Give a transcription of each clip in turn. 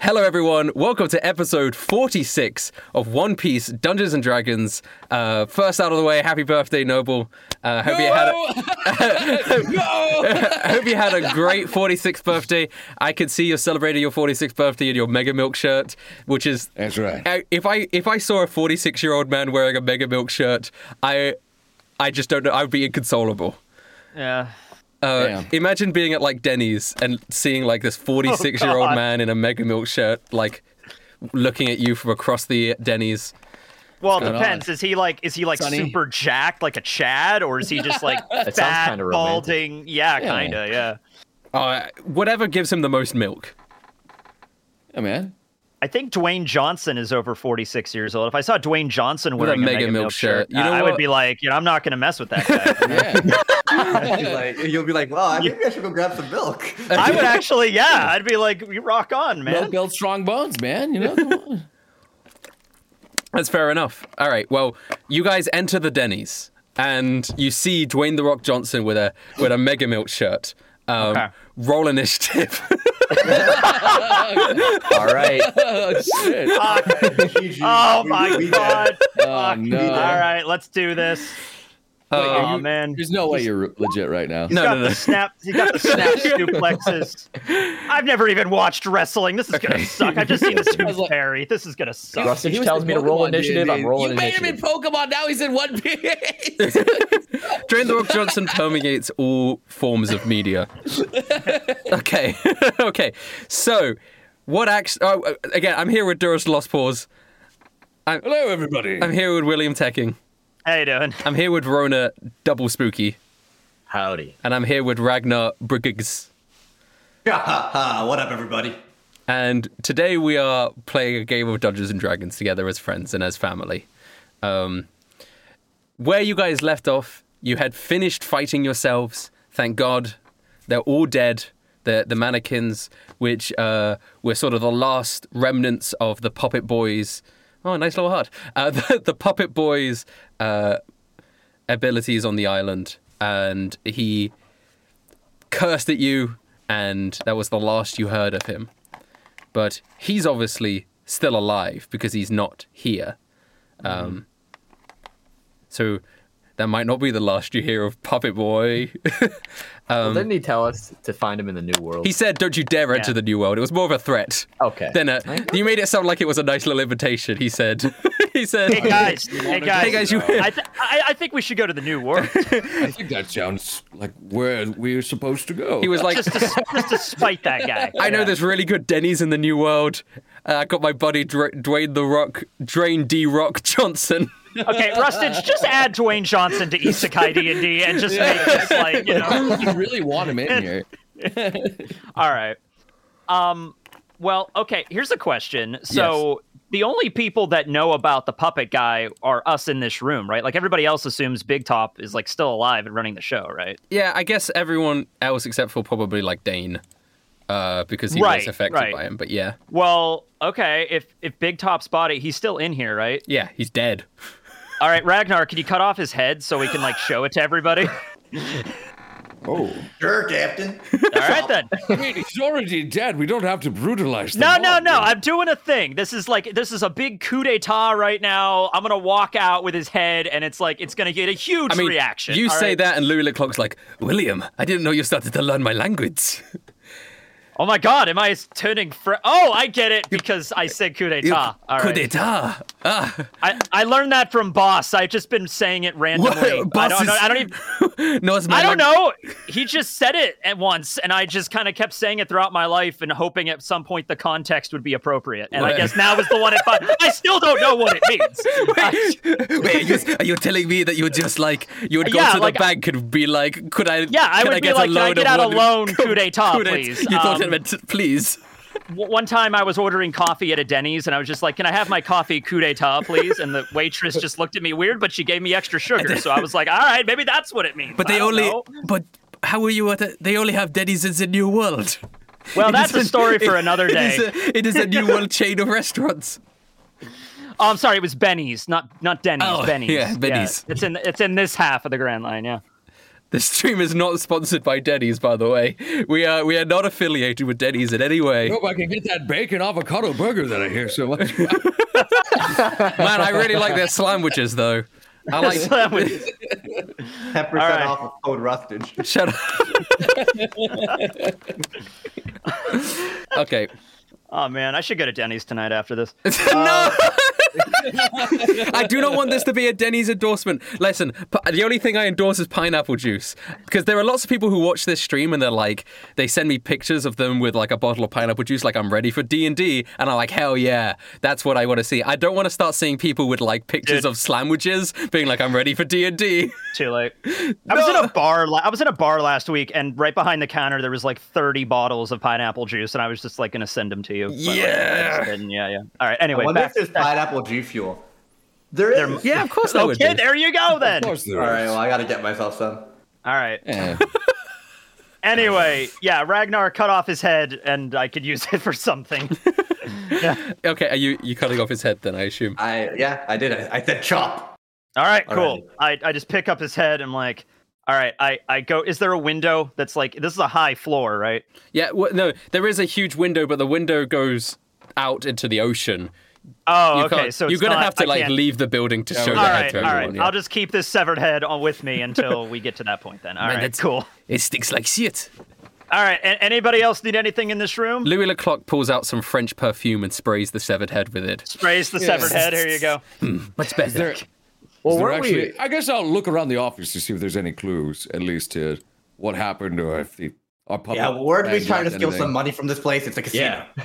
Hello, everyone. Welcome to episode 46 of One Piece Dungeons and Dragons. Uh, first out of the way, happy birthday, Noble. Uh, hope, you had a, hope you had a great 46th birthday. I could see you're celebrating your 46th birthday in your Mega Milk shirt, which is. That's right. I- If I if I saw a 46 year old man wearing a Mega Milk shirt, I I just don't know. I would be inconsolable. Yeah. Uh, Damn. imagine being at like Denny's and seeing like this 46 year old Oh, God. man in a Mega Milk shirt, like looking at you from across the Denny's. Well, it going depends. Is he like is he like Sonny? super jacked like a Chad, or is he just like sounds fat, kinda romantic. balding? Yeah, Yeah. kinda. Yeah. Uh, whatever gives him the most milk. Yeah, man. I think Dwayne Johnson is over 46 years old. If I saw Dwayne Johnson With a wearing Mega Mega Milk Milk shirt, you know I what? would be like, you know, I'm not going to mess with that guy. Yeah. like, you'll be like, wow, maybe I should go grab some milk. I would actually, yeah, I'd be like, you rock on, Milk man. builds strong bones, man. You know. Come on. That's fair enough. All right. Well, you guys enter the Denny's and you see Dwayne the Rock Johnson with a with a Mega Milk shirt. Um, Okay. Roll initiative. All right. oh shit. Fuck. GG. Oh We- my we did. god. Oh Fuck. no. All right, let's do this. Uh, oh man. There's no way you're legit right now. no, got no, no. the snap. He got the snap suplexes. I've never even watched wrestling. This is gonna suck. I've just seen the I was super like- parry. This is gonna suck. He Russell was tells in me to roll Pokemon, initiative. dude. I'm You rolling initiative. made him in Pokemon. Now he's in One Piece. Dwayne the Rock Johnson permeates all forms of media. Okay, okay. So, what acts? Oh, uh, again, I'm here with Duras Lost Paws. Hello, everybody. I'm here with William Tecking. How you doing? I'm here with Rona Double Spooky, Howdy. and I'm here with Ragnar Briggs. Ha, ha. what up, everybody? And today we are playing a game of Dungeons and Dragons together as friends and as family. Um, where you guys left off, you had finished fighting yourselves. Thank God, they're all dead. The the mannequins, which uh, were sort of the last remnants of the puppet boys. Oh, nice little heart. Uh, the, the puppet boys' uh, abilities on the island, and he cursed at you, and that was the last you heard of him but he's obviously still alive because he's not here. Um, So that might not be the last you hear of Puppet Boy. Well, didn't he tell us to find him in the new world? he said, "Don't you dare enter Yeah. the new world." It was more of a threat. Okay. Then a, you made it sound like it was a nice little invitation. He said, "He said, Hey guys. Hey guys. Hey, guys, you- I, th- I I think we should go to the new world. I think that sounds like where we're supposed to go. he was like." just, to, just to spite that guy. I know there's really good Denny's in the New World. Uh, I got my buddy Dr- Dwayne the Rock, Drain D Rock Johnson. Okay, Rustage, just add Dwayne Johnson to Isekai D and D, and just make this like you know. you really want him in here. All right. Um well, okay, here's a question. So the only people that know about the puppet guy are us in this room, right? Like everybody else assumes Big Top is like still alive and running the show, right? Yeah, I guess everyone else except for probably like Dane, uh, because he was Right, affected right. by him. But yeah, Well, okay, if if Big Top's body, he's still in here, right? yeah, he's dead. All right, Ragnar, can you cut off his head so we can like show it to everybody? All Oh, Sure, Captain. right then. wait, he's already dead. We don't have to brutalize. the No, no, mob, no. man. I'm doing a thing. This is like this is a big coup d'etat right now. I'm gonna walk out with his head, and it's like it's gonna get a huge I mean, reaction. you all say right? that, and Louis Leclerc's like, William, I didn't know you started to learn my language. Oh my god, am I turning fr- Oh, I get it because I said coup d'etat. All Coup right. d'etat. Ah, I, I learned that from Boss. I've just been saying it randomly. What? I, Boss don't, know- is- I don't even No, it's my I don't leg- know. He just said it at once, and I just kind of kept saying it throughout my life and hoping at some point the context would be appropriate. And I Right. guess now is the one. If I, I still don't know what it means. I- Wait, are you, are you telling me that you would just like you would go Yeah, to the like- bank and be like, could I? yeah, I can would I be get like, a "Can I loan get of out a one- loan coup d'état, coup d'etat?" please? You thought it Um, meant please. w- one time I was ordering coffee at a Denny's, and I was just like, "Can I have my coffee coup d'état, please?" And the waitress just looked at me weird, but she gave me extra sugar, so I was like, "All right, maybe that's what it means." But I they don't only. know. But how are you at? A, they only have Denny's in the New World. Well, It Oh, that's is a story for it- another It is, day. a, it is a New World chain of restaurants. Oh, I'm sorry, it was Benny's, not not Denny's. Oh, Benny's. yeah, Benny's. It's in it's in this half of the Grand Line. Yeah. The stream is not sponsored by Denny's, by the way. We are we are not affiliated with Denny's in any way. Hope I can get that bacon avocado burger that I hear so much. Man, I really like their sandwiches though. I like Ten percent All right. off of code rustage. shut up. okay. oh man, I should go to Denny's tonight after this. I do not want this to be a Denny's endorsement. Listen, p- the only thing I endorse is pineapple juice because there are lots of people who watch this stream and they're like, they send me pictures of them with like a bottle of pineapple juice, like I'm ready for D and D, and I'm like, hell yeah, that's what I want to see. I don't want to start seeing people with like pictures Dude. of sandwiches being like, I'm ready for D and D. Too late. I was in a bar. La- I was in a bar last week, and right behind the counter there was like 30 bottles of pineapple juice, and I was just like gonna send them to you. but, like, I just Yeah. didn't. yeah, yeah. All right. I Anyway, wonder back. if there's pineapple G fuel. There is. Yeah, of course they would. Okay, do. there you go then. Of course there All right. is. Well, I gotta get myself some. All right. Yeah. Anyway, yeah, Ragnar cut off his head, and I could use it for something. Okay, are you you cutting off his head then? I assume. I yeah, I did. I, I said chop. All right, All cool. I, I just pick up his head. I'm like, all right. I I go. Is there a window that's like this is a high floor, right? Yeah, well, no, there is a huge window, but the window goes out into the ocean. Oh, You okay. can't- So it's you're gonna not- have to I like can't- leave the building to show the All head right, to all everyone. right. yeah. I'll just keep this severed head on with me until we get to that point. Then, all right, Man, that's- cool. It stinks like shit. All right. A- anybody else need anything in this room? Louis Leclerc pulls out some French perfume and sprays the severed head with it. Sprays the severed head. Here you go. Much better. There, Well, there weren't actually, we? I guess I'll look around the office to see if there's any clues, at least to what happened or if the our puppet. Yeah, weren't we man trying to got steal anything. some money from this place? It's a casino. Yeah.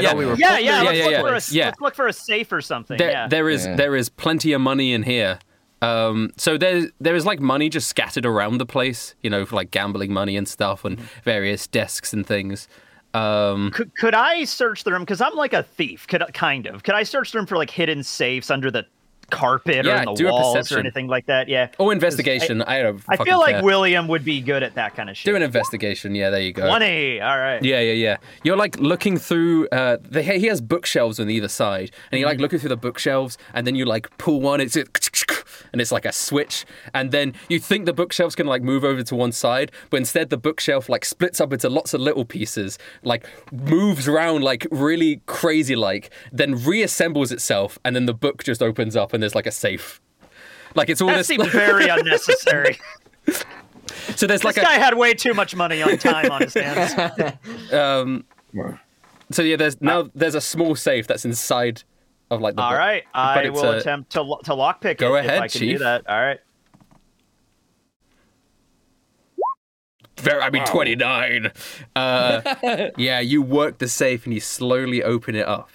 yeah. know we were. Yeah, yeah. Let's, yeah, look, yeah. For a, s- Yeah. let's look for a safe or something. There, yeah. there is Yeah. there is plenty of money in here. Um, so there there is like money just scattered around the place, you know, for like gambling money and stuff, and various desks and things. Um, could, could I search the room? Because I'm like a thief. Could kind of. Could I search the room for like hidden safes under the carpet Yeah, or in do the a walls or perception. anything like that? Yeah. oh, investigation. I, don't. I fucking feel like care. William would be good at that kind of shit. do an investigation. Yeah, there you go. Twenty. All right. uh, Yeah, yeah, yeah. You're like looking through. Uh, the, he has bookshelves on either side, and Mm-hmm. you're like looking through the bookshelves, and then you like pull one. It's and it's like a switch, and then you think the bookshelf's gonna like move over to one side, but instead the bookshelf like splits up into lots of little pieces, like moves around like really crazy, like then reassembles itself, and then the book just opens up, and there's like a safe. Like it's all That this. seems very unnecessary. so there's like this a guy had way too much money on time on his hands. so yeah. There's now there's a small safe that's inside of like the. All book. right, But I it's will a- attempt to lo- to lockpick Go it if ahead, I can Chief. do that. All right. very, I mean, 29. Uh, yeah, you work the safe and you slowly open it up.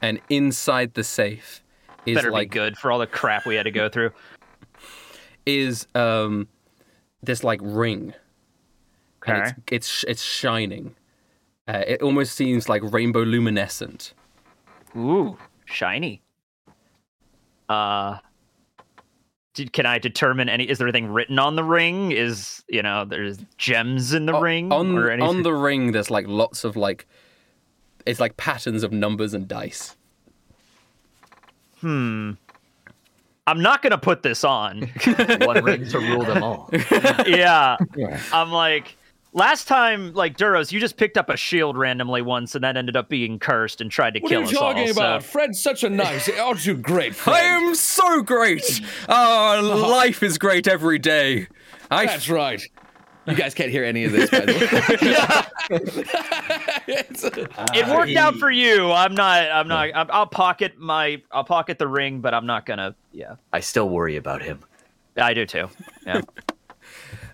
And inside the safe is Better like be good for all the crap we had to go through. is um this like ring. And Okay. it's it's sh- it's shining. Uh, it almost seems like rainbow luminescent. Ooh, shiny. Uh did, can I determine any is there anything written on the ring? Is you know, there's gems in the O- ring Oh, on Hmm. or anything? on the ring there's like lots of like it's like patterns of numbers and dice. I'm not gonna put this on. One ring to rule them all. yeah. Yeah. I'm like last time like Duros, you just picked up a shield randomly once and that ended up being cursed and tried to What kill are you us all. talking about? So. Fred's such a nice, aren't you great? I Fred? am so great. Oh, life is great every day. I That's right. You guys can't hear any of this, by the way. It worked out for you. I'm not I'm not I'm, I'll pocket my I'll pocket the ring, but I'm not gonna yeah. I still worry about him. I do too. Yeah.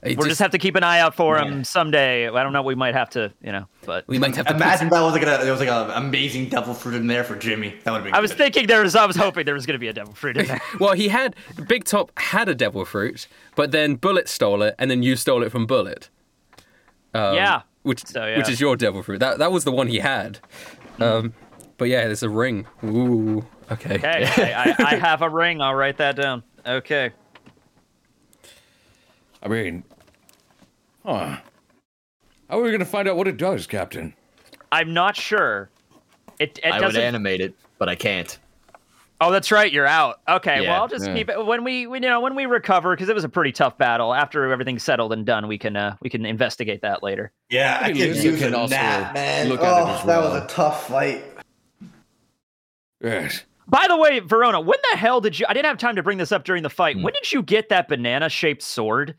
It We'll just have to keep an eye out for him someday. I don't know. We might have to, you know. But we might have to. Imagine that was like a, there was like an amazing double fruit in there for Jimmy. That would have been. I was good. thinking there was. I was hoping there was going to be a devil fruit in there. Well, he had Big Top had a devil fruit, but then Bullet stole it, and then you stole it from Bullet, yeah. which So, yeah. which is your devil fruit. That that was the one he had. Um, but yeah, there's a ring. Ooh, okay. Okay. I, I, I have a ring. I'll write that down. Okay. I mean, huh. How are we going to find out what it does, Captain? I'm not sure. It, it I would doesn't. animate it, but I can't. oh, that's right. You're out. Okay. Yeah. well, I'll just Yeah. keep it when we, we- you know, when we recover because it was a pretty tough battle. After everything's settled and done, we can uh, we can investigate that later. Yeah, I Maybe could Lisa use can a also nap, man. look oh, at it as that well. was a tough fight. Yes. By the way, Verona, when the hell did you? I didn't have time to bring this up during the fight. Hmm. When did you get that banana shaped sword?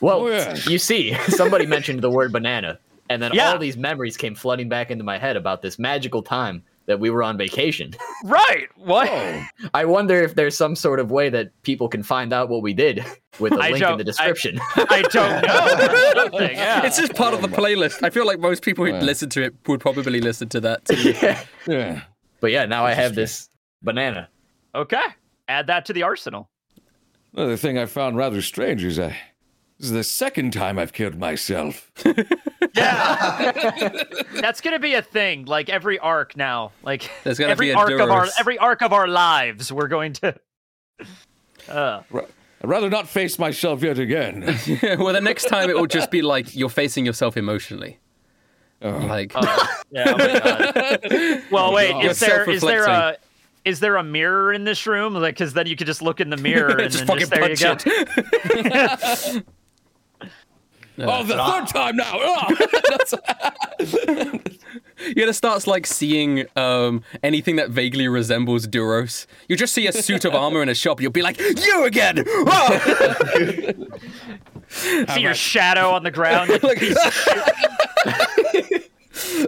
Well, Oh, yeah. you see, somebody mentioned the word banana, and then Yeah. all these memories came flooding back into my head about this magical time that we were on vacation. Right. What? Oh, I wonder if there's some sort of way that people can find out what we did with a I link don't- in I- the description. I don't know. Or something, yeah. It's just part of the playlist. I feel like most people who listen to it would probably listen to that. Too. Yeah. but yeah, now I have this banana. Okay. Add that to the arsenal. Another thing I found rather strange is I. This is the second time I've killed myself. That's gonna be a thing. Like every arc now. Like There's gonna every be a arc of our Duros. every arc of our lives, we're going to. Uh, Ra- I'd rather not face myself yet again. well, the next time it will just be like you're facing yourself emotionally. Like yeah, oh my God. Well, wait. God. Is there is there a Self-reflecting. is there a mirror in this room? Like, because then you could just look in the mirror and just then fucking just, there you punch go. it. oh, the third time now! Ah! You're gonna start like seeing um, anything that vaguely resembles Duros. You just see a suit of armor in a shop. You'll be like, you again. Ah! See your shadow on the ground. Like,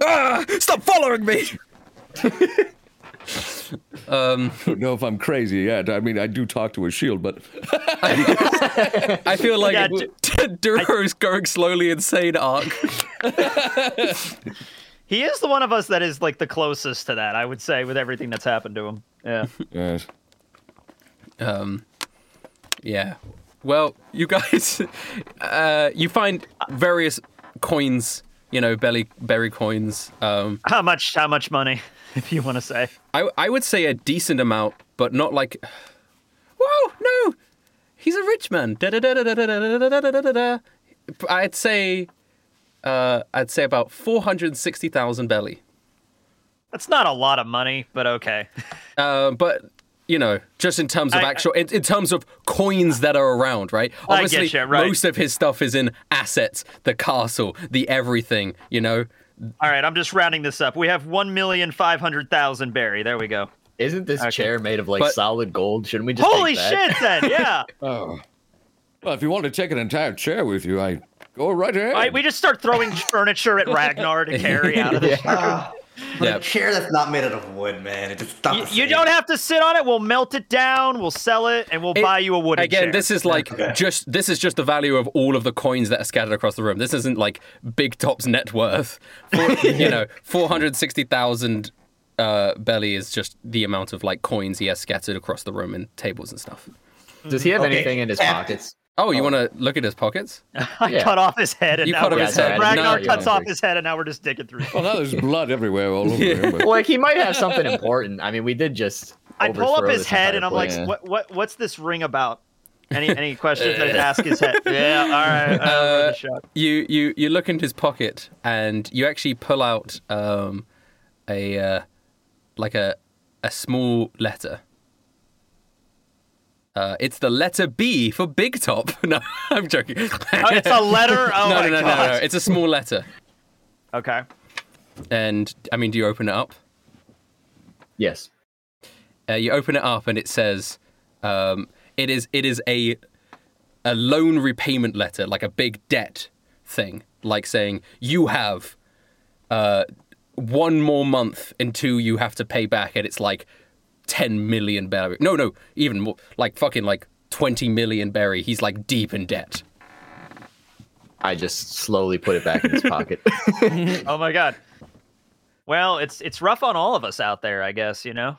Ah, stop following me. don't know if I'm crazy yet. I mean, I do talk to a shield, but I feel like Yeah, Duros going slowly insane arc. he is the one of us that is like the closest to that, I would say, with everything that's happened to him. Yeah. yes. Yeah. Well, you guys, uh, you find various coins. You know, belly berry coins. Um, How much? How much money? If you want to say. I I would say a decent amount, but not like. Whoa! No, he's a rich man. Da da da da da da da da da da da da. I'd say, uh, I'd say about four hundred sixty thousand belly. That's not a lot of money, but okay. Uh, but you know, just in terms of I- actual, in, in terms of coins that are around, right? I get Obviously, you, right. most of his stuff is in assets, the castle, the everything. You know, All right, I'm just rounding this up. We have one million five hundred thousand Barry. There we go. Isn't this chair made of like But- solid gold? Shouldn't we just take Holy that? shit! Then yeah. Well, if you want to take an entire chair with you, I go right ahead. All right, we just start throwing furniture at Ragnar to carry out of this. But Yeah. a chair that's not made out of wood, man. It just not You, the you same. don't have to sit on it. We'll melt it down. We'll sell it, and we'll It- buy you a wooden again chair. this is like just this is just the value of all of the coins that are scattered across the room this isn't like big top's net worth For, you know 460000 uh, belly is just the amount of like coins he has scattered across the room and tables and stuff Does he have Okay. anything in his Yeah. pockets? oh you want to look at his pockets I yeah. cut off his head, and You now cut off we're- his head. Ragnar No, you cuts don't off think- his head, and now we're just digging through. Well, now there's blood everywhere all over him. But Like he might have something important. I mean, we did just. I pull up overthrow his this head entire and I'm place. like, what, what, what's this ring about? Any, any questions? Uh, I just ask his head. Yeah, all right. I'll give it a shot. you you you look into his pocket and you actually pull out um a uh, like a a small letter uh, it's the letter B for Big Top. No, I'm joking. Oh, it's a letter. Oh no, my no, no, god. no, no. It's a small letter. Okay. And I mean, do you open it up? yes. Uh, you open it up, and it says, um, "It is, it is a, a loan repayment letter, like a big debt thing, like saying you have, uh, one more month until you have to pay back, and it's like, ten million barrier. No, no, even more, like fucking like twenty million berry. He's like deep in debt. I just slowly put it back in his pocket. Oh my god. Well, it's it's rough on all of us out there, I guess, you know.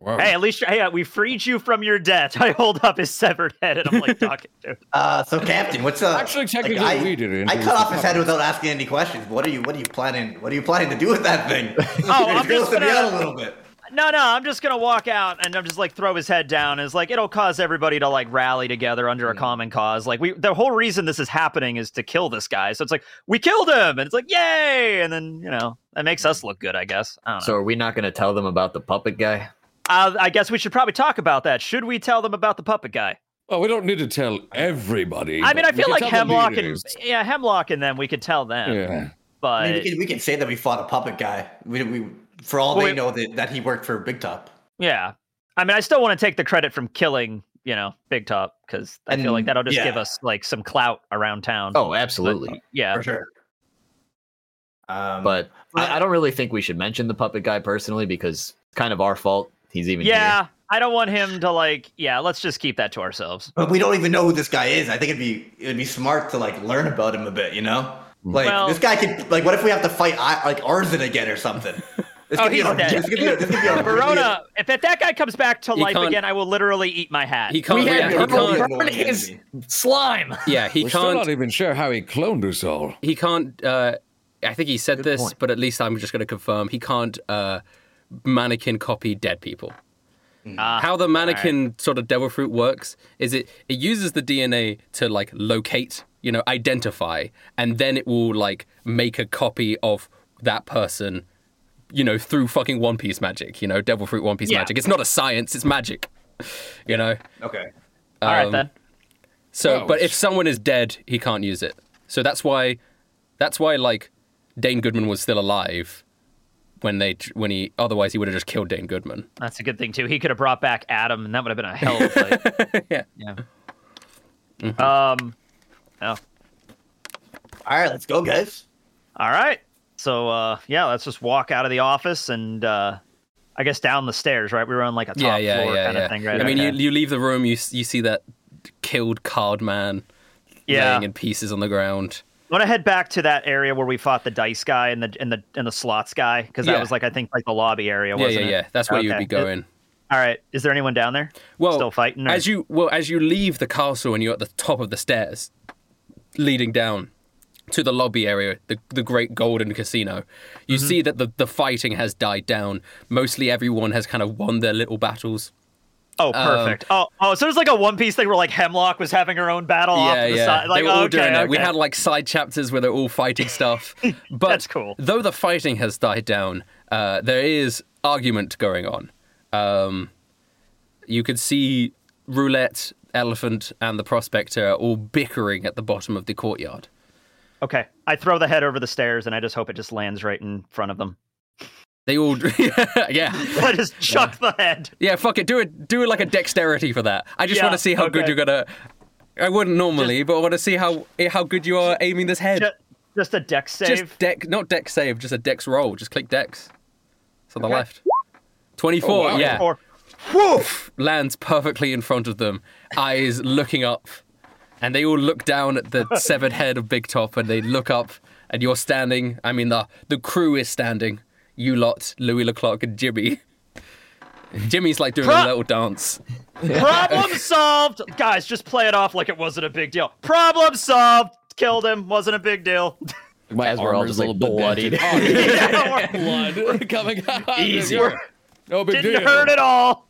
Wow. Hey, at least hey, uh, we freed you from your debt. I hold up his severed head and I'm like talking to him. Uh, so Captain, what's up? Actually, technically, I, we did it. I cut off his head without asking any questions. What are you? What are you planning? What are you planning to do with that thing? Oh, I'm You're just grossing me gonna- out a little bit. No, no, I'm just gonna walk out and I'm just like throw his head down. It's like it'll cause everybody to like rally together under a Hmm. common cause. Like we the whole reason this is happening is to kill this guy. So it's like we killed him and it's like yay and then you know that makes us look good, I guess. I don't know. so are we not going to tell them about the puppet guy? uh, I guess we should probably talk about that. Should we tell them about the puppet guy? Well, we don't need to tell everybody. I mean, but I we feel can like tell the Hemlock and leaders. yeah, Hemlock and them we could tell them, Yeah. but I mean, we can we can say that we fought a puppet guy. We, we for all Well, they it- know that, that he worked for Big Top. yeah, I mean, I still want to take the credit from killing you know Big Top because I feel Mm, like And- that'll just yeah. give us like some clout around town. Oh, absolutely. yeah, for sure. Um, But I, I don't really think we should mention the puppet guy personally because it's kind of our fault. He's even yeah. I don't want him to like. Yeah, let's just keep that to ourselves. but we don't even know who this guy is. I think it'd be it'd be smart to like learn about him a bit. You know, like Well- this guy could like. What if we have to fight I, like Arzen again or something? This Oh, could be he's our- dead. this could be- this could be our- Verona, if that, that guy comes back to He life can't- again, I will literally eat my hat. He can't. We react- had he verbal can't. verbal- Burn his- slime. Yeah, he We're still can't. not even sure how he cloned us all. he can't. Uh, I think he said this, point. but at least I'm just going to confirm he can't uh, mannequin copy dead people. Ah, How the mannequin sort of devil fruit works is it it uses the DNA to like locate, you know, identify, and then it will like make a copy of that person, you know, through fucking One Piece magic. You know, devil fruit One Piece Yeah. magic. It's not a science; it's magic. You know. Okay. all right um, then. So, Oh, but if sh- someone is dead, he can't use it. So that's why, that's why like Dane Goodman was still alive when they when he otherwise he would have just killed Dane Goodman. That's a good thing too. He could have brought back Adam, and that would have been a hell of a fight. Yeah. Um. Oh. All right, let's go, guys. All right. So uh, yeah, let's just walk out of the office and uh, I guess down the stairs, right? We were on like a top yeah, yeah, floor yeah, kind yeah. of thing, right? I mean, Okay. you you leave the room, you s- you see that killed card man yeah. laying in pieces on the ground. Want to head back to that area where we fought the dice guy and the and the and the slots guy because that Yeah. was like I think like the lobby area. Yeah, Wasn't yeah, it? yeah. That's where you'd Okay. be going. All right. Is there anyone down there? well, still fighting. or- As you well as you leave the castle and you're at the top of the stairs, leading down to the lobby area, the the great golden casino, you Mm-hmm. see that the the fighting has died down. Mostly everyone has kind of won their little battles. um, oh, perfect. oh, oh. So there's like a One Piece thing where like Hemlock was having her own battle off yeah, to the yeah. side. Like they were all okay, doing it. We okay. had like side chapters where they're all fighting stuff. But That's cool. Though the fighting has died down, uh, there is argument going on. Um, you could see Roulette, Elephant, and the Prospector all bickering at the bottom of the courtyard. okay. I throw the head over the stairs and I just hope it just lands right in front of them. They all, yeah, I just chuck the head. yeah. Fuck it, do it, do it like a dexterity for that. I just Yeah, want to see how good okay. you're gonna. I wouldn't normally, but I want to see how how good you are aiming this head. Ju- Just a deck save. Just deck, not deck save, just a dex roll. Just click dex. It's on the Okay. left. 24, Oh, wow. yeah. Or Lands perfectly in front of them, eyes looking up. And they all look down at the severed head of Big Top and they look up and you're standing. I mean, the, the crew is standing. You lot, Louis Leclerc and Jimmy. Jimmy's like doing Pro- a little dance. Problem solved. Guys, just play it off like it wasn't a big deal. Problem solved. Killed him. Wasn't a big deal. My As we're all just, armor's a like, little bloodied. dented. Oh, yeah. Yeah, we're- blood coming out. Easy. No big didn't deal. hurt at all.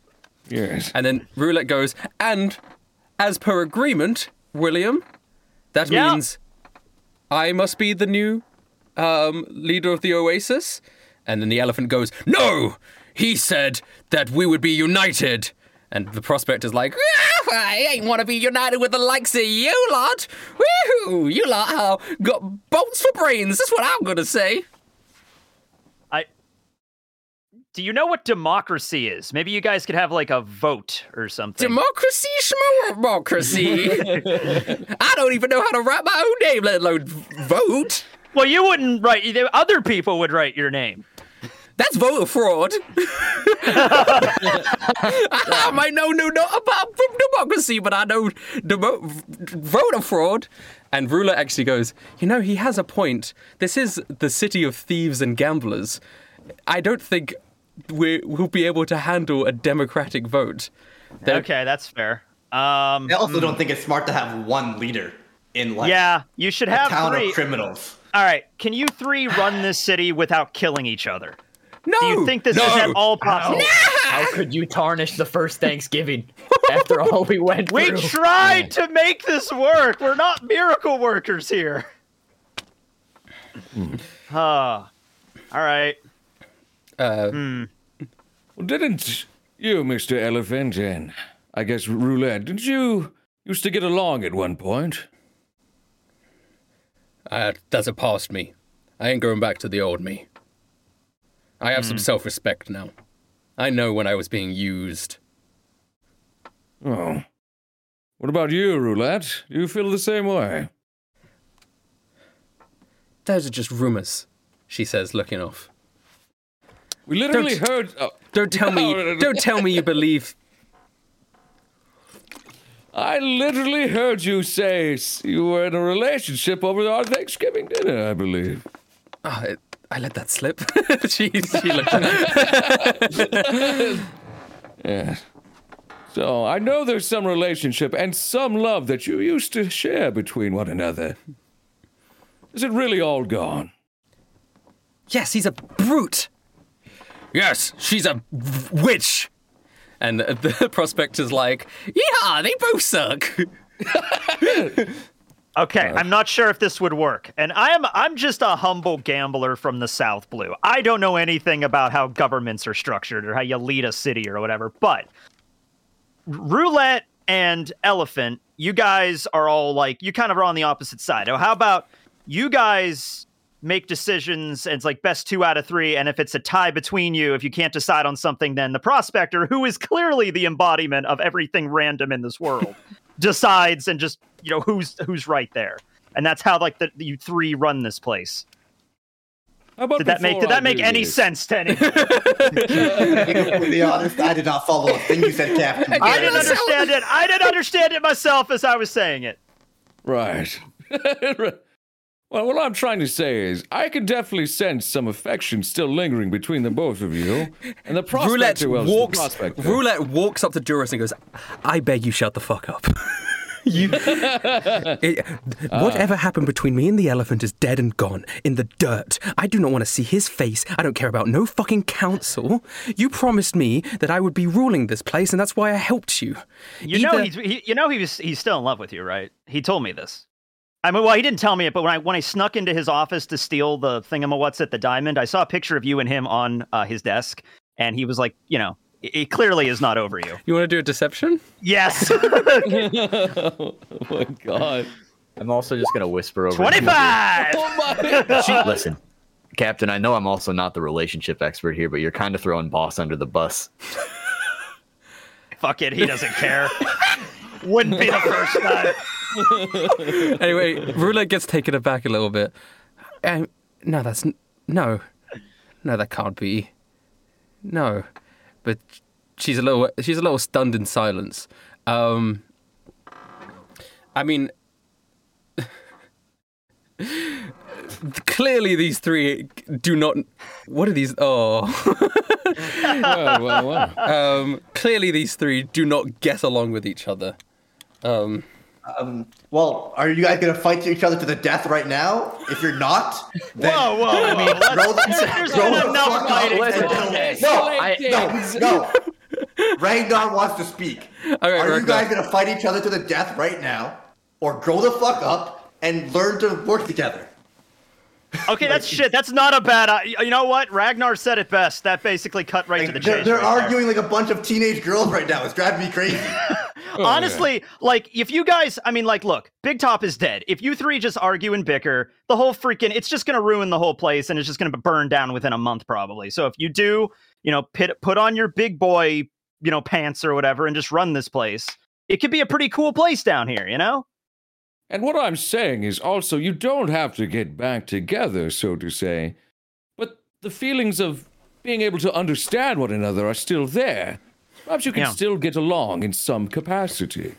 Yes. And then Roulette goes, and as per agreement, William, that Yeah. means I must be the new um, leader of the Oasis. And then the elephant goes, no! He said that we would be united. And the prospector's like, "Ah, I ain't want to be united with the likes of you lot. Woohoo! You lot have got bolts for brains. That's what I'm going to say. I. Do you know what democracy is? Maybe you guys could have like a vote or something. Democracy, democracy. I don't even know how to write my own name, let alone vote. well, you wouldn't write. the Other people would write your name. That's voter fraud. I might know no not about the democracy, but I know demo- voter fraud. And Ruler actually goes, You know, he has a point. This is the city of thieves and gamblers. I don't think we- we'll be able to handle a democratic vote. There- Okay, that's fair. Um, I also don't think it's smart to have one leader in like yeah, you should a have town three. of criminals. All right, can you three run this city without killing each other? No! Do you think this no! is at all possible? How could you tarnish the first Thanksgiving after all we went We through? tried to make this work. We're not miracle workers here. Huh. all right. Uh, Well, didn't you, Mr. Elephant, and I guess Roulette, didn't you used to get along at one point? Uh, that's a past me. I ain't going back to the old me. I have some self respect now. I know when I was being used. Oh. What about you, Roulette? Do you feel the same way? Those are just rumors, she says, looking off. We literally Don't- heard. Oh, Don't tell me don't tell me you believe I literally heard you say s- you were in a relationship over our Thanksgiving dinner, I believe. Ah, I, I let that slip. she she looked Yeah. So I know there's some relationship and some love that you used to share between one another. Is it really all gone? Yes, he's a brute. Yes, she's a v- witch. And the, the prospector's like, yeah, they both suck. Okay, I'm not sure if this would work. And I am I'm just a humble gambler from the South Blue. I don't know anything about how governments are structured or how you lead a city or whatever, but roulette and elephant, you guys are all like you kind of are on the opposite side. Now, how about you guys make decisions and it's like best two out of three, and if it's a tie between you, if you can't decide on something, then the prospector, who is clearly the embodiment of everything random in this world, decides and just you know who's who's right there. And that's how like the you three run this place. How about Did that make before did I that make do any this? sense to anyone? To be completely honest, I did not follow a thing you said, Captain. I didn't Jared. understand it. I didn't understand it myself as I was saying it. Right. well, what I'm trying to say is, I can definitely sense some affection still lingering between the both of you. And the Roulette prospector well, it's walks. The prospector. Roulette walks up to Duras and goes, "I beg you, shut the fuck up." you, It- Ah. whatever happened between me and the elephant is dead and gone in the dirt. I do not want to see his face. I don't care about no fucking council. You promised me that I would be ruling this place, and that's why I helped you. You know Either- he's he, you know he was he's still in love with you, right? He told me this. I mean, well, he didn't tell me it, but when I when I snuck into his office to steal the what's at the diamond, I saw a picture of you and him on uh, his desk, and he was like, you know, it, it clearly is not over you. You want to do a deception? Yes, Oh my god. I'm also just gonna whisper over. twenty five. Listen, Captain, I know I'm also not the relationship expert here, but you're kind of throwing boss under the bus. Fuck it, he doesn't care. Wouldn't be the first time. anyway, Roulette gets taken aback a little bit. Um, no, that's n- no, no, that can't be. No, but she's a little she's a little stunned in silence. Um, I mean, clearly these three do not. What are these? Oh. Oh, Well, well, well. Um, clearly these three do not get along with each other. Well, are you guys gonna fight each other to the death right now? If you're not, then Whoa, whoa, whoa! roll the- Let's, there's roll been the enough fuck up. fighting. I- Listen, no, no. Ragnar wants to speak. All right, are you Ragnar. guys gonna fight each other to the death right now, or grow the fuck up and learn to work together? Okay, that's shit. That's not a bad. I- You know what? Ragnar said it best. That basically cut right to the Like, chase. they're they're right there. arguing like a bunch of teenage girls right now. It's driving me crazy. Honestly, like if you guys, I mean, like, look, Big Top is dead. If you three just argue and bicker, the whole freaking, it's just gonna ruin the whole place, and it's just gonna burn down within a month probably. So if you do, you know, pit, put on your big boy, you know, pants or whatever, and just run this place, it could be a pretty cool place down here. You know? and what I'm saying is also, you don't have to get back together, so to say, but the feelings of being able to understand one another are still there. Perhaps you can Yeah. still get along in some capacity.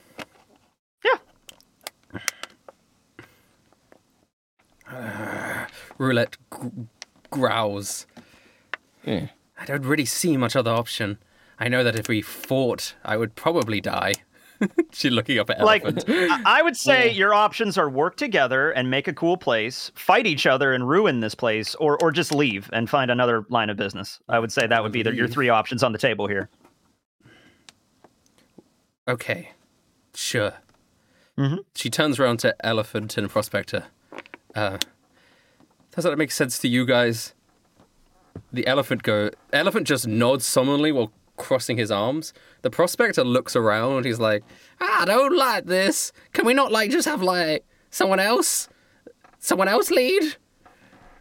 Yeah. Roulette gr- growls. Yeah. I don't really see much other option. I know that if we fought, I would probably die. She's looking up at Like, elephant. I I would say your options are work together and make a cool place, fight each other and ruin this place, or or just leave and find another line of business. I would say that would be the, your three options on the table here. Okay, sure. She turns around to Elephant and Prospector. Uh, does that make sense to you guys? The elephant go. Elephant just nods solemnly while crossing his arms. The prospector looks around. He's like, "Ah, I don't like this. Can we not like just have like someone else? Someone else lead?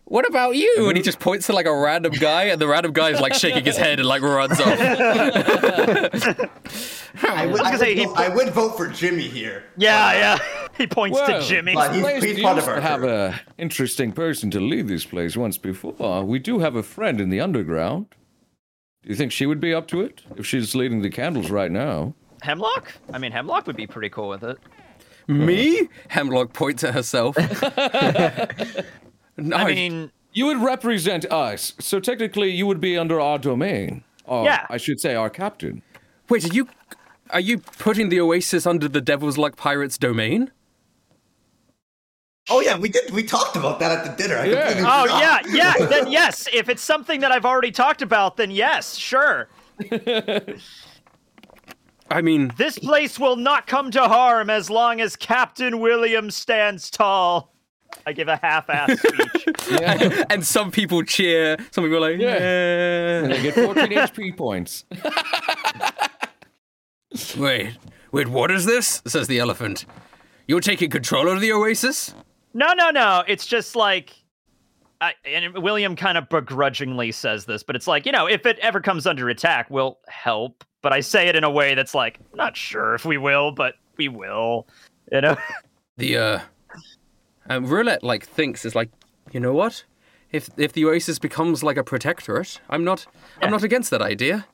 What about you?" And he just points to like a random guy, and the random guy is like shaking his head and like runs off. I would, gonna I would say he- vote, I would vote for Jimmy here. Uh, Yeah, yeah. he points Well, to Jimmy. but he's, Place he's used part of to our have crew. a interesting person to lead this place once before. Uh, We do have a friend in the underground. Do you think she would be up to it if she's leading the candles right now? Hemlock? I mean, Hemlock would be pretty cool with it. Me? Hemlock points at herself. no, I mean, You would represent us, so technically you would be under our domain. Or, Yeah. I should say our captain. Wait, are you are you putting the Oasis under the Devil's Luck Pirates domain? Oh yeah, we did. We talked about that at the dinner. I completely oh forgot. yeah, yeah. Then yes, if it's something that I've already talked about, then yes, sure. I mean, This place will not come to harm as long as Captain William stands tall. I give a half-ass speech. Yeah. and some people cheer. Some people are like, and yeah. I get 14 HP points. Wait, wait, what is this? Says the elephant. You're taking control of the Oasis? No, no, no. It's just like, I, and William kind of begrudgingly says this, but it's like, you know, if it ever comes under attack, we'll help. But I say it in a way that's like, not sure if we will, but we will. You know? The uh, um, roulette like thinks is like, you know what? If if the Oasis becomes like a protectorate, I'm not I'm not against that idea.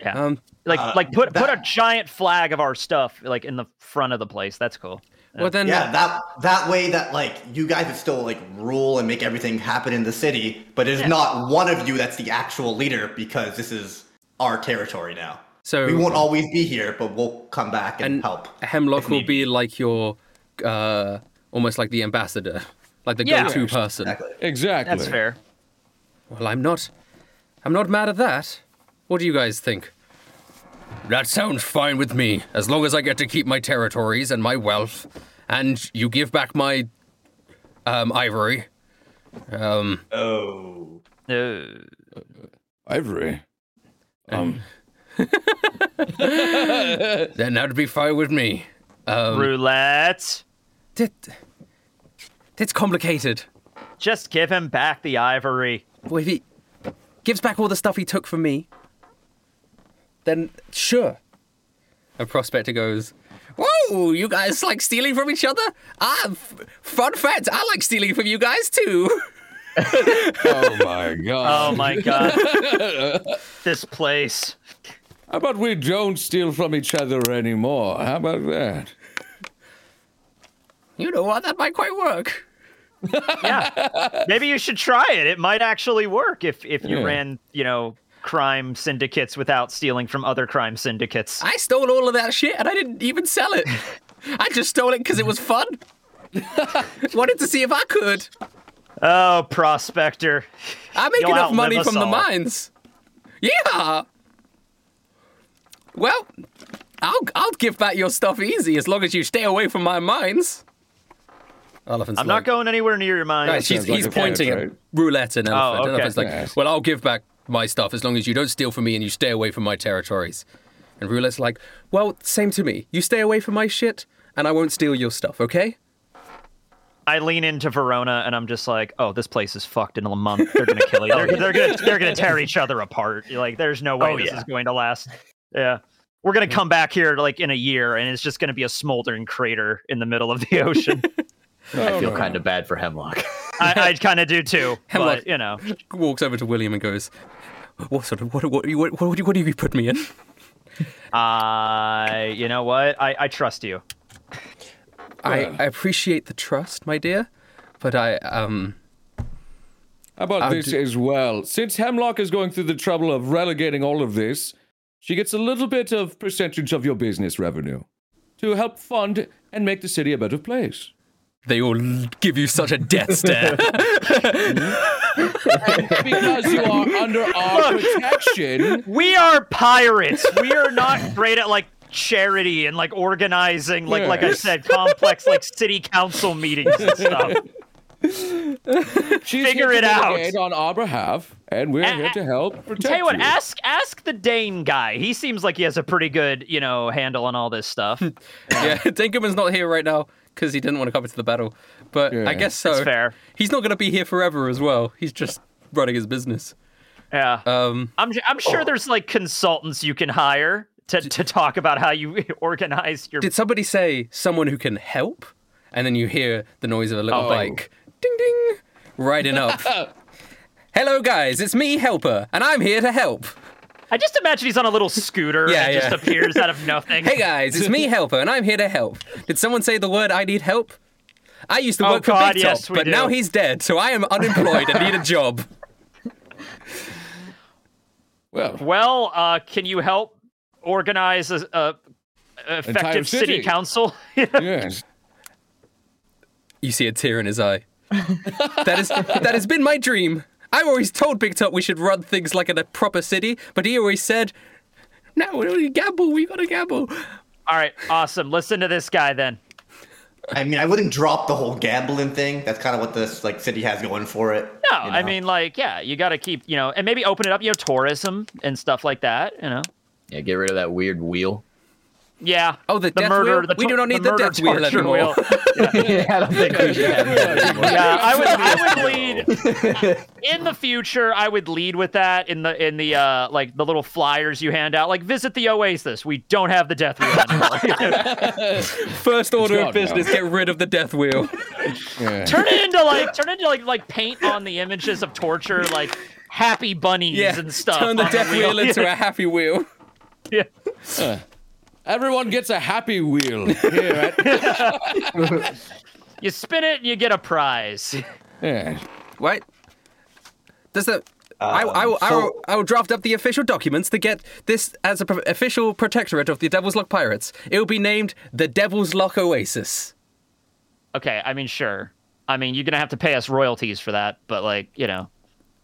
Yeah. Um, like, like put put a that- giant flag of our stuff like in the front of the place. That's cool. Well then, Yeah, that that way that like you guys would still like rule and make everything happen in the city, but it's not one of you that's the actual leader because this is our territory now. So- we won't always be here, but we'll come back and, help. Hemlock will be like your, uh, almost like the ambassador, like the Yeah. go-to person. Exactly. Exactly. That's fair. Well, I'm not. I'm not mad at that. What do you guys think? That sounds fine with me, as long as I get to keep my territories and my wealth, and you give back my, um, ivory. Oh, Uh, Ivory. Um, Then that'd be fine with me. Um, roulette. It, it's complicated. Just give him back the ivory. Well, if he gives back all the stuff he took from me, then sure. A prospector goes, Whoa, you guys like stealing from each other? Ah, f- fun fact, I like stealing from you guys too. oh my god. Oh my god. this place. How about we don't steal from each other anymore? How about that? You know what? That might quite work. yeah. Maybe you should try it. It might actually work if if you Yeah. ran, you know, crime syndicates without stealing from other crime syndicates. I stole all of that shit and I didn't even sell it. I just stole it because it was fun. Wanted to see if I could. Oh, prospector. I make You'll enough outlive money us from the all. mines. Yeah. Well, I'll I'll give back your stuff easy as long as you stay away from my mines. Elephant's I'm not like- going anywhere near your mind. Right, she's, Sounds like he's a plan, pointing right? at roulette and elephant. Oh, okay. Elephant's like, Yes. well, I'll give back my stuff as long as you don't steal from me and you stay away from my territories. And roulette's like, well, same to me. You stay away from my shit, and I won't steal your stuff. Okay? I lean into Verona and I'm just like, oh, this place is fucked in a month. They're gonna kill you. They're, they're gonna they're gonna tear each other apart. Like, there's no way Oh, this yeah. is going to last. Yeah. We're gonna come back here like in a year and it's just gonna be a smoldering crater in the middle of the ocean. I feel kind of bad for Hemlock. I, I kinda do too. Hemlock. But you know. Walks over to William and goes, what sort of what what what what, what, what do you put me in? Uh, you know what? I, I trust you. I, I appreciate the trust, my dear, but I um How about I'll this do- as well? Since Hemlock is going through the trouble of relegating all of this, she gets a little bit of percentage of your business revenue to help fund and make the city a better place. they all l- give you such a death stare. because you are under our protection. We are pirates. We are not great at like charity and like organizing like like I Yes. said complex like city council meetings and stuff. She's Figure here it to out. renegade on our behalf, and we're A- here to help protect Tell you what, you. ask ask the Dane guy. He seems like he has a pretty good, you know, handle on all this stuff. yeah, Dinkelman's not here right now because he didn't want to come into the battle, but Yeah. I guess so. That's fair. He's not going to be here forever as well. He's just running his business. Yeah. Um, I'm, I'm sure there's like consultants you can hire to, to talk about how you organize your. did somebody say someone who can help? And then you hear the noise of a little Oh. bike, ding ding, riding up. Hello, guys, it's me, Helper, and I'm here to help. I just imagine he's on a little scooter Yeah, and yeah. just appears out of nothing. Hey guys, it's me, Helper, and I'm here to help. Did someone say the word I need help? I used to Oh, work for God, Big yes, Top, we but do. now he's dead, so I am unemployed and need a job. Well, Well, uh, can you help organize a, a Entire effective city. city council? yes. You see a tear in his eye. that is that has been my dream. I always told Big Top we should run things like in a proper city, but he always said, "No, we gamble. We gotta gamble." All right, awesome. Listen to this guy then. I mean, I wouldn't drop the whole gambling thing. That's kind of what this like city has going for it. No, you I know? mean, like, yeah, you got to keep, you know, and maybe open it up, you know, tourism and stuff like that, you know. Yeah, get rid of that weird wheel. Yeah. Oh, the death wheel? We do not need the murder death wheel torture anymore. yeah, I don't think we should have that anymore. yeah, I would, I would lead in the future. I would lead with that in the in the uh like the little flyers you hand out. Like visit the Oasis. We don't have the death wheel anymore. First order gone of business: get rid of the death wheel. Yeah. turn it into like turn it into like like paint on the images of torture, like happy bunnies Yeah, and stuff. turn the on death wheel into a happy wheel. Yeah. Everyone gets a happy wheel here at You spin it and you get a prize. yeah. What? Does that? I, I, will- I, so- will, I will draft up the official documents to get this as a pro- official protectorate of the Devil's Lock Pirates. It will be named the Devil's Lock Oasis. Okay, I mean sure. I mean you're gonna have to pay us royalties for that, but like you know.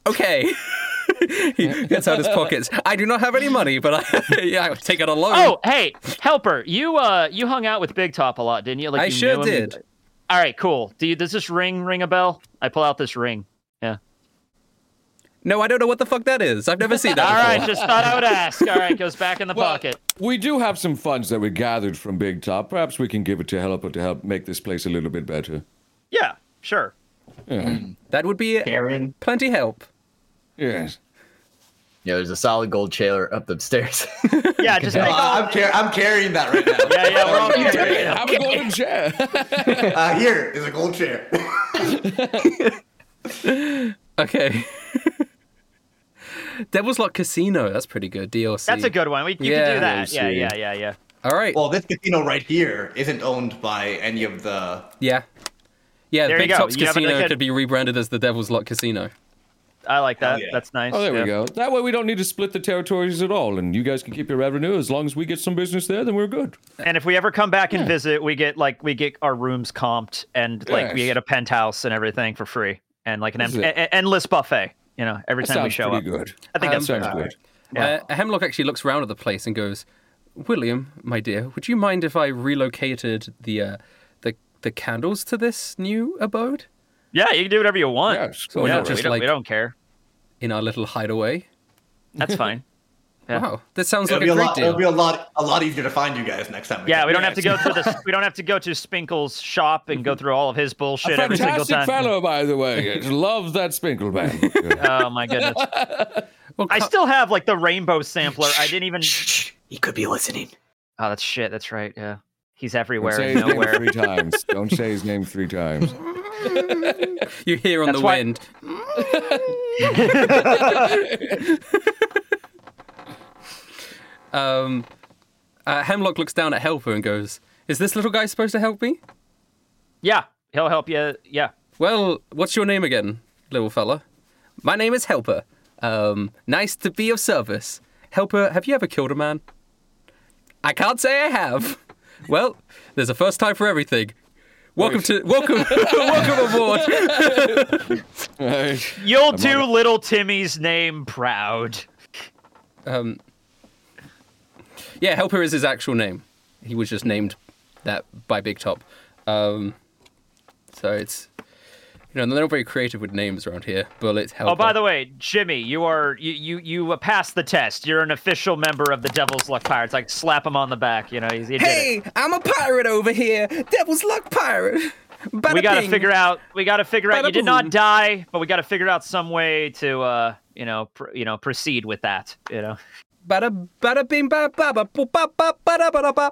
Okay. he gets out his pockets. I do not have any money, but I, yeah, I'll take it a loan. Oh, hey, helper, you uh you hung out with Big Top a lot, didn't you? Like I you sure knew him. did. All right, cool. Do you, does this ring ring a bell? I pull out this ring. Yeah. No, I don't know what the fuck that is. I've never seen that. All before. right, just thought I would ask. All right, goes back in the Well, pocket. we do have some funds that we gathered from Big Top. Perhaps we can give it to Helper to help make this place a little bit better. Yeah, sure. Mm. That would be Caring. plenty help. Yes. Yeah, there's a solid gold chair up the stairs. Yeah, just make all. Uh, I'm, car- I'm carrying that right now. Yeah, yeah, we're all Hey, have a golden chair. Uh, here is a gold chair. Okay. Devil's Lock Casino. That's pretty good. DLC. That's a good one. We, you Yeah, can do that. Yeah, see. yeah, yeah, yeah. All right. well, this casino right here isn't owned by any of the. Yeah. Yeah, There you Big go. Top's You have it Casino again. could be rebranded as the Devil's Lock Casino. I like that. Hell yeah. That's nice. Oh, there yeah. we go. That way we don't need to split the territories at all, and you guys can keep your revenue. As long as we get some business there, then we're good. And if we ever come back and visit, we get like we get our rooms comped and like we Yes. get a penthouse and everything for free and like an em- This is it. e- e- endless buffet. You know, every time we Sounds show up. pretty good. I think Um, that's Sounds fair. good. Yeah. Uh, Hemlock actually looks round at the place and goes, "William, my dear, would you mind if I relocated the uh, the the candles to this new abode Yeah, you can do whatever you want. Yeah, so yeah, not just we, don't, like- we don't care. in our little hideaway?" That's fine. Yeah. Wow, that sounds It'll like be a a great lot. deal. It'll be a lot. A lot easier to find you guys next time. Yeah, we come. don't have to go through this. We don't have to go to Spinkle's shop and go through all of his bullshit every single Fantastic time. fellow, by the way. Love that Spinkle Band. Oh my goodness! Well, I co- still have like the rainbow sampler. I didn't even. he could be listening. Oh, that's shit. That's right. Yeah, he's Don't everywhere say his and name nowhere. three times. Don't say his name three times. you hear on That's the why- wind. um, Uh, Hemlock looks down at Helper and goes, "Is this little guy supposed to help me?" Yeah, he'll help you. Yeah. Well, what's your name again, little fella? My name is Helper. Um, nice to be of service. Helper, have you ever killed a man? I can't say I have. Well, there's a first time for everything. Welcome to welcome welcome aboard. You'll do little Timmy's name proud. Um, yeah, Helper is his actual name. He was just named that by Big Top. Um, so it's you know they're not very creative with names around here. Bullet Helper. Oh, by the way, Jimmy, you are you you you uh, passed the test. You're an official member of the Devil's Luck Pirates. Like slap him on the back. You know, he's, he did it. Hey, I'm a pirate over here. Devil's Luck Pirate. Bada we gotta bing. figure out. We gotta figure out. You did Bada-boom. not die, but we gotta figure out some way to, uh, you know, pr- you know, proceed with that. You know, Bada bada bing ba ba ba boop, ba ba bada bada ba.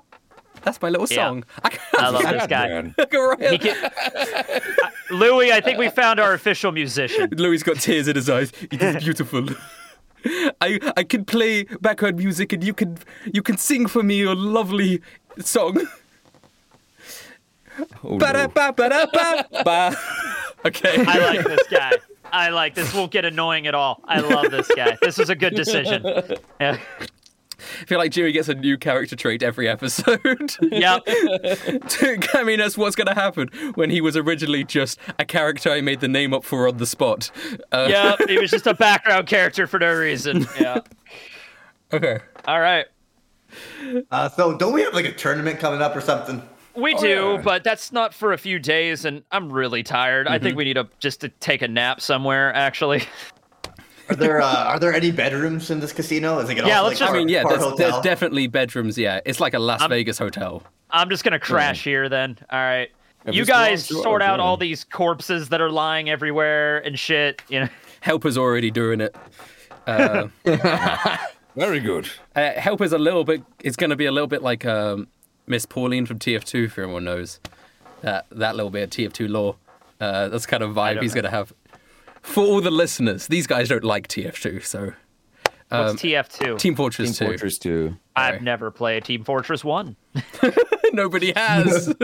That's my little Yeah. song. I can't I love this God, guy, man. look around. Louis. I think we found our official musician. Louis got tears in his eyes. It is beautiful. I I can play background music and you can you can sing for me your lovely song. Oh, uh, no. Ba-da-ba-ba-da-ba-ba. Okay. I like this guy. I like this. Won't get annoying at all. I love this guy. This was a good decision. Yeah. I feel like Jimmy gets a new character trait every episode. Yep. I mean, that's what's going to happen when he was originally just a character I made the name up for on the spot. Uh, Yep. He was just a background character for no reason. Yeah. Okay. All right. Uh, so don't we have like a tournament coming up or something? We Oh, do, but that's not for a few days, and I'm really tired. I Mm-hmm. think we need to just to take a nap somewhere. Actually, Are there uh, are there any bedrooms in this casino? Is it gonna Yeah, also, let's like, just- I mean, yeah, part there's, there's hotel? definitely bedrooms. Yeah, it's like a Las Vegas hotel. I'm just gonna crash here then. All right, If you it's long, guys sure, sort out yeah. all these corpses that are lying everywhere and shit. You know, Helper's already doing it. Very good. Uh, Helper's a little bit. It's going to be a little bit like um, Miss Pauline from TF2, if everyone knows that that little bit of TF2 lore. Uh, that's the kind of vibe don't he's know. going to have. For all the listeners, these guys don't like TF2, so what's Um, TF2? Team Fortress 2. Fortress 2. I've never played Team Fortress One. Nobody has.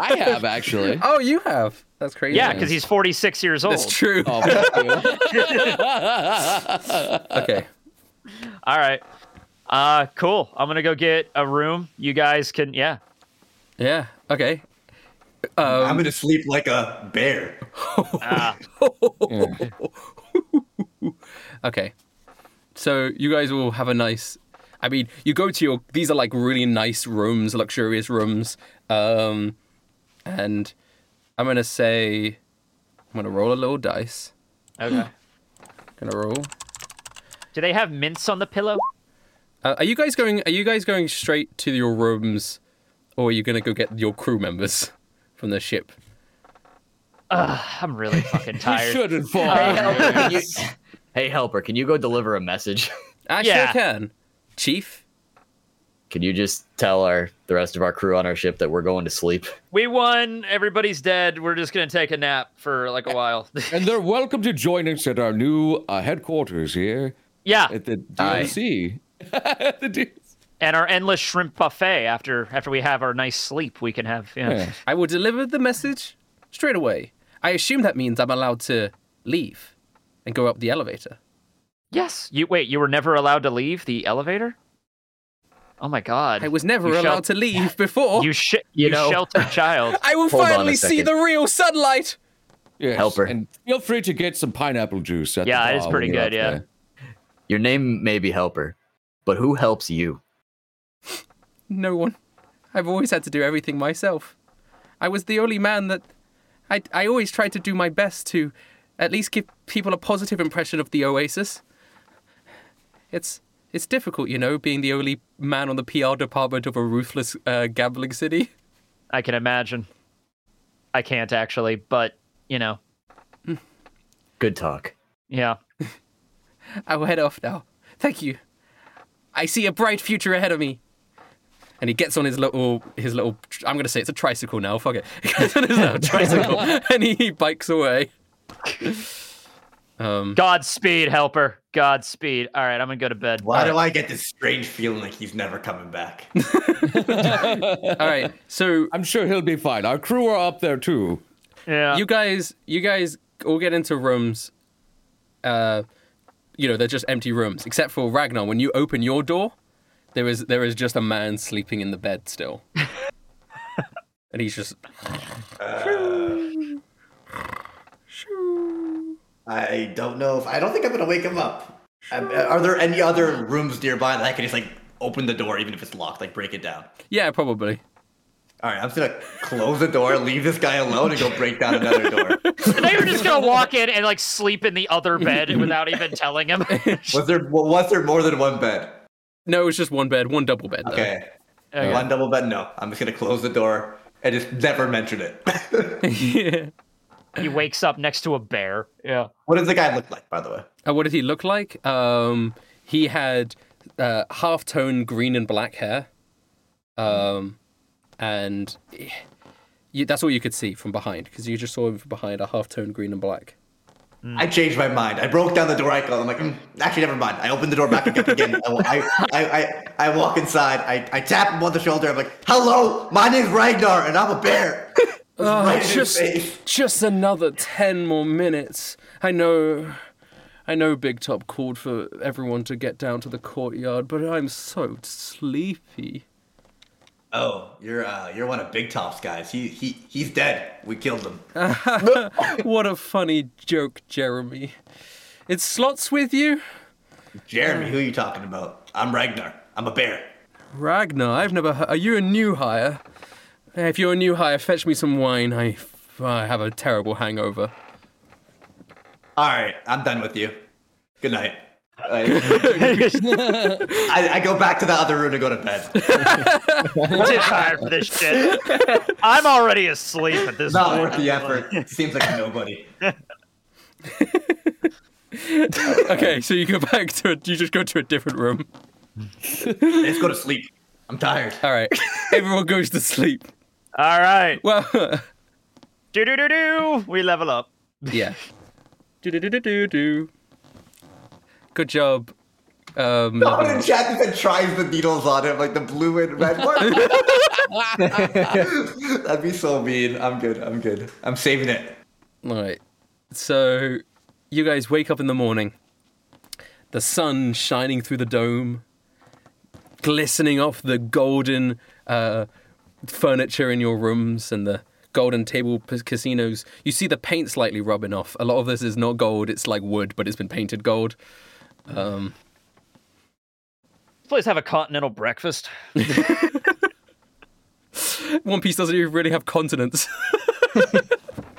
I have actually. oh, you have. That's crazy. Yeah, because he's 46 years old. That's true. Oh, thank you. Okay. All right, uh, cool. I'm gonna go get a room. You guys can, yeah. Yeah. Okay. I'm um, gonna sleep like a bear. Okay. So you guys will have a nice. I mean, you go to your. These are like really nice rooms, luxurious rooms. Um, and I'm gonna say, I'm gonna roll a little dice. Okay. Gonna roll. Do they have mints on the pillow? Uh, are you guys going? Are you guys going straight to your rooms, or are you gonna go get your crew members from the ship? I'm really fucking tired. Should inform. Hey, helper, can you go deliver a message? I Yeah. sure can, Chief. Can you just tell our the rest of our crew on our ship that we're going to sleep? We won. Everybody's dead. We're just gonna take a nap for like a while. and they're welcome to join us at our new uh, headquarters here yeah, at the Aye. DLC. the D- and our endless shrimp buffet after after we have our nice sleep. We can have you know, Yeah. I will deliver the message straight away. I assume that means I'm allowed to leave and go up the elevator. yes. You wait. You were never allowed to leave the elevator. Oh my god. I was never You shall- allowed to leave before. You sh- you, know- sheltered child. I will Hold on a finally see second. the real sunlight. Yes. Helper. And feel free to get some pineapple juice. At Yeah, the it is bar pretty when you're good, up yeah. Your name may be helper, but who helps you? No one. I've always had to do everything myself. I was the only man that. I, I always tried to do my best to at least give people a positive impression of the Oasis. It's it's difficult, you know, being the only man on the PR department of a ruthless uh, gambling city. I can imagine. I can't actually, but you know, Good talk. yeah. I will head off now. Thank you. I see a bright future ahead of me. And he gets on his little, his little. I'm gonna say it's a tricycle now. Fuck it. He gets on his little tricycle and he, he bikes away. Hmm. Godspeed, helper. Godspeed. All right, I'm gonna go to bed. Why All do right. I get this strange feeling like he's never coming back? All right, so I'm sure he'll be fine. Our crew are up there too. Yeah. you guys you guys all get into rooms uh you know they're just empty rooms except for ragnar when you open your door there is there is just a man sleeping in the bed still and he's just I don't know if I don't think I'm gonna wake him up. Um, are there any other rooms nearby that I can just like open the door, even if it's locked, like break it down? yeah probably All right, I'm just gonna close the door, leave this guy alone, and go break down another door. And they were just gonna walk in and like sleep in the other bed without even telling him. Was there wa- was there more than one bed? no it's just one bed one double bed though. Okay, Okay. one double bed. No, I'm just gonna close the door and just never mention it. yeah. he wakes up next to a bear. Yeah. what does the guy look like, by the way? Uh, what did he look like um he had uh half tone green and black hair um and eh, you, that's all you could see from behind because you just saw him from behind a half tone green and black I changed my mind. I broke down the door icon. I'm like, mm, actually, never mind. I opened the door back up again. I, I, I, I, I walk inside. I, I tap him on the shoulder. I'm like, hello, my name's Ragnar, and I'm a bear. Right in Oh, his Oh, just, face. just another ten more minutes. I know, I know. Big Top called for everyone to get down to the courtyard, but I'm so sleepy. Oh, you're uh, you're one of Big Top's guys. He he he's dead. We killed him. What a funny joke, Jeremy. It slots with you, Jeremy, who are you talking about? I'm Ragnar. I'm a bear. Ragnar. I've never. Heard, are you a new hire? Eh, If you're a new hire, fetch me some wine. I, I have a terrible hangover. All right, I'm done with you. Good night. I, I, I go back to the other room to go to bed. Too tired for this shit. I'm already asleep at this Not point. worth the effort. Seems like a nobody. Okay, so you go back to a, you just go to a different room. Let's go to sleep. I'm tired. All right, everyone goes to sleep. All right. Well. Do do do do. We level up. Yeah. do do do do do do. Good job. Um, Someone in chat that said tries the needles on him, like the blue and red one. That'd be so mean. I'm good. I'm good. I'm saving it. all right. So, you guys wake up in the morning. The sun shining through the dome, glistening off the golden uh, furniture in your rooms and the golden table p- casinos. You see the paint slightly rubbing off. A lot of this is not gold; it's like wood, but it's been painted gold. Please have a continental breakfast. One Piece doesn't even really have continents.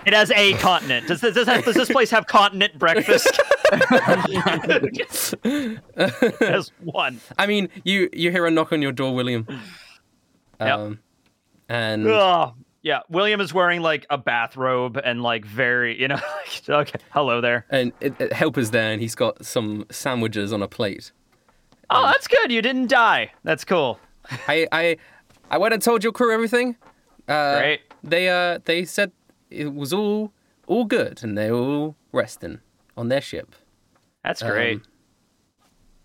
It has a continent. Does this, does this, does this place have continent breakfast? There's one. I mean, you you hear a knock on your door, William, Yep. Um, and Ugh. Yeah, William is wearing like a bathrobe and like very, you know, like, okay, hello there. and it, it, helper's there, and he's got some sandwiches on a plate. Oh, that's good. You didn't die. That's cool. I I I went and told your crew everything. Uh, Great. They uh they said it was all all good, and they're all resting on their ship. That's great.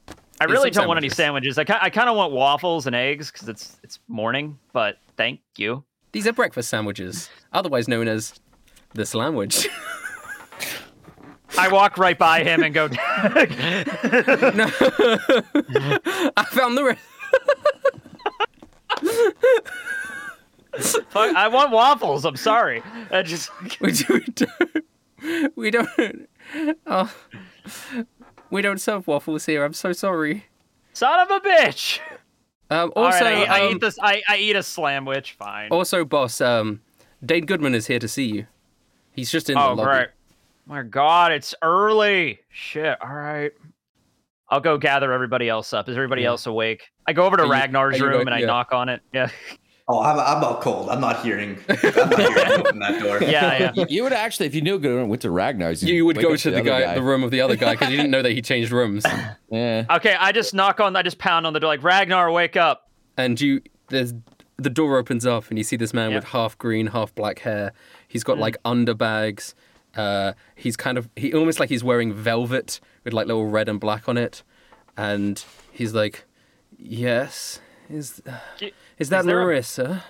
um, I really some don't want any sandwiches. sandwiches. I, ki- I kind of want waffles and eggs because it's it's morning. But thank you. These are breakfast sandwiches, otherwise known as the sandwich. I walk right by him and go. I found the. Re- Fuck, I want waffles. I'm sorry. I just we, do, we don't. We don't. Oh, we don't serve waffles here. I'm so sorry. son of a bitch. Um, All also, right, I, I um, Oh, eat this. I, I eat a sandwich. Fine. Also, boss, um, Dane Goodman is here to see you. He's just in oh the lobby. right. My God, it's early. Shit. All right. I'll go gather everybody else up. Is everybody else awake? I go over to Are you- Ragnar's are you room going- and I yeah. knock on it. Yeah. Oh, I'm, I'm out cold. I'm not hearing. I'm not hearing open that door. Yeah. Yeah. You- You would actually, if you knew, go went to Ragnar's. You would wake go up to the other guy, the room of the other guy, because you didn't know that he changed rooms. Yeah. Okay, I just knock on, I just pound on the door, like, Ragnar, wake up. And you, there's the door opens up, and you see this man Yeah. Mm. with half green, half black hair. He's got like underbags Uh, he's kind of he almost like he's wearing velvet with like little red and black on it, and he's like, "Yes, is Ki- is that there a- Larissa?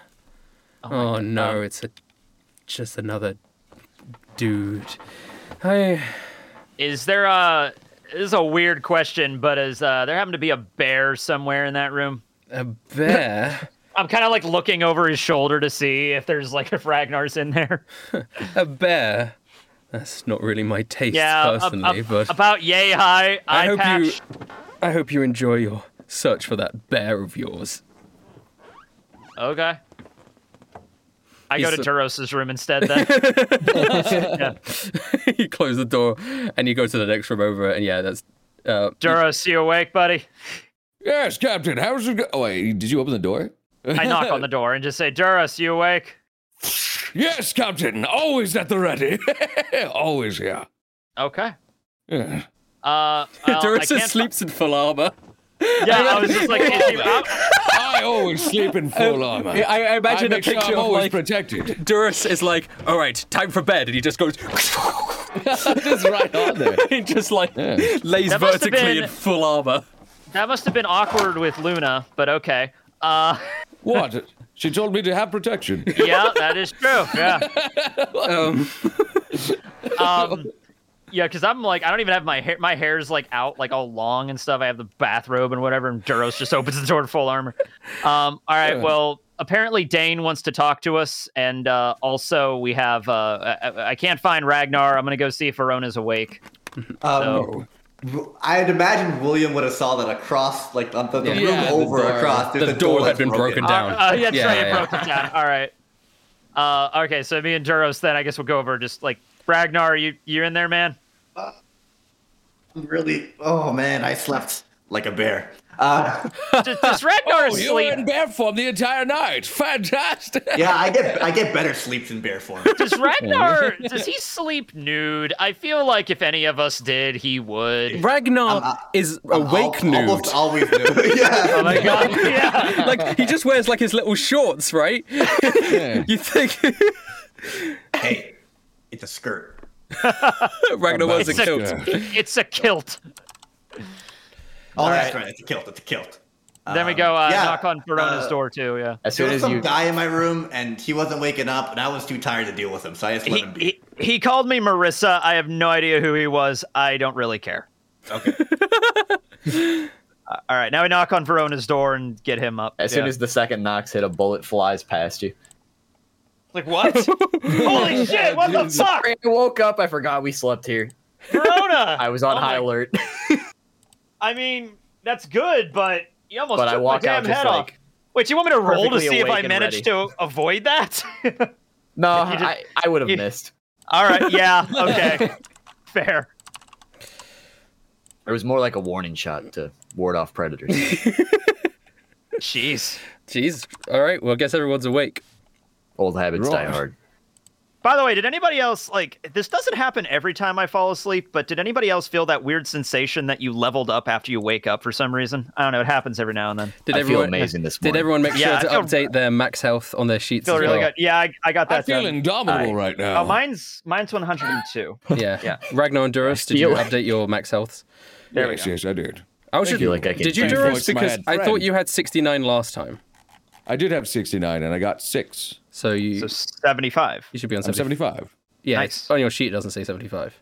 Oh, no, um it's a just another dude. I Is there a? This is a weird question, but is uh, there happened to be a bear somewhere in that room? a bear, I'm kind of like looking over his shoulder to see if there's like if Ragnar's in there. a bear. That's not really my taste Yeah, ab- ab- personally, but about yay high. I eye hope patch. you I hope you enjoy your search for that bear of yours. Okay. I go He's to a- Turos's room instead then. you close the door and you go to the next room over, and yeah, that's uh, Duros, you awake, buddy? Yes, Captain. How's it go? Oh, wait, did you open the door? I knock on the door and just say, Duros, you awake? Yes, Captain. Always at the ready. Always here. Okay. Yeah. Uh, well, I Durissa can't- sleeps in full armor. Yeah, I was just like, is he out? I always sleep in full armor. Um, I, I I imagine a make sure picture I'm of always like protected. Duris is like, all right, time for bed, and he just goes, That's right on there. he just like Yeah. lays That must have vertically been- in full armor. that must have been awkward with Luna, but okay. Uh, What? She told me to have protection. yeah, that is true. Yeah. Um, yeah, because I'm like, I don't even have my hair. My hair's like out, like all long and stuff. I have the bathrobe and whatever, and Duros just opens the door to full armor. Um, all right, well, apparently Dane wants to talk to us, and uh, also we have. Uh, I, I can't find Ragnar. I'm gonna go see if Arona's awake. Um, w- I'd imagine William would have saw that across, like the, the, Yeah, the the room over door. across. The door had that's been broken Uh, down. uh, yeah, that's Oh, Yeah, right. It yeah. broke it down. All right. Uh, okay, so me and Duros, then I guess we'll go over just like Ragnar. You you in there, man? I'm really, oh man, I slept like a bear. Uh, Does, does Ragnar Oh, you were sleep? in bear form the entire night. Fantastic. yeah, I get I get better sleeps in bear form. Does Ragnar does he sleep nude? I feel like if any of us did, he would. Ragnar is awake Al- nude. Almost always nude. yeah. Like, uh, yeah. like he just wears like his little shorts, right? you think hey, it's a skirt. Ragnar wears a It's a, kilt? it's a kilt. Oh, that's right. It's a kilt. It's a kilt. Then we go uh, yeah, knock on Verona's uh, door too. Yeah. As There soon was as some you, guy in my room, and he wasn't waking up, and I was too tired to deal with him, so I just let He, him be. he he called me Marissa. I have no idea who he was. I don't really care. Uh, okay. All right, now we knock on Verona's door and get him up. as Yeah. soon as the second knocks hit, a bullet flies past you. like what? Holy shit! What the fuck, I woke up. I forgot we slept here. Verona? I was on Oh high my- alert, I mean, that's good, but you almost but took I walk my damn out just head off. like, Wait, do you want me to roll to perfectly see if I awake and managed to avoid that? no, You just- I, I would have you- missed. All right, yeah, okay, fair. It was more like a warning shot to ward off predators. Jeez. Jeez. All right. Well, I guess everyone's awake. Old habits die Right. hard. By the way, did anybody else like this? Doesn't happen every time I fall asleep, but did anybody else feel that weird sensation that you leveled up after you wake up for some reason? I don't know. It happens every now and then. Did I feel everyone amazing this Did morning. everyone make Yeah, sure to I feel- update their max health on their sheets? Feel as really well? good. Yeah, I, I got that. I feel done. indomitable right now. Oh, mine's mine's 102. Yeah. Yeah. Ragnar and Duras, did you Feel- update your max healths? There we yes, yes, I did. I was just, Thank you, like I can did you change Duras voice to my because head I thought friend. you had 69 last time, I did have 69 and I got six. so you So 75. you should be on I'm 70. 75. Yeah, Nice. on your sheet it doesn't say 75.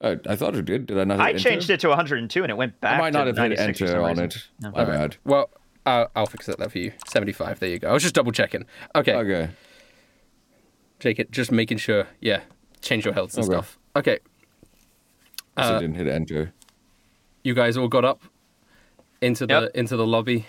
Uh, I, I thought it did. Did I not? hit I enter? changed it to 102 and it went back. I might not to have hit 96 for enter some on reason. it. My bad. Well, I'll, I'll fix that there for you. 75. There you go. I was just double checking. Okay, Okay. take it. Just making sure. Yeah, change your healths and Okay. stuff. Okay, So Uh, I didn't hit enter. you guys all got up into the Yep. into the lobby.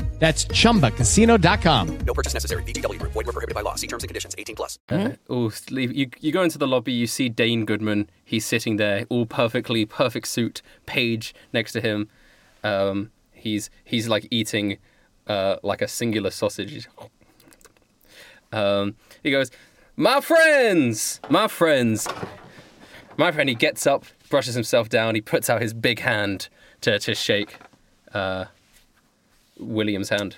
That's chumbacasino.com. No purchase necessary. VGW Group. Void were prohibited by law. See terms and conditions. 18 plus. Oh, sleep- you, you go into the lobby, you see Dane Goodman. He's sitting there, all perfectly perfect suit. Page next to him. Um, he's he's like eating uh, like a singular sausage. He's- Um, he goes, "My friends, my friends, my friend." He gets up, brushes himself down. He puts out his big hand to to shake uh, William's hand.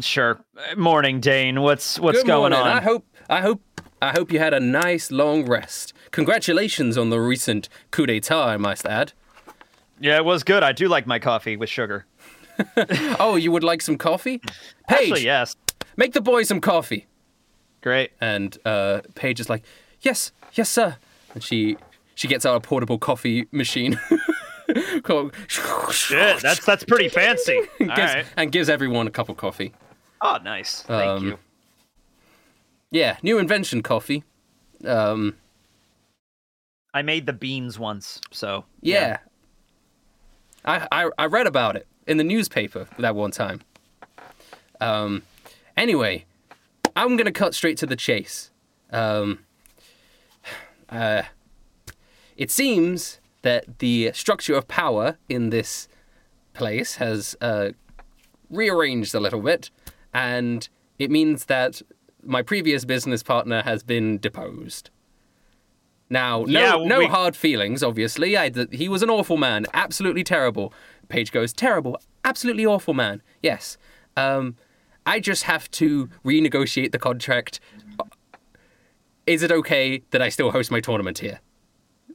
Sure. Morning, Dane. What's what's Good going morning. on? I hope I hope I hope you had a nice long rest. Congratulations on the recent coup d'état, I must add. yeah, it was good. I do like my coffee with sugar. Oh, you would like some coffee? Paige, Actually, yes. make the boy some coffee. Great. And uh, Paige is like, "Yes, yes, sir." And she she gets out a portable coffee machine. Called- Shit, that's that's pretty fancy. All gives- right. And gives everyone a cup of coffee. Oh, nice. Thank Um, you. Yeah, new invention coffee. Um, I made the beans once, so yeah. I, I I read about it in the newspaper that one time. Um, anyway, I'm gonna cut straight to the chase. Um, uh, it seems that the structure of power in this place has uh, rearranged a little bit, and it means that my previous business partner has been deposed. Now, no, Yeah, no we- hard feelings, obviously. I, th- he was an awful man, absolutely terrible. Page goes, terrible, absolutely awful man. Yes. Um, I just have to renegotiate the contract. Uh, Is it okay that I still host my tournament here?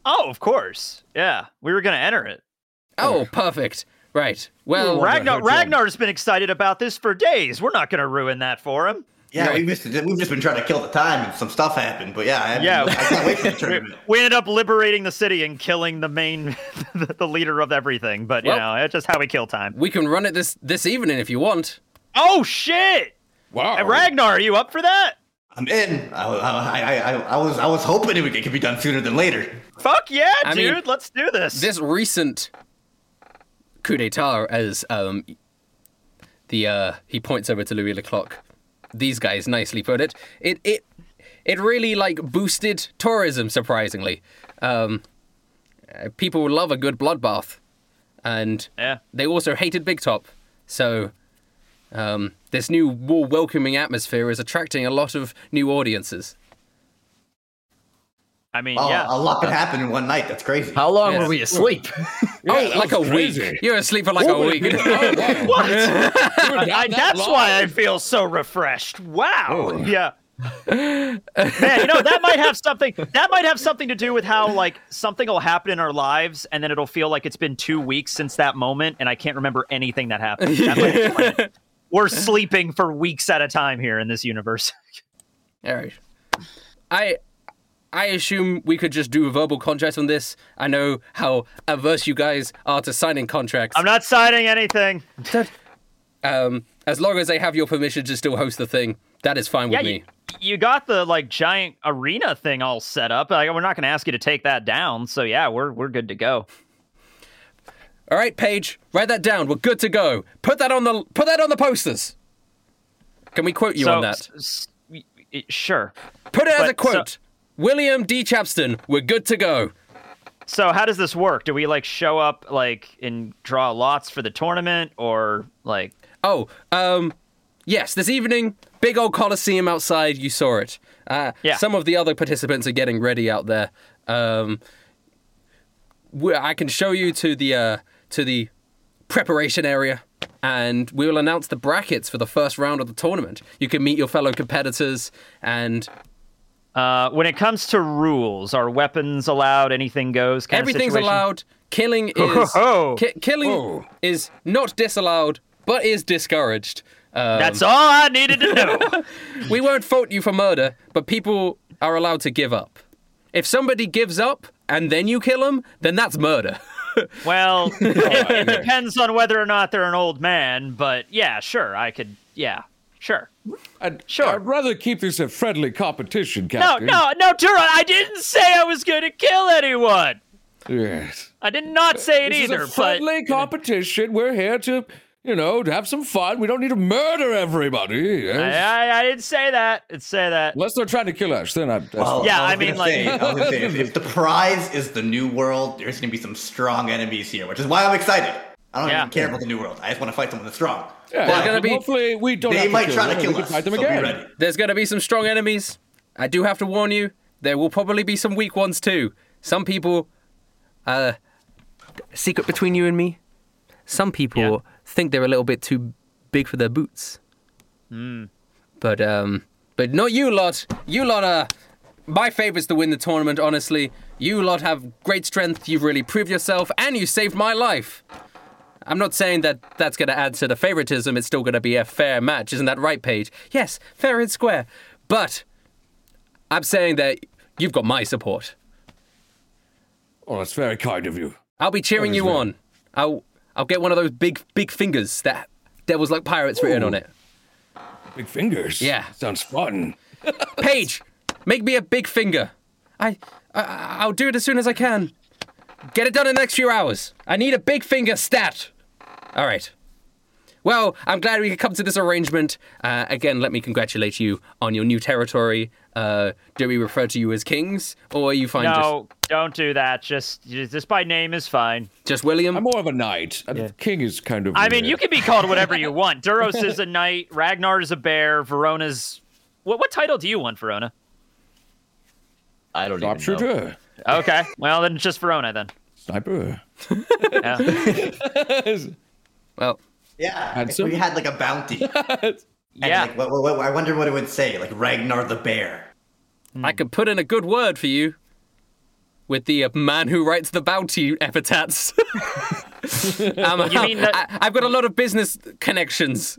Oh, of course. Yeah, we were gonna enter it. Oh, perfect. Right. Well, Ragnar Ragnar's been excited about this for days. We're not gonna ruin that for him. Yeah, we missed it. We've just been trying to kill the time, and some stuff happened. But yeah, I, haven't- Yeah. I can't wait for the tournament. We ended up liberating the city and killing the main, the, the leader of everything. But you Well- know, it's just how we kill time. we can run it this this evening if you want. Oh shit! Wow. Oh. Hey, Ragnar, are you up for that? I'm in. I, I, I, I, I was, I was hoping it would- it could be done sooner than later. Fuck yeah, I mean, dude! Let's do this. This recent coup d'état, as um, the uh, he points over to Louis Leclerc. These guys nicely put it. It it it really like boosted tourism surprisingly. Um, uh, people love a good bloodbath, and Yeah. they also hated Big Top. So um, this new more welcoming atmosphere is attracting a lot of new audiences. I mean, Oh, yeah. a lot can happen in one night. That's crazy. How long Yes. were we asleep? oh, like a was crazy. week. You're asleep for like a Holy week. cow, wow. What? You were I, down that that's long? why I feel so refreshed. Wow. Oh. Yeah. Man, you know that might have something. That might have something to do with how like something will happen in our lives, and then it'll feel like it's been two weeks since that moment, and I can't remember anything that happened. That might explain it. We're sleeping for weeks at a time here in this universe. All right. I I assume we could just do a verbal contract on this. I know how averse you guys are to signing contracts. I'm not signing anything. Um, as long as they have your permission to still host the thing, that is fine with yeah, me. you, you got the like giant arena thing all set up. Like, we're not going to ask you to take that down. So yeah, we're we're good to go. All right, Paige, write that down. We're good to go. Put that on the put that on the posters. Can we quote you so, on that? s- s- y- sure. Put it as but a quote. so- William D. Chapston, we're good to go. So how does this work? Do we like show up like and draw lots for the tournament or like Oh, um, yes, this evening, big old Coliseum outside, you saw it. Uh, Yeah. Some of the other participants are getting ready out there. Um, we- I can show you to the uh, to the preparation area, and we will announce the brackets for the first round of the tournament. You can meet your fellow competitors, and uh when it comes to rules, are weapons allowed, anything goes kind everything's of situation? allowed. Killing is Ho-ho-ho. ki- killing is not disallowed, but is discouraged. Um, That's all I needed to know. we won't fault you for murder, but people are allowed to give up. If somebody gives up and then you kill them, then that's murder. well, it, it depends on whether or not they're an old man, but yeah, sure, I could yeah, sure. I'd, Sure. I'd rather keep this a friendly competition, No, Captain. no, no, Turon, I didn't say I was going to kill anyone. Yes. I did not say it This is either, a but friendly competition. We're here to you know, to have some fun. We don't need to murder everybody. yes? I, I, I didn't say that. It's say that. Unless they're trying to kill us, then I. Well, Yeah, was I mean, gonna like- say- I was gonna say, if, if the prize is the new world, there's gonna be some strong enemies here, which is why I'm excited. I don't Yeah. even care about the new world. I just want to fight someone that's strong. yeah, There's gonna be- hopefully we don't. have They might kill try them, to and kill we can us. Fight them so again. be ready. There's going to be some strong enemies. I do have to warn you, there will probably be some weak ones too. Some people, uh, secret between you and me, some people Yeah. think they're a little bit too big for their boots. But, um, but not you lot. You lot are my favorites to win the tournament, honestly. You lot have great strength. You've really proved yourself, and you saved my life. I'm not saying that that's going to add to the favoritism. It's still going to be a fair match. Isn't that right, Paige? Yes, fair and square. But I'm saying that you've got my support. Oh, that's very kind of you. I'll be cheering you on. I'll I'll get one of those big big fingers that devils like pirates written on it. Big fingers. Yeah. sounds fun. Paige, make me a big finger. I, I I'll do it as soon as I can. Get it done in the next few hours. I need a big finger stat. All right. Well, I'm glad we could come to this arrangement. Uh, again, let me congratulate you on your new territory. Uh, do we refer to you as kings, or are you fine No, don't do that. Just, just by name is fine. just, just William? I'm more of a knight. I think King is kind of. I mean, weird. you can be called whatever you want. Duros is a knight. Ragnar is a bear. Verona's. What, what title do you want, Verona? I don't even know. sharpshooter, Okay. Well, then it's just Verona then. sniper. Yeah. Well, Yeah, if Handsome. we had like a bounty. and, yeah. Like, what, what, what- I wonder what it would say, like Ragnar the Bear. I could put in a good word for you with the uh, man who writes the bounty epithets. I'm- You mean that- I, have got a lot of business connections.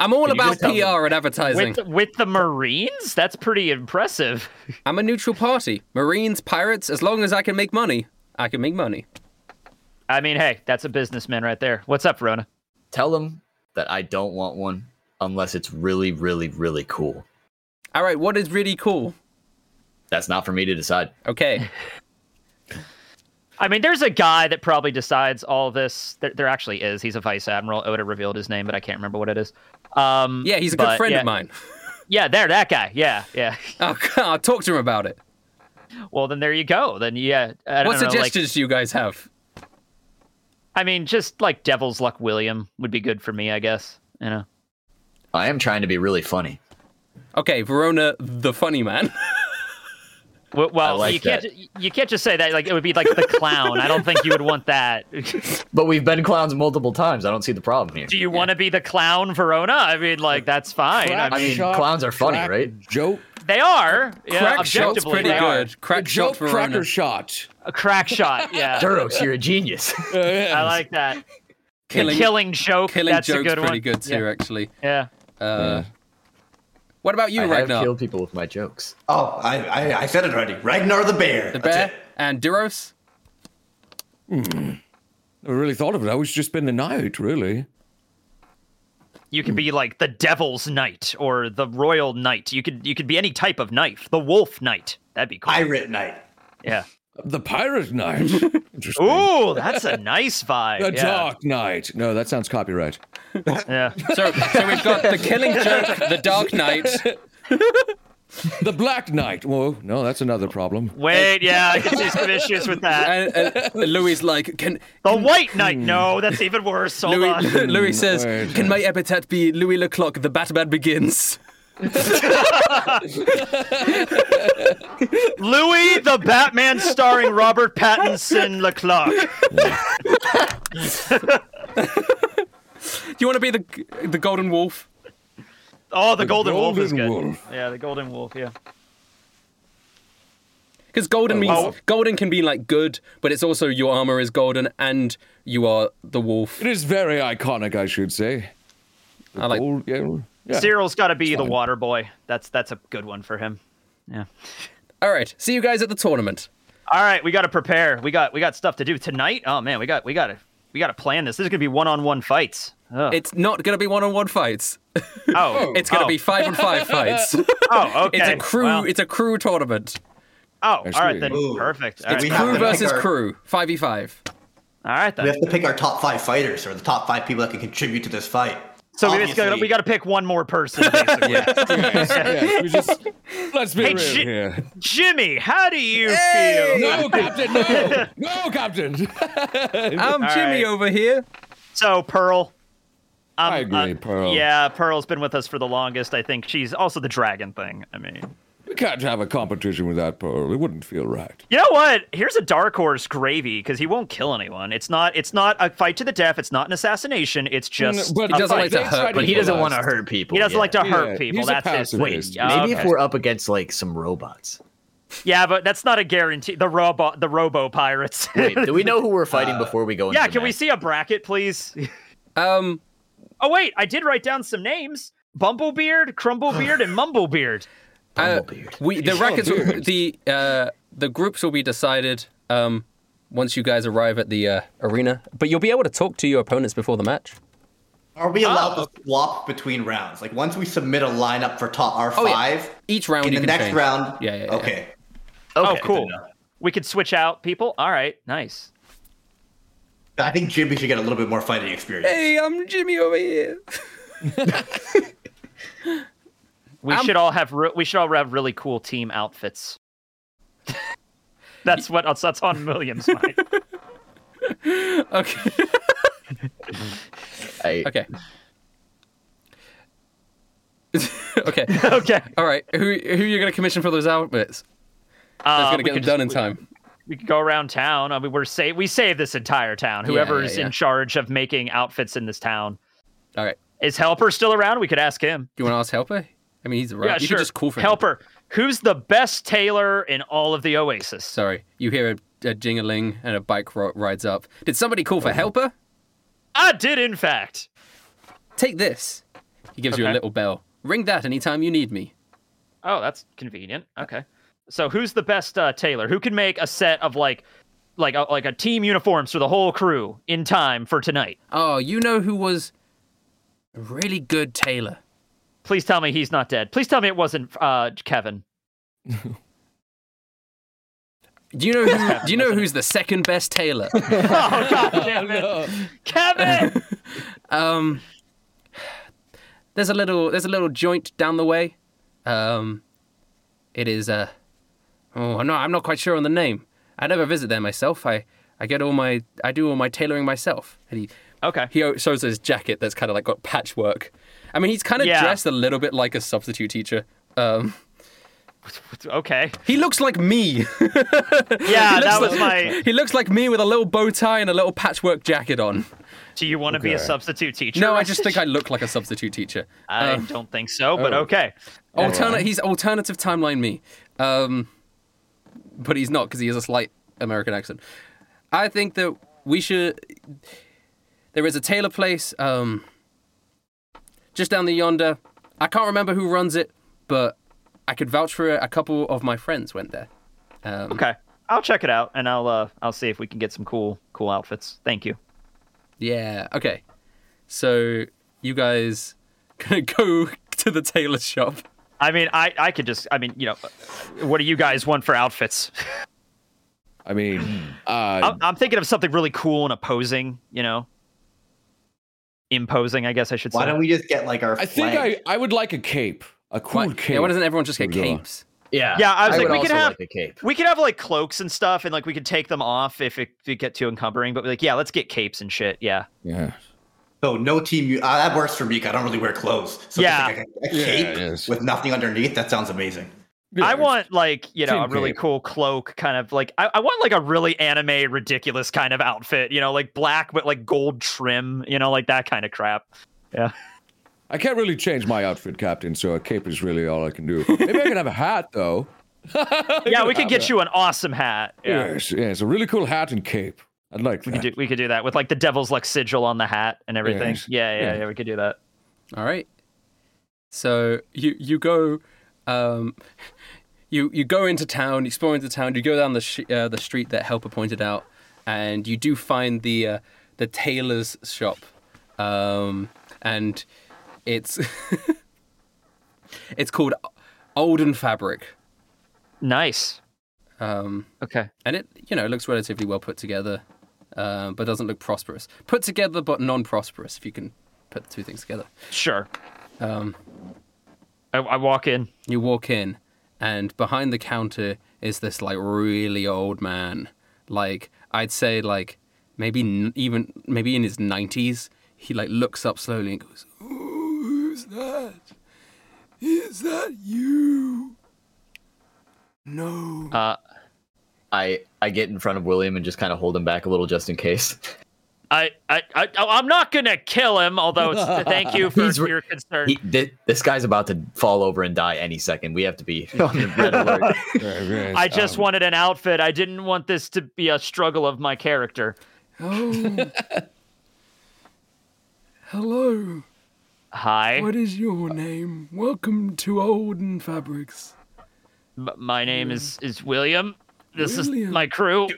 I'm all about just tell PR and advertising. With with the Marines, that's pretty impressive. I'm a neutral party. Marines, pirates, as long as I can make money, I can make money. I mean, hey, that's a businessman right there. What's up, Verona? Tell them that I don't want one unless it's really, really, really cool. All right, what is really cool? That's not for me to decide. Okay. I mean, there's a guy that probably decides all this. There, there actually is. He's a vice admiral. Oda revealed his name, but I can't remember what it is. Um, Yeah, he's a but good friend yeah, of mine. Yeah, there, that guy. Yeah, yeah. Oh, God, I'll talk to him about it. Well, then there you go. Then yeah. I don't What know, like- suggestions do you guys have? I mean, just like Devil's Luck William would be good for me, I guess. You know. I am trying to be really funny. Okay, Verona, the funny man. Well, well like you can't that. ju- you can't just say that. Like it would be like the clown. I don't think you would want that. But we've been clowns multiple times. I don't see the problem here. Do you want to be the clown, Verona? I mean, like that's fine. I Crack mean, mean, shot, clowns are funny, crack, right? Joke, they are. Yeah, Crack shot's objectively, pretty they are. good. Crack joke, shot, Verona. cracker shot. A crack shot. Yeah, Duros, you're a genius. I like that. Killing- the killing joke. Killing that's joke's a good pretty one. good too, Yeah. actually. yeah. Uh, What about you, I have Ragnar? killed people with my jokes. Oh, I, I, I said it already. Ragnar the Bear. The That's bear it. and Duros? I really thought of it. I was just been the knight, really. You could be like the devil's knight or the royal knight. You could you could be any type of knife. The wolf knight. That'd be cool. Pirate Knight. yeah. The pirate knight. Interesting. Ooh, that's a nice vibe. The yeah. dark knight. No, that sounds copyright. Yeah. So, so we've got the Killing Joke, the Dark Knight. The black knight. Whoa, no, that's another problem. Wait, yeah, I can see some issues with that. And, and Louis like, can The White Knight. No, that's even worse. Hold on. Louis, Mm, Louis says, Wait. can my epithet be Louis Leclerc? The Batman begins. Louis the Batman starring Robert Pattinson Leclerc. Do you want to be the the Golden Wolf? Oh, the, Golden, Wolf is good. Golden Wolf. Yeah, the Golden Wolf, yeah. Because Oh, golden means wow. golden can be like good, but it's also your armor is golden and you are the wolf. It is very iconic, I should say. I like Old, yeah, yeah. Cyril's got to be the water boy. That's that's a good one for him. Yeah. All right, see you guys at the tournament. All right, we got to prepare. We got we got stuff to do tonight. Oh man, we got we got to we got to plan this. This is going to be one-on-one fights. Ugh. It's not going to be one-on-one fights. oh. It's going to Ah. oh, be five-on-five fights. Oh, okay. It's a crew. Well, It's a crew tournament. oh, all right then. Actually- Perfect. All right. We have Crew to pick versus our- crew. Five v five. All right We then. have to pick our top five fighters or the top five people that can contribute to this fight. So we just gotta, Obviously- we got to pick one more person. Basically. Yes, we just let's be Hey, real Ji- here. Jimmy, how do you feel? No, Captain, no, no, Captain. Um, I'm All Jimmy right. over here. So Pearl. um, I agree, Pearl. Yeah, Pearl's been with us for the longest. I think she's also the dragon thing. I mean, We can't have a competition without Pearl. It wouldn't feel right. you know what? Here's a dark horse gravy because he won't kill anyone. It's not. It's not a fight to the death. It's not an assassination. It's just but- a He doesn't fight. like to They tried hurt, but to he doesn't kill want to us. hurt people. He doesn't yeah. like to hurt Yeah, people. he's a That's his pacifist. thing. Wait, Yeah, Maybe okay. if we're up against like some robots. yeah, but that's not a guarantee. The robot, the robo pirates. Wait, do we know who we're fighting before we go? Into yeah, the can we match? see a bracket, please? Um, Oh wait, I did wite down some names: Bumblebeard, Crumblebeard, and Mumblebeard. Uh, Bumblebeard. we the rackets will, the uh, the groups will be decided um, once you guys arrive at the uh, arena. But you'll be able to talk to your opponents before the match. Are we allowed Oh. to swap between rounds? Like once we submit a lineup for top R Oh, yeah. five, Each round in you the can next change. round. Yeah, yeah, yeah. Okay. Oh, Okay. cool. We could switch out people. All right, nice. I think Jimmy should get a little bit more fighting experience. Hey, I'm Jimmy over here. We should all have re- we should all have really cool team outfits. that's what that's on Williams' mind. Okay. I- Okay. okay. okay, All right. Who who are you gonna commission for those outfits? That's uh, gonna get them done in time. We, could go around town. I mean, we're save we save this entire town. yeah, Whoever's yeah. in charge of making outfits in this town All right. is Helper still around? We could ask him. Do you want to ask Helper? I mean, he's around. Yeah, you sure. could just call for him. Helper, who's the best tailor in all of the Oasis? Sorry. You hear a, a jingling and a bike ro- rides up. Did somebody call for Helper? I did, in fact. Take this. He gives you a Okay. little bell. Ring that anytime you need me. Oh, that's convenient. Okay. So who's the best uh, tailor? Who can make a set of like, like a, like a team uniforms for the whole crew in time for tonight? Oh, you know who was a really good tailor? Please tell me he's not dead. Please tell me it wasn't uh, Kevin. Do you know who, do you know who's the second best tailor? Oh God damn it, Kevin! Um, there's a little there's a little joint down the way. Um, it is uh, oh no, I'm not quite sure on the name. I never visit there myself. I I get all my I do all my tailoring myself. And he Okay. he shows his jacket that's kind of like got patchwork. I mean, he's kind of Yeah. dressed a little bit like a substitute teacher. Um, Okay. he looks like me. Yeah, Uh, that looks like- was my. He looks like me with a little bow tie and a little patchwork jacket on. Do you want to be a substitute teacher? No, I just uh, oh. think I look like a substitute teacher. I don't think so, but okay. Alternate, he's alternative timeline me, um, but he's not because he has a slight American accent. I think that we should. There is a tailor place um, just down the yonder. I can't remember who runs it, but I could vouch for it. A couple of my friends went there. Um, Okay. I'll check it out and I'll uh I'll see if we can get some cool cool outfits. Thank you. Yeah. Okay. So you guys gonna go to the tailor shop? I mean, I I could just I mean, you know, what do you guys want for outfits? I mean, Hmm. I'm, uh, I'm thinking of something really cool and opposing, you know. Imposing, I guess I should say. Why don't we just get like our I think flag? I, I would like a cape, a cool Why, cape. yeah, why doesn't everyone just get Here we go. capes? Yeah. Yeah, I was like, would we could also have- like a cape. we could have like cloaks and stuff and like we could take them off if it, if it get too encumbering, but like yeah, let's get capes and shit. Yeah. yeah. So no team. u- Uh, that works for me. 'cause I don't really wear clothes. So Yeah. just, like, a, a Yeah, cape yes. with nothing underneath. That sounds amazing. I Yeah. want like, you know, a Team really cape. cool cloak kind of like I, I want like a really anime ridiculous kind of outfit, you know, like black but like gold trim, you know, like that kind of crap. I can't really change my outfit, Captain, so a cape is really all I can do. Maybe I can have a hat, though. yeah, we could get you an awesome hat. Yeah. Yes, yes, a really cool hat and cape. I'd like We that. could do we could do that with like the devil's like sigil on the hat and everything. Yes. Yeah, yeah, Yeah. yeah, we could do that. All right. So you you go, um, you you go into town, you explore into town. You go down the sh- uh, the street that Helper pointed out, and you do find the uh, the tailor's shop, um, and it's it's called Olden Fabric, Nice. um, Okay. and it you know it looks relatively well put together. uh, but doesn't look prosperous. Put together but non-prosperous, if you can put the two things together. Sure. Um, I, I walk in. You walk in, and behind the counter is this like really old man. Like I'd say, like maybe n- even maybe in his nineties. He like looks up slowly and goes, oh, "Who's that? Is that you?" No. Uh, I I get in front of William and just kind of hold him back a little just in case. I, I, I, oh, I'm not gonna kill him. Although, it's, thank you for He's re- your concern. He, thi- this guy's about to fall over and die any second. We have to be on the red alert. I just um, um, wanted an outfit. I didn't want this to be a struggle of my character. Oh. Hello. Hi, What is your name? Welcome to Olden Fabrics. m- my name is is William. This William. is my crew.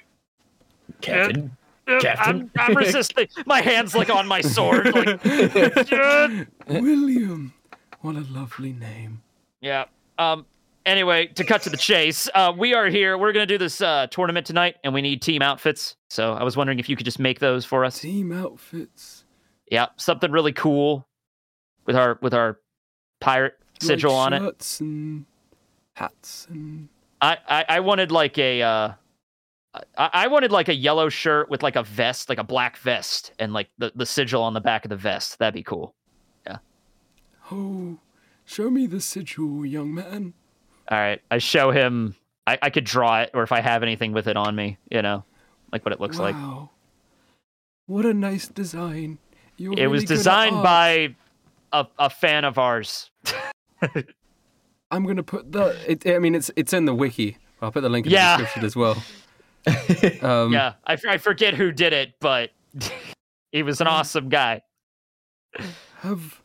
Captain. Uh, Captain? I'm, I'm resisting. My hands like on my sword. Like, "Dude." William. What a lovely name. yeah. Um. Anyway, to cut to the chase, uh, we are here. We're gonna do this uh, tournament tonight, and we need team outfits. So I was wondering if you could just make those for us. Team outfits. Yeah, something really cool with our with our pirate sigil on it. Shirts and hats and I, I I wanted like a uh I, I wanted like a yellow shirt with like a vest, like a black vest, and like the, the sigil on the back of the vest. That'd be cool. oh, show me the sigil, young man. All right. I show him I, I could draw it or if I have anything with it on me, you know. Like what it looks like. wow. What a nice design. You're It was really good at designed art. by a, a fan of ours. I'm gonna put the. It, I mean, it's it's in the wiki. I'll put the link in Yeah. the description as well. Um, yeah. I, f- I forget who did it, but he was an awesome guy. Have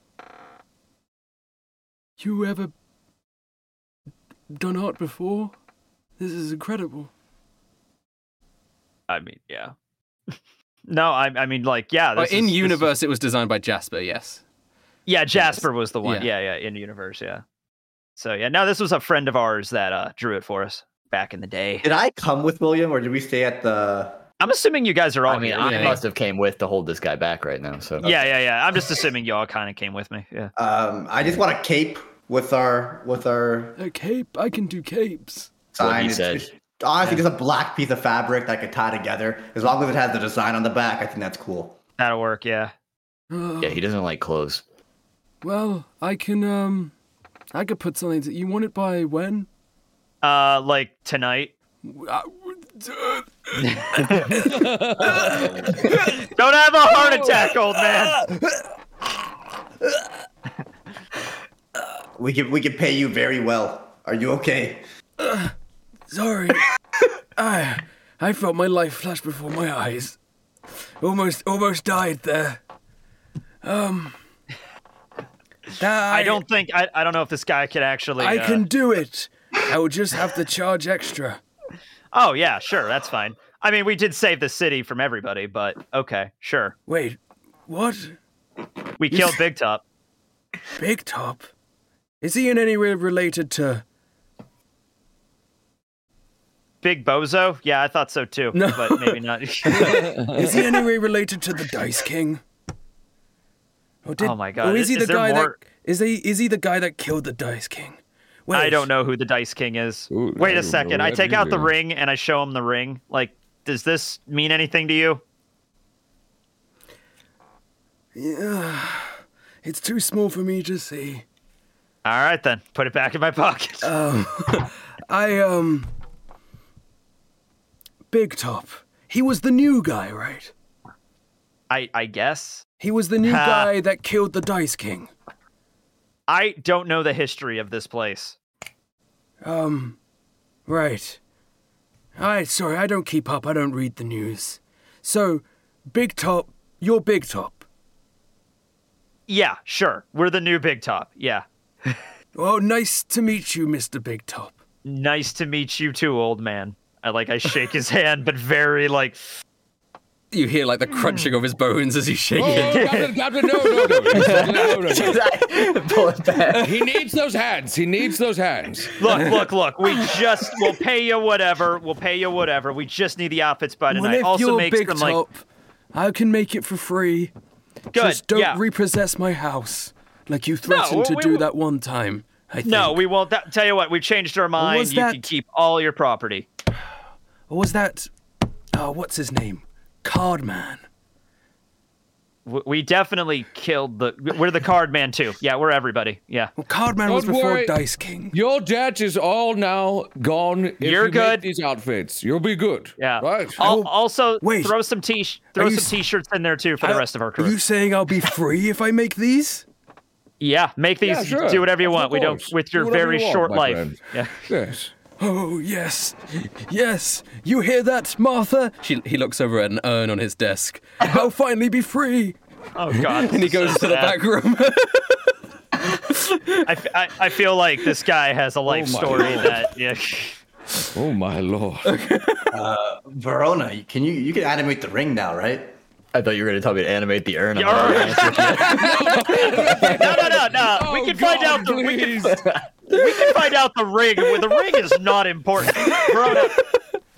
you ever done art before? This is incredible. I mean, yeah. no, I, I mean, like, yeah. Uh, this in is- this- universe, it was designed by Jasper. Yes. yeah, Jasper was the one. Yeah. Yeah. yeah, in universe, yeah. So yeah, no, this was a friend of ours that uh, drew it for us back in the day. Did I come with William, or did we stay at the? I'm assuming you guys are all. I mean, here. I Yeah. must have came with to hold this guy back right now. So yeah, yeah, yeah. I'm just assuming y'all kind of came with me. Yeah. Um, I just want a cape with our with our A cape. I can do capes. what he sign. It's- said. it's- Honestly, just a black piece of fabric that I could tie together. As long as it has the design on the back, I think that's cool. That'll work. Yeah. Uh, yeah, he doesn't like clothes. Well, I can um, I could put something. To, you want it by when? Uh, like tonight. I would- uh, Don't have a heart attack, old man. We could we could pay you very well. Are you okay? Sorry. I Ah, I felt my life flash before my eyes. Almost almost died there. Um. I don't think I, I. don't know if this guy could actually. I uh, can do it. I will just have to charge extra. Oh yeah, sure. That's fine. I mean, we did save the city from everybody, but okay, sure. Wait, what? We killed Big Top. Big Top? Is he in any way related to? Big Bozo? Yeah, I thought so too, No. but maybe not. Is he in any way related to the Dice King? Or did, Oh my God, Or is is- he the is there guy more- that is he is he the guy that killed the Dice King? Wait, I don't know who the Dice King is. Ooh, I Wait a don't second. know I that take out the either. ring and I show him the ring. Like, does this mean anything to you? It's too small for me to see. All right, then. Put it back in my pocket. Uh. I um. Big Top. He was the new guy, right? I, I guess. He was the new Ha. guy that killed the Dice King. I don't know the history of this place. Right. I sorry, I don't keep up. I don't read the news. So, Big Top, you're Big Top. Yeah, sure. We're the new Big Top. Yeah. Oh, nice to meet you, Mr. Big Top. Nice to meet you too, old man. I like I shake his hand, but very like you hear like the crunching of his bones as he's shaking. Oh, Captain, Captain, no, no, no. no, no, no. Pull it back. He needs those hands. He needs those hands. Look, look, look. We just we'll pay you whatever. We'll pay you whatever. We just need the outfits by Well, tonight. Also makes them like I can make it for free. good. yeah. repossess my house like you threatened to we- do that one time. I think. no, we won't. That, tell you what, we've changed our mind. was You that- can keep all your property. Or was that? Oh, what's his name? Cardman. W- We definitely killed the. We're the card man too. Yeah, we're everybody. Yeah. Cardman was before worry. Dice King. Your debt is all now gone. If You're you good. Make these outfits. You'll be good. Yeah. Right. Al- also, wait. throw some t throw Are you some s- t-shirts in there too for the rest of our crew. Are you saying I'll be free if I make these? yeah, make these. Yeah, sure. Do whatever you Of want. We don't course. with Do your whatever very you want, short my life. friend. Yeah. yes. Oh yes, yes. You hear that, Martha? She, he looks over at an urn on his desk. I'll finally be free. Oh God. And he goes to the back room. I, f- I- I feel like this guy has a Oh life my story Lord. that. Yeah. Oh my lord. Verona, can you you can animate the ring now, right? I thought you were going to tell me to animate the urn. I'm Yarr. already on it. No, no, no, no. we Oh, can find Oh, God, out the we can, please. we can find out the ring. The ring is not important, bro. no.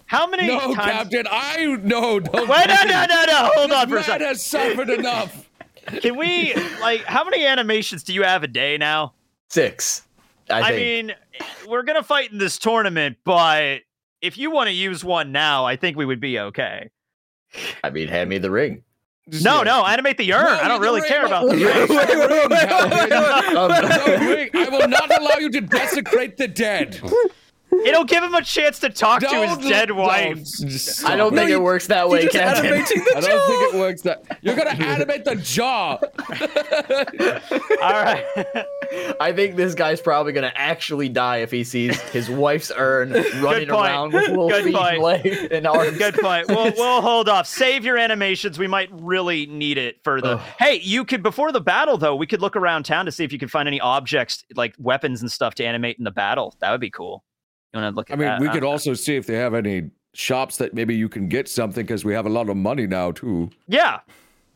How many No, times? Captain. I no. Don't Wait, no, no, no, no. Hold on for a This man second. has suffered enough. Can we like how many animations do you have a day now? Six. I, I, think. mean, we're gonna fight in this tournament, but if you want to use one now, I think we would be okay. I mean, hand me the ring. No, no, animate the urn. I don't really care about the urn. Um, No ring. I will not allow you to desecrate the dead. It'll give him a chance to talk to his Don't dead let- wife. don't. I don't think it works that way, Captain. I don't think it works that. You're gonna animate the jaw. All right. I think this guy's probably going to actually die if he sees his wife's urn running point. around with little Good feet point. and legs and arms. Good point. We'll, we'll hold off. Save your animations. We might really need it for the. Hey, you could before the battle though. We could look around town to see if you could find any objects like weapons and stuff to animate in the battle. That would be cool. You want to look? I At mean, that? Uh, we could also see if they have any shops that maybe you can get something because we have a lot of money now too. Yeah.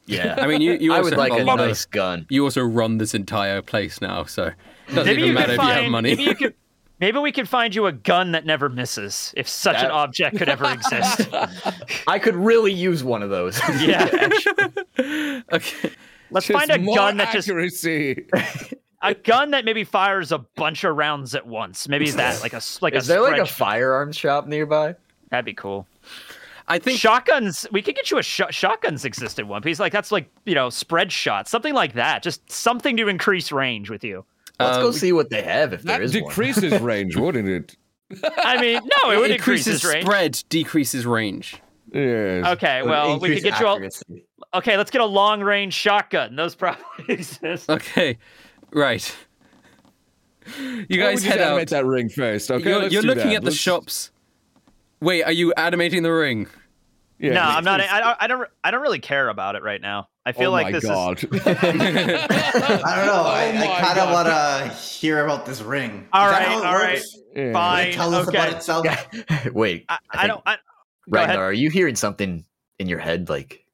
Yeah. I mean, you, you I also would like have a lot of- nice gun. You also run this entire place now, so it doesn't Maybe even you matter could if you have find. Maybe you money. could. Maybe we could find you a gun that never misses, if such an That- object could ever exist. I could really use one of those. yeah. okay. Let's find a more gun that just accuracy. a gun that maybe fires a bunch of rounds at once. Maybe that like a s- like Is a there like a spread- firearms shop nearby? That'd be cool. I think Shotguns. We could get you a sh- shotguns exist in One Piece. Like that's like you know spread shot, something like that. Just something to increase range with you. Let's Um, go see what they have if there That is decreases range, wouldn't it? I mean, no, it would increase increases his range. spread, decreases range. Yes. Okay, well, we could get you all. Okay, let's get a long range shotgun. Those probably exist. Okay, right. You Why guys don't we just head out. animate that ring first. Okay, you're let's you're do looking that. at the Let's- shops. Wait, are you animating the ring? Yeah. No, I'm not. I, I- I don't. I don't really care about it right now. I feel oh like my this is. God. Oh, I don't know. I, my I kind of God. want to hear about this ring. Oh All Is that right, how it all right. works? Yeah. Does it Fine. tell us okay. about itself. one. Wait, I, I think- don't. I, go ahead. Ragnar, are you hearing something in your head? Like,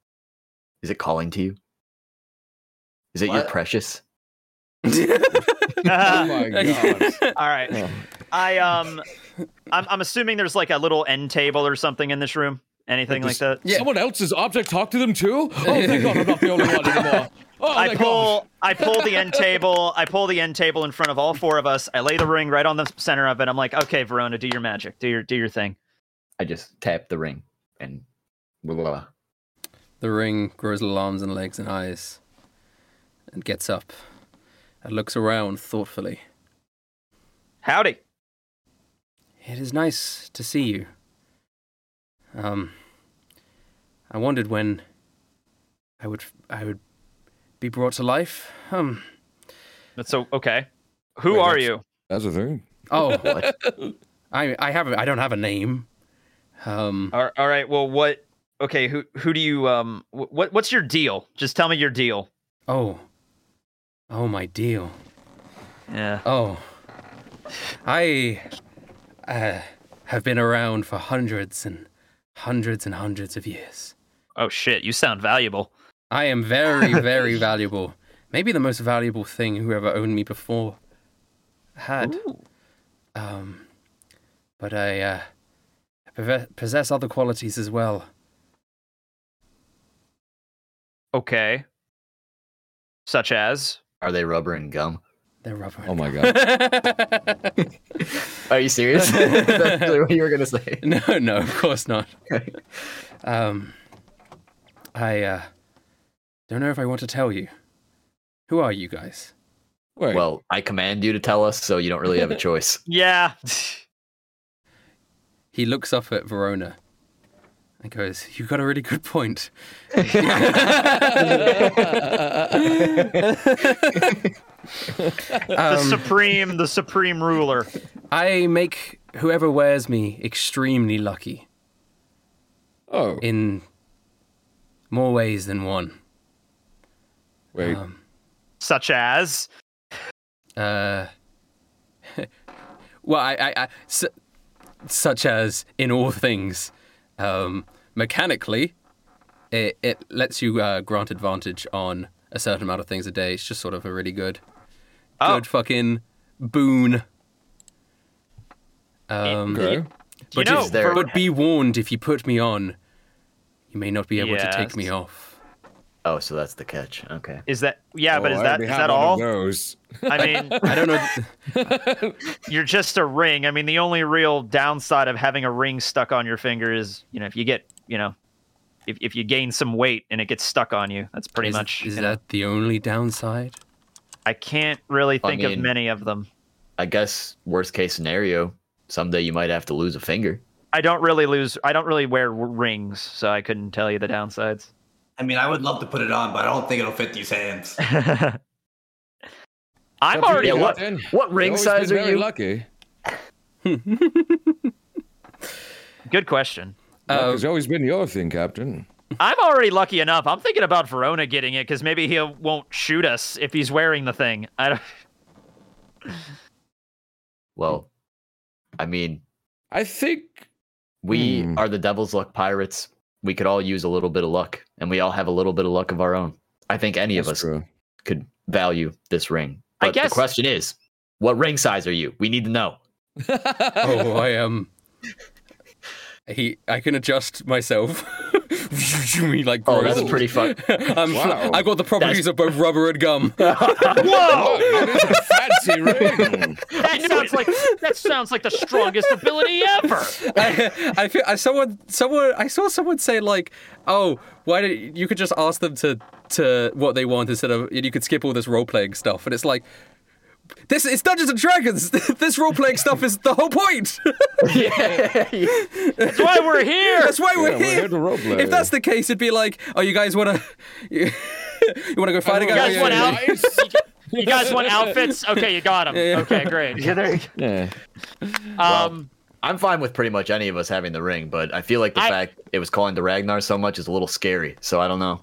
is it calling to you? Is it your What? precious? uh, Oh my God. All right. Yeah. I um, I'm, I'm assuming there's like a little end table or something in this room. Anything like that? Yeah. Someone else's object talked to them too? Oh, thank God I'm not the only one anymore. Oh, I thank pull, I pull the end table. I pull the end table in front of all four of us. I lay the ring right on the center of it. I'm like, okay, Verona, do your magic. Do your, do your thing. I just tap the ring and blah, blah, blah. The ring grows little arms and legs and eyes and gets up and looks around thoughtfully. Howdy. It is nice to see you. Um, I wondered when I would I would be brought to life. Um, So okay, who are you? That's a thing. oh, I I have a, I don't have a name. Um, All, all right. Well, what? Okay, who who do you um? wh- What what's your deal? Just tell me your deal. oh, oh my deal. Yeah. Oh, I uh, have been around for hundreds and hundreds and hundreds of years. Oh shit, you sound valuable. I am very, very valuable. Maybe the most valuable thing whoever owned me before had. Um, but I uh, pove- possess other qualities as well. Okay. Such as Are they rubber and gum? They're rubber. Oh my god. Are you serious? That's actually what you were gonna say. No, no, of course not. um, I uh, don't know if I want to tell you. Who are you guys? Wait, Well, I command you to tell us, so you don't really have a choice. yeah. He looks up at Verona and goes, You got a really good point. the Um, supreme, the supreme ruler. I make whoever wears me extremely lucky oh, in more ways than one. wait. Such as Uh, well, I, I, I su- such as in all things, um, mechanically, it, it lets you uh, grant advantage on a certain amount of things a day. It's just sort of a really good, Oh. good fucking boon. Um, okay. you but, know, just- there- but be warned if you put me on, you may not be able to Yes. take me off. Oh, so that's the catch. Okay. is that yeah, but Oh, is I that already is have that one of all? Those. I mean, I don't know. you're just a ring. I mean, the only real downside of having a ring stuck on your finger is, you know, if you get, you know, if, if you gain some weight and it gets stuck on you, that's pretty Is, much. is you know, that the only downside? I can't really I think of mean- many of them. I guess worst case scenario, someday you might have to lose a finger. I don't really lose. I don't really wear w- rings, so I couldn't tell you the downsides. I mean, I would love to put it on, but I don't think it'll fit these hands. I'm already. Yeah, look- what- what ring size are very you? Lucky. Good question. Luck has always been your thing, Captain. I'm already lucky enough. I'm thinking about Verona getting it because maybe he won't shoot us if he's wearing the thing. I don't. Well, I mean, I think. we Hmm. are the devil's luck pirates. We could all use a little bit of luck, and we all have a little bit of luck of our own. I think any of That's us true. could value this ring. I But guess- the question is, what ring size are you? We need to know. oh, I um, he, I can adjust myself. he like Oh, grows that's up. pretty fun. I'm, Wow. I got the properties of both rubber and gum. Oh, that is a fancy ring. That sounds like that sounds like the strongest ability ever. I, I feel I someone someone I saw someone say like, oh, why did you could just ask them to to what they want instead of you could skip all this role playing stuff, and it's like. This it's Dungeons and Dragons. This role playing stuff is the whole point. That's why we're here. That's why we're, we're here. here to role play. If that's the case, it'd be like, oh, you guys wanna, you, wanna go fight a guy? guys Yeah, want yeah, out? You guys want outfits? Okay, you got them. Okay, great. Yeah. Um, I'm fine with pretty much any of us having the ring, but I feel like the I- fact it was calling to Ragnar so much is a little scary. So I don't know.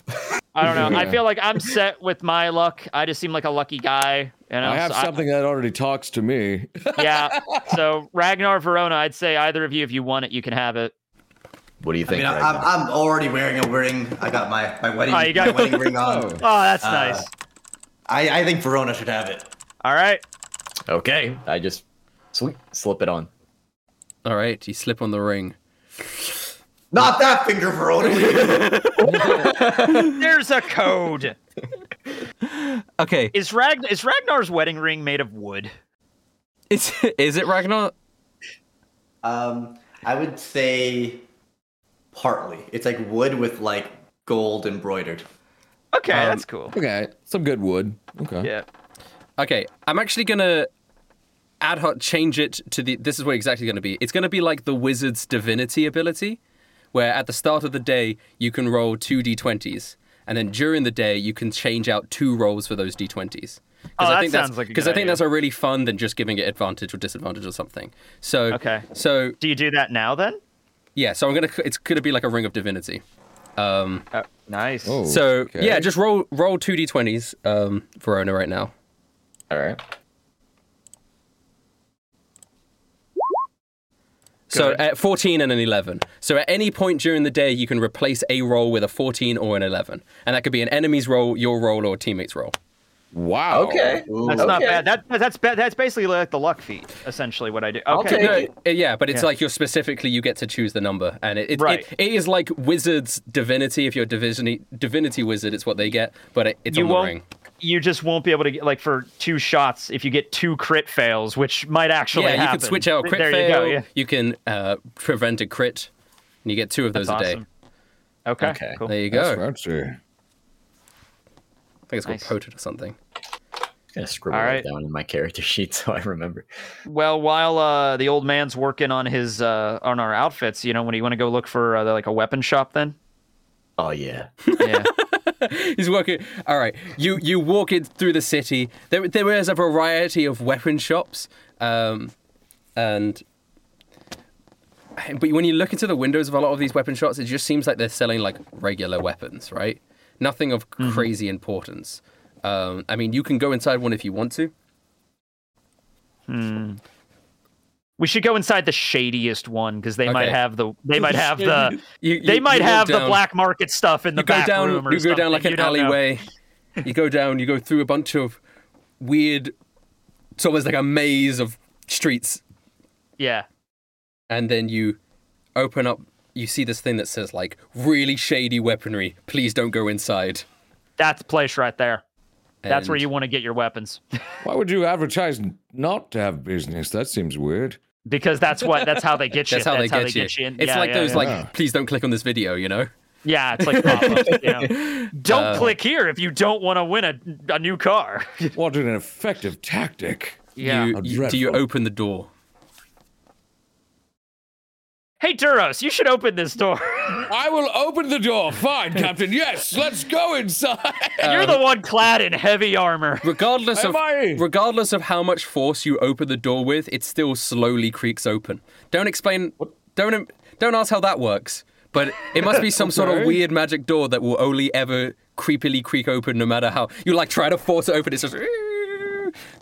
I don't know. I feel like I'm set with my luck. I just seem like a lucky guy. You know, I have so something that already talks to me. yeah. So Ragnar Verona, I'd say either of you, if you want it, you can have it. What do you I think? mean, I- Ragnar? I'm, I'm already wearing a ring. I got my, my wedding Oh, you got- my wedding ring on. Oh, that's Uh, nice. I, I think Verona should have it. All right. okay, I just sweet, slip it on. All right, you slip on the ring. Not that finger, Verona. There's a code. Okay, Is Rag is Ragnar's wedding ring made of wood? is is it Ragnar? um, I would say partly. It's like wood with like gold embroidered. Okay, Um, that's cool. Okay, some good wood. Okay. Yeah. Okay, I'm actually gonna ad hoc change it to the. This is what exactly gonna be. It's gonna be like the wizard's divinity ability, where at the start of the day you can roll two d20s, and then during the day you can change out two rolls for those d20s. Oh, that I think that's- sounds like a good I think idea. that's a really fun than just giving it advantage or disadvantage or something. So Okay. so Do you do that now then? yeah, so I'm gonna. It's gonna be like a ring of divinity. Oh, nice. Oh, So okay. yeah, just roll roll two d20s, um, Verona, right now. All right. So at 14 and an 11. So at any point during the day, you can replace a roll with a 14 or an 11, and that could be an enemy's roll, your roll, or a teammate's roll. Wow. Okay. That's not Okay. bad. That that's ba- that's basically like the luck feat, essentially what I do. Okay. I'll take No, it. Uh, Yeah, but it's Yeah. like you're specifically you get to choose the number, and it it, Right. it, it is like wizards divinity. If you're divinity divinity wizard, it's what they get, but it, it's you on the won't. ring. You just won't be able to get like for two shots if you get two crit fails, which might actually Yeah, you happen. can switch out a crit there fail. You go. Yeah. can uh, prevent a crit, and you get two of those a day. awesome. Okay. Okay. Cool. There you go. That's fancy. I think it's called Nice. potent or something. I'm gonna scribble All that right. down in my character sheet so I remember. Well, while uh, the old man's working on his uh, on our outfits, you know, when you want to go look for uh, like a weapon shop, then Oh yeah. yeah, He's working. All right, you you walk in through the city. There there is a variety of weapon shops, um, and but when you look into the windows of a lot of these weapon shops, it just seems like they're selling like regular weapons, right? Nothing of Mm-hmm. crazy importance. Um, I mean, you can go inside one if you want to. we should go inside the shadiest one because they might Okay. have the they might have the You- they you- might you walk have the down- black market stuff in the you go back down, room or you go down something. like an You don't know. alleyway. you go down, you go through a bunch of weird. It's almost like a maze of streets, Yeah. and then you open up. You see this thing that says like really shady weaponry. Please don't go inside. That's the place right there. That's where And- you want to get your weapons Why would you advertise not to have business? That seems weird. because that's what that's how they get you. That's how they, get, you. in. It's yeah, like yeah, those yeah. like please don't click on this video. You know. yeah, it's like pop-ups, you know. don't Uh, click here if you don't want to win a, a new car. What an effective tactic. yeah. You, you- do you Dreadful. open the door? hey Duros, you should open this door. I will open the door. Fine, Captain. Yes, let's go inside. You're Uh, the one clad in heavy armor. Regardless of Am I? regardless of how much force you open the door with, it still slowly creaks open. Don't explain. Don't don't ask how that works. But it must be some sort of Okay. weird magic door that will only ever creepily creak open, no matter how you like try to force it open. It's just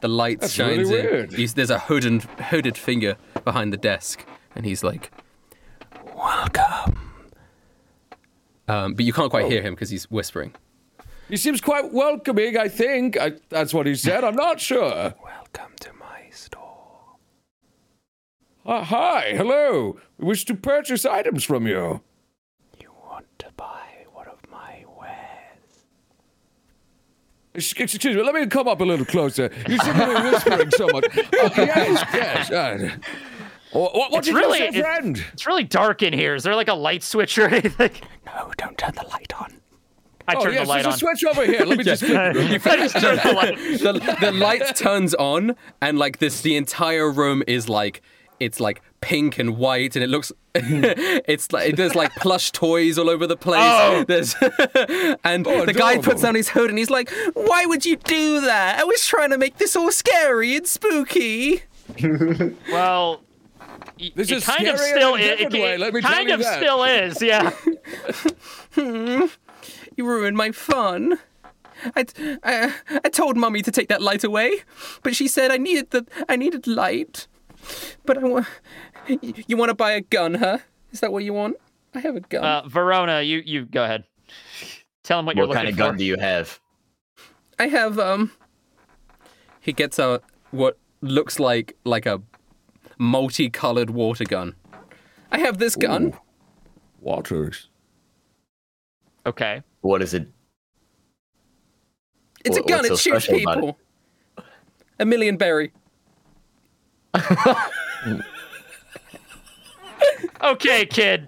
the light shines really in. weird. You- there's a hooded hooded finger behind the desk, and he's like, "Welcome." Um, but you can't Oh. quite hear him because he's whispering. He seems quite welcoming, I think. I, that's what he said. I'm not sure. Welcome to my store. Uh, hi, hello. We wish to purchase items from you. You want to buy one of my wares? Ex- Excuse me, let me come up a little closer. You seem to be whispering so much. Uh, yes, yes. Uh, what what It's did you really- say, it's- friend? It's really dark in here. Is there like a light switch or anything? No, don't turn the light on. I Oh, turned yes, the light there's on. a switch over here. Let me just click I just turned the light. The, the light turns on, and like this, the entire room is like it's like pink and white, and it looks it's like there's like plush toys all over the place. There's and the guy adorable. puts down his hood and he's like, "Why would you do that? I was trying to make this all scary and spooky." Well, y- This it is kind scarier of in still a is. It, different way, let me tell kind you of that. still is. Yeah. You ruined my fun. I, I, I told Mummy to take that light away, but she said I needed the I needed light. But I want you want to buy a gun, huh? Is that what you want? I have a gun. Uh, Verona, you you go ahead. Tell him what, you're what kind looking of for. gun do you have? I have um. He gets out what looks like like a multicolored water gun. I have this gun. Waters. okay. What is it? it's a what- gun. what's It so shoots special about it? people. A million berry. Okay, kid.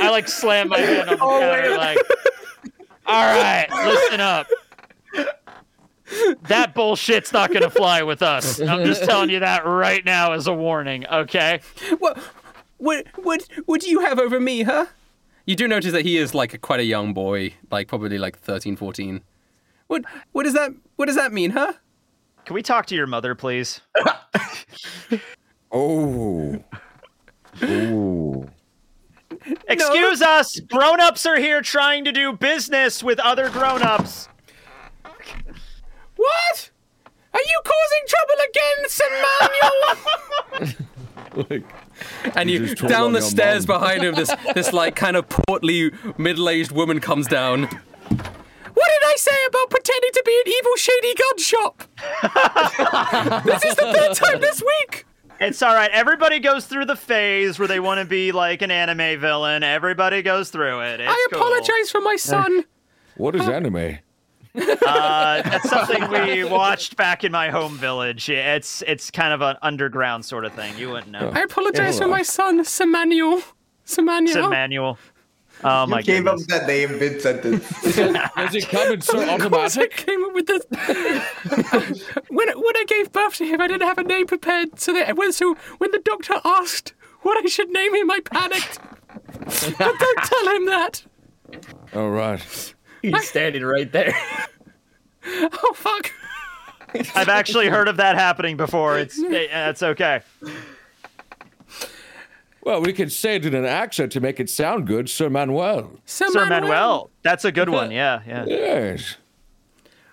I like slam my hand on the counter like. All right, listen up. That bullshit's not gonna fly with us. I'm just telling you that right now as a warning. Okay. What, what, what, what do you have over me, huh? You do notice that he is like quite a young boy, like probably like 13, 14. What, what does that, what does that mean, huh? Can we talk to your mother, please? Oh. Ooh. Excuse us. Grown-ups are here trying to do business with other grown-ups. What? Are you causing trouble again, Samuel? like, and you, just told down on the your stairs mom. behind him. This this like kind of portly middle-aged woman comes down. What did I say about pretending to be an evil shady gun shop? this is the third time this week. It's all right. Everybody goes through the phase where they want to be like an anime villain. Everybody goes through it. It's I cool. apologize for my son. What is anime? Uh, that's something we watched back in my home village. It's it's kind of an underground sort of thing. You wouldn't know. I apologize for my son, Samuel. It's Samuel. Emmanuel. Oh my you came up goodness. with that name mid sentence. Does it come in so course I automatic? came up with this. when when I gave birth to him, I didn't have a name prepared. So that when so when the doctor asked what I should name him, I panicked. but don't tell him that. All right. He's standing right there. Oh fuck. I've actually heard of that happening before. It's it's okay. Well, we can say it in an accent to make it sound good, Sir Manuel. Sir Manuel. That's a good one. Yeah, yeah. Yes.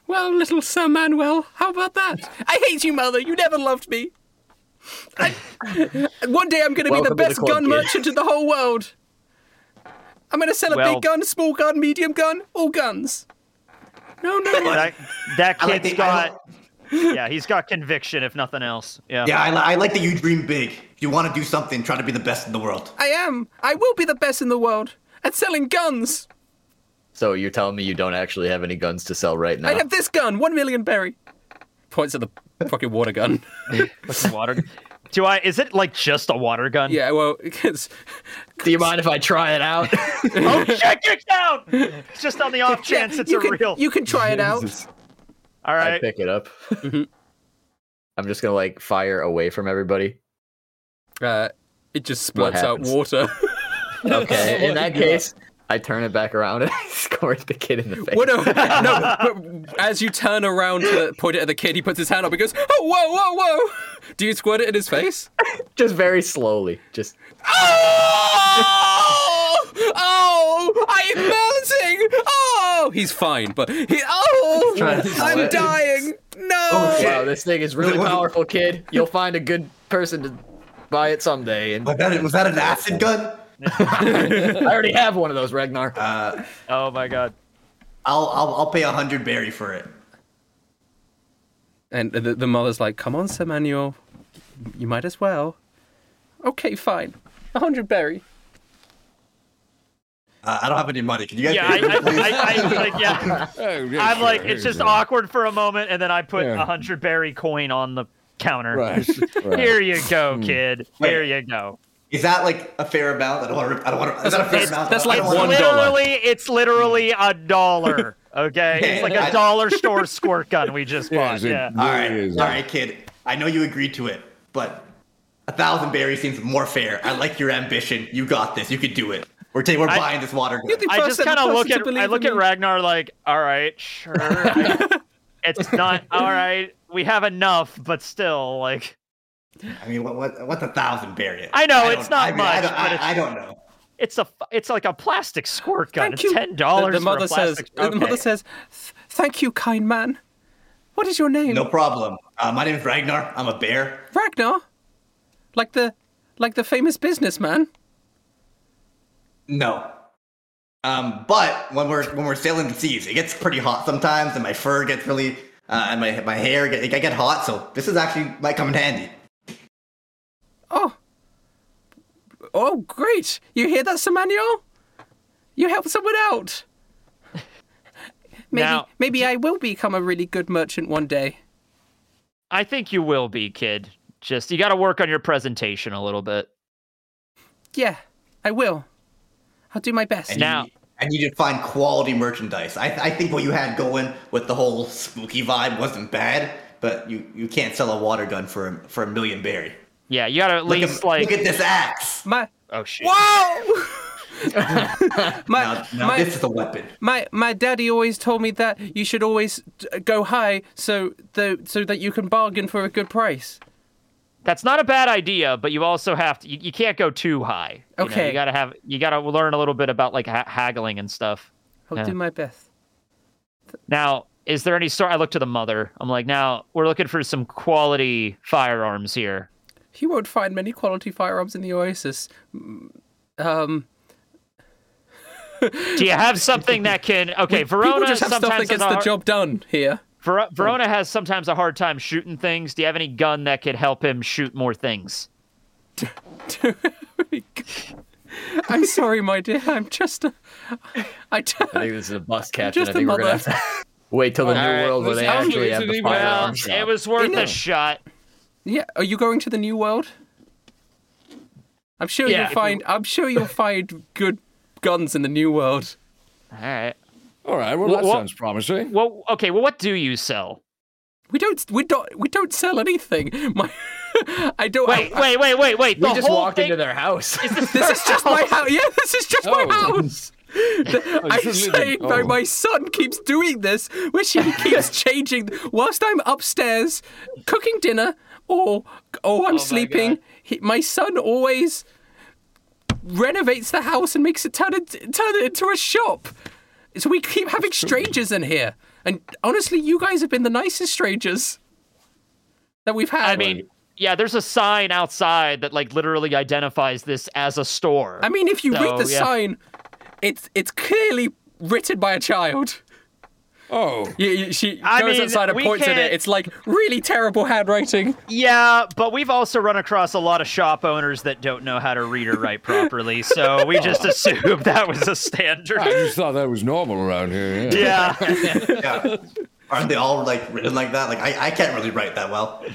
Well, little Sir Manuel, how about that? I hate you, mother. You never loved me. I- one day I'm going to be the Welcome to the best club, gun kid. merchant in the whole world. I'm going to sell a Well- big gun, small gun, medium gun, all guns. No, no. That, that I like kid's the- I got yeah, he's got conviction if nothing else. Yeah. Yeah, I, li- I like that you dream big. If you want to do something, try to be the best in the world. I am. I will be the best in the world at selling guns. So you're telling me you don't actually have any guns to sell right now? I have this gun, one million berry. Points at the fucking water gun. Fucking water. Do I? Is it like just a water gun? yeah, well, it's, Do you mind if I try it out? Oh shit! Kick down. Just on the off chance it's you a can, real. You can try it out. All I right. pick it up. I'm just gonna like fire away from everybody. Uh, it just What spurts out happens? water. Okay. In that case, I turn it back around and I scored the kid in the face. Well, no, no. But as you turn around to point it at the kid, he puts his hand up and goes, "Oh, whoa, whoa, whoa!" Do you squirt it in his face? Just very slowly. Just Oh, oh, I'm melting. Oh, he's fine, but he. Oh, trying to I'm sweat. dying. No. Oh, Oh, wow, this thing is really powerful, kid. You'll find a good person to buy it someday. And Was that, was that an acid gun? I already have one of those, Ragnar. Oh my god. I'll I'll, I'll pay a hundred berry for it. And the, the mother's like, "Come on, Sir Manuel, you might as well." Okay, fine. A hundred berry. Uh, I don't have any money. Can you guys? Yeah. I, pay for I, it, please? I, I, like, yeah. Oh, yes, I'm sir. like, Here it's you just go. awkward for a moment, and then I put a Yeah. hundred berry coin on the counter. Right. right. Here you go, kid. Wait. Here you go. Is that like a fair amount? I don't want to. I don't want to. Is that a fair amount? that's I like don't one wanna- dollar. Literally, it's literally a dollar. Okay, it's like I- a dollar store squirt gun we just Yeah, bought. is it- Yeah. All It right, is. all right, kid. I know you agreed to it, but a thousand berries seems more fair. I like your ambition. You got this. You could do it. We're taking. We're I- buying this water gun. I just kind of look at I look at Rag. Ragnar like, all right, sure. I- it's not all right. We have enough, but still, like, I mean, what, what what's a thousand berry? I know, don't- it's not I mean, much, I don't, but I- it's- I don't know. it's a f- it's like a plastic squirt gun. Thank It's you. ten dollars. The, the mother for a says. plastic- The mother okay. says, "Th- "Thank you, kind man. What is your name? No problem. Uh, my name is Ragnar. I'm a bear. Ragnar. Like the, like the famous businessman. No. Um, but when we're when we're sailing the seas, it gets pretty hot sometimes, and my fur gets really uh, and my my hair get I get hot. So this is actually might come in handy. Oh. Oh, great! You hear that, Samuel? You help someone out. Maybe, Now- maybe I will become a really good merchant one day. I think you will be, kid. Just you got to work on your presentation a little bit. Yeah, I will. I'll do my best. And Now- you, and you did find quality merchandise. I, I think what you had going with the whole spooky vibe wasn't bad, but you, you can't sell a water gun for a, for a million berry. Yeah, you got to at Look least at, like. look at this axe. my oh shit. whoa! my, Now, now my, this is a weapon. my my daddy always told me that you should always uh, go high so the, so that you can bargain for a good price. That's not a bad idea, but you also have to. You, you can't go too high. You know, Okay. you gotta have. You gotta learn a little bit about like ha- haggling and stuff. I'll Yeah. do my best. Now, is there any sort? I look to the mother. I'm like, now we're looking for some quality firearms here. He won't find many quality firearms in the Oasis. Mm, Um, Do you have something that can? Okay, Verona people just have sometimes stuff that has gets a the hard- job done here. Ver- Verona has sometimes a hard time shooting things. Do you have any gun that could help him shoot more things? I'm sorry, my dear. I'm just a. I don't. I think this is a bust, Captain. just I a think we're gonna mother. have to wait till the new right, world where this they actually actually have isn't the even- Well, firearms. it was worth Enough. a shot. Yeah, are you going to the New World? I'm sure Yeah. you'll find. I'm sure you'll find good guns in the New World. All right. All right, well, Wha- that wha- sounds promising. Well, okay. Well, what do you sell? We don't. We don't. We don't sell anything. My. I don't. Wait, I- I- wait, wait, wait, wait. We the just whole walked thing... into their house. this is just my house. Yeah, this is just Oh. my house. The- I'm shouldn't leave saying them. though Oh. my son keeps doing this, which he keeps changing. Whilst I'm upstairs cooking dinner, or or I'm sleeping, he, my son always renovates the house and makes it turn it turn it into a shop. So we keep having strangers in here, and honestly, you guys have been the nicest strangers that we've had. I mean, yeah. There's a sign outside that like literally identifies this as a store. I mean, if you read So, the yeah. sign, it's it's clearly written by a child. Oh, You, you, she goes I mean, outside and we points at it. can't- It's like really terrible handwriting. Yeah, but we've also run across a lot of shop owners that don't know how to read or write properly, so we just assumed that was a I standard. just thought that was normal around here. Yeah. Yeah, Yeah. Aren't they all like written like that? Like I, I can't really write that well.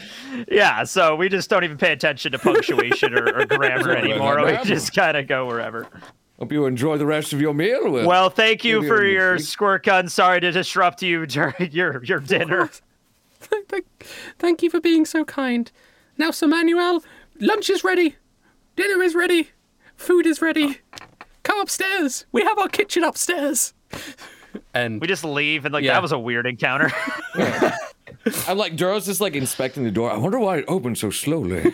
yeah. So we just don't even pay attention to punctuation or, or grammar anymore. We just kind of go wherever. Hope you enjoy the rest of your meal. Will. Well, thank you Maybe for on your this week. squirt gun. Sorry to disrupt you during your your dinner. Thank, thank, thank you for being so kind. Now, Sir Manuel, lunch is ready, dinner is ready, food is ready. Come upstairs. We have our kitchen upstairs. And We just leave and like Yeah. that was a weird encounter. I'm like, Duro's just like inspecting the door. I wonder why it opened so slowly.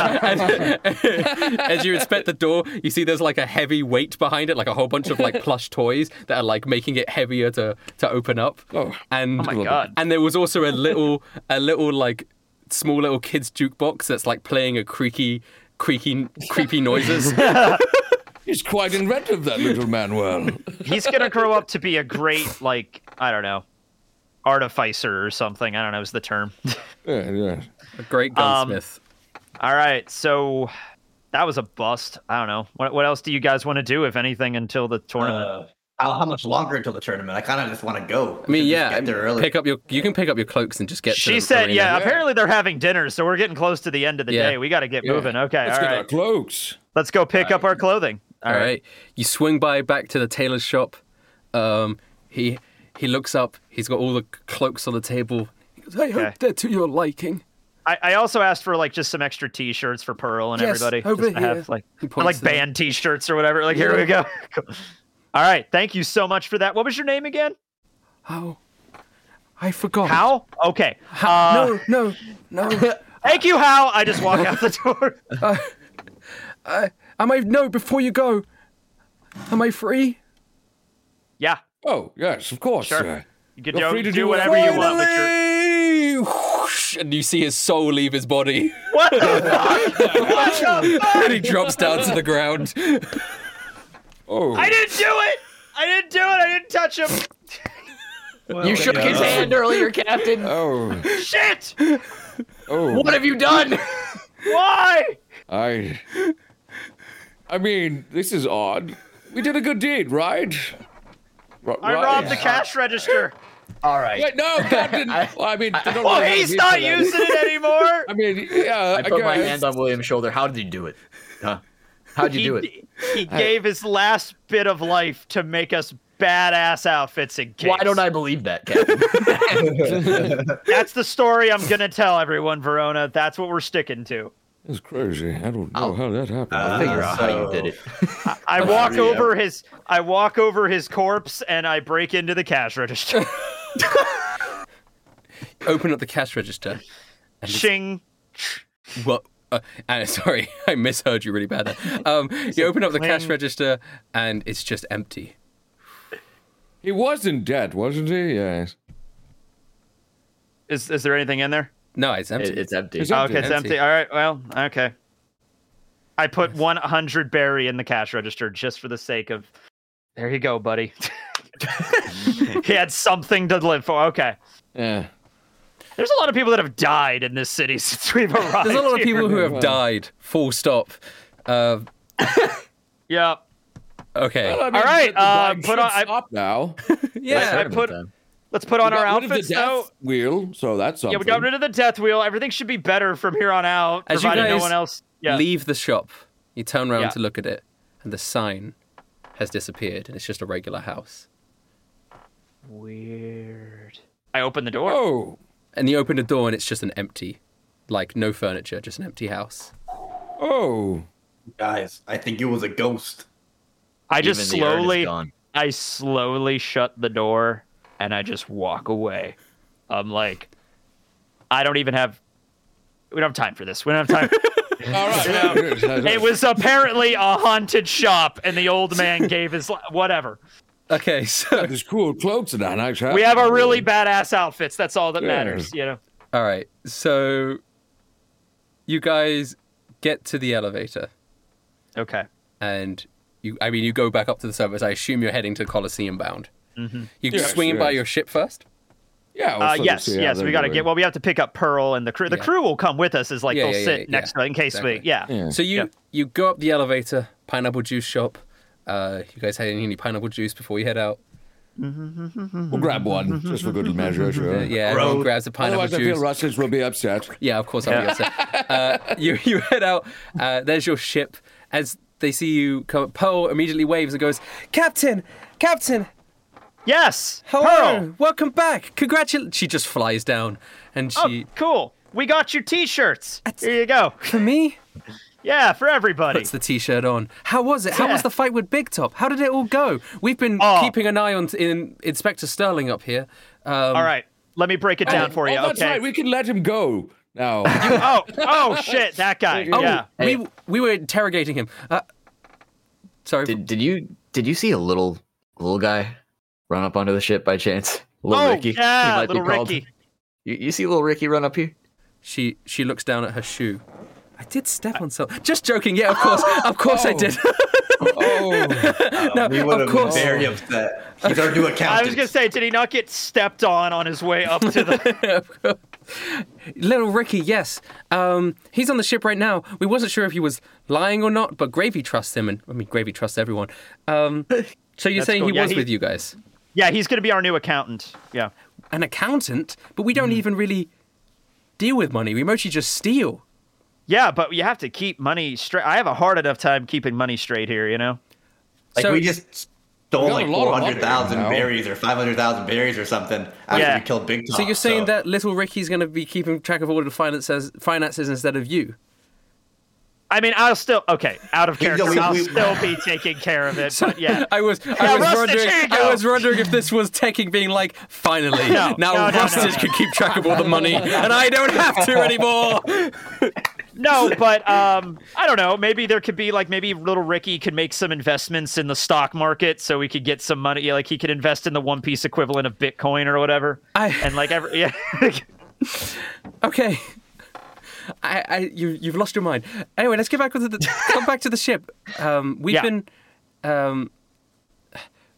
as you inspect the door, you see there's like a heavy weight behind it, like a whole bunch of like plush toys that are like making it heavier to to open up. Oh. and Oh my God. And there was also a little a little like small little kids jukebox that's like playing a creaky creaky creepy noises. He's quite inventive, that little Manuel. He's gonna grow up to be a great like I don't know, artificer or something. I don't know is the term. Yeah, yeah. a great Um, gunsmith. All right, so that was a bust. I don't know. What, what else do you guys want to do, if anything, until the tournament? Uh, how, how much longer until the tournament? I kind of just want to go. I mean, yeah, get there early. pick up your you can pick up your cloaks and just get. to she the said, arena. yeah, apparently they're having dinner, so we're getting close to the end of the Yeah. day. We got to get Yeah. moving. Okay, Let's all get right. our cloaks. Let's go pick up our clothing. All right. You swing by back to the tailor's shop. Um, he he looks up. He's got all the cloaks on the table. He goes, I Okay. hope they're to your liking. I, I also asked for like just some extra T-shirts for Pearl and Yes, everybody. over just to here. have like He points like to them. band T-shirts or whatever. Like here we go. Cool. All right, thank you so much for that. What was your name again? Oh, I forgot. How? Okay. Uh, No, no, no. Thank you, How. I just walk out the door. Am I no? Before you go, am I free? yeah, Oh, yes, of course. Sure. sir. you can You're do, free to do do whatever you want. With your... Whoosh, and you see his soul leave his body, What the fuck? and he drops down to the ground. Oh, I didn't do it. I didn't do it. I didn't touch him. you shook his hand earlier, Captain. oh, Shit. oh. What have you done? Why? I. I mean, this is odd. We did a good deed, right? R- I right? robbed the cash register. All right. Wait, no, Captain. well, I mean, they don't Well, really have he's a deed for not that. using it anymore. I mean, yeah, I put my guess. hand on William's shoulder. How did you do it? Huh? How'd you He, do it? he gave his last bit of life to make us badass outfits in case. Why don't I believe that, Captain? That's the story I'm gonna tell everyone, Verona. That's what we're sticking to. It's crazy. I don't know Oh. how that happened. Uh-huh. Figure out how you did it. Oh, I walk over his I walk over his corpse and I break into the cash register. Open up the cash register. Shing. Well, uh, uh, sorry, I misheard you really bad. There. Um, you open up the cash clang. register and it's just empty. He was in debt, wasn't he? Yes. Is is there anything in there? No, it's empty. It- it's empty. Is Oh, it- okay, it's Empty. empty. All right. Well, okay. I put 100 Barry in the cash register just for the sake of. There you go, buddy. he had something to live for. Okay. Yeah. There's a lot of people that have died in this city since we've arrived. There's a lot of here. people who have died. Full stop. Uh, Yeah. okay. All right, uh, put on- I- Stop now. Yeah. I put. Let's put on We our got rid of outfits the now. death wheel, so that's something. Yeah, we got rid of the death wheel. Everything should be better from here on out, As you provided no guys one else. Yeah. Leave the shop. You turn around Yeah. to look at it, and the sign has disappeared, and it's just a regular house. Weird. I open the door. Oh, And you open the door, and it's just an empty, like no furniture, just an empty house. oh. Guys, I think it was a ghost. I just Even the urn is slowly, gone. I slowly shut the door and I just walk away. I'm like, I don't even have. We don't have time for this. We don't have time. All right. it was apparently a haunted shop, and the old man gave his li- whatever. Okay, so There's cool clothes and that nice hat. We have our really badass outfits. That's all that Yeah. matters, you know. all right, so you guys get to the elevator, Okay. and you, I mean, you go back up to the surface. I assume you're heading to Colosseum bound. Mm-hmm. You Yes, swinging by yes. your ship first. Yeah. we'll Uh, sort of yes, see how yes, they're we got to doing. get. Well, we have to pick up Pearl and the crew. The Yeah. crew will come with us. Is like Yeah, they'll yeah, sit yeah, next yeah. to in case we. Exactly. Yeah. So you Yeah. you go up the elevator, pineapple juice shop. Uh, you guys had any pineapple juice before you head out? We'll grab one just for good measure. Sure. Uh, Mm-hmm. yeah, everyone grabs a pineapple Mm. Otherwise, I juice. feel Russians will be upset. Yeah, of course I'll be upset. Uh, you you head out. Uh, there's your ship. As they see you come, Pearl immediately waves and goes, "Captain, Captain, Yes. hello, Pearl. welcome back. Congratulations." She just flies down, and she Oh, cool. We got you T-shirts. Here you go. for me Yeah, for everybody. puts the t-shirt on. How was it? How was Yeah. the fight with Big Top? How did it all go? We've been Oh. keeping an eye on in Inspector Sterling up here. Um, All right, let me break it down for you. Oh, that's okay. right. We can let him go now. oh, oh shit, that guy. Oh, yeah. we we were interrogating him. Uh, sorry. Did did you did you see a little little guy run up onto the ship by chance? Little Oh Ricky. he yeah, might be little called. Ricky. You, you see little Ricky run up here? She she looks down at her shoe. I did step on something. Just joking. Yeah, of course, of course I did. Oh. oh, no, We would of have been course. very upset. He's our new I accountant. was gonna say, did he not get stepped on on his way up to the? Little Ricky, yes. Um, he's on the ship right now. We wasn't sure if he was lying or not, but Gravy trusts him, and I mean Gravy trusts everyone. Um, so you're That's saying cool. he Yeah, was he- with you guys, yeah, he's gonna be our new accountant. Yeah. an accountant, but we Hmm. don't even really deal with money. We mostly just steal. Yeah, but you have to keep money straight. I have a hard enough time keeping money straight here, you know. like so we just stole got like a lot of four hundred thousand money, you know. berries or five hundred thousand berries or something after Yeah. we killed Big Top. so you're saying that Little Ricky's going to be keeping track of all the finances, finances instead of you. I mean, I'll still okay out of We- character. we- I'll we- still be taking care of it. But yeah, I was, Yeah, I was Rustic, wondering, here you I go. was wondering if this was Tekken being like, finally, No, now no, no, no, Rustic no. can keep track of all the money, and I don't have to anymore. No, but um, I don't know. Maybe there could be like maybe little Ricky could make some investments in the stock market, so we could get some money. yeah, Like he could invest in the one piece equivalent of Bitcoin or whatever. I- and like every yeah, Okay, I, I, you, you've lost your mind. Anyway, let's get back to the, come back to the ship. Um, we've Yeah. been, um,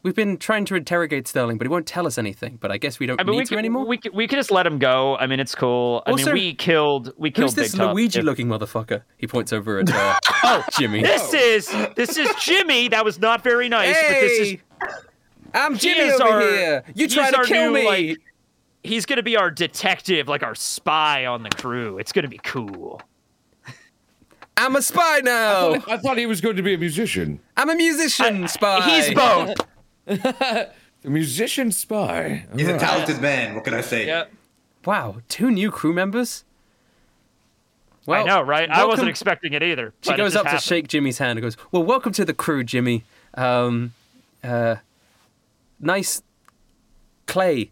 we've been trying to interrogate Sterling, but he won't tell us anything. But I guess we don't I mean need we to could, anymore. we could we could just let him go. I mean it's cool. I Also, mean we killed we killed Who's this Big Top. If- Luigi-looking motherfucker? He points over at uh, oh, Jimmy. This is this is Jimmy. That was not very nice, but this is I'm Jimmy is over our- here. You he's tried to our kill new, me. like- he's gonna be our detective, like our spy on the crew. It's gonna be cool. I'm a spy now. I thought he was going to be a musician. I'm a musician spy. He's both. A musician spy. he's a talented man? What can I say? Yeah. Wow, two new crew members. I Well, know, right? I wasn't welcome- expecting it either. She but it goes just up happened. to shake Jimmy's hand and goes, "Well, welcome to the crew, Jimmy. Um, uh, nice clay."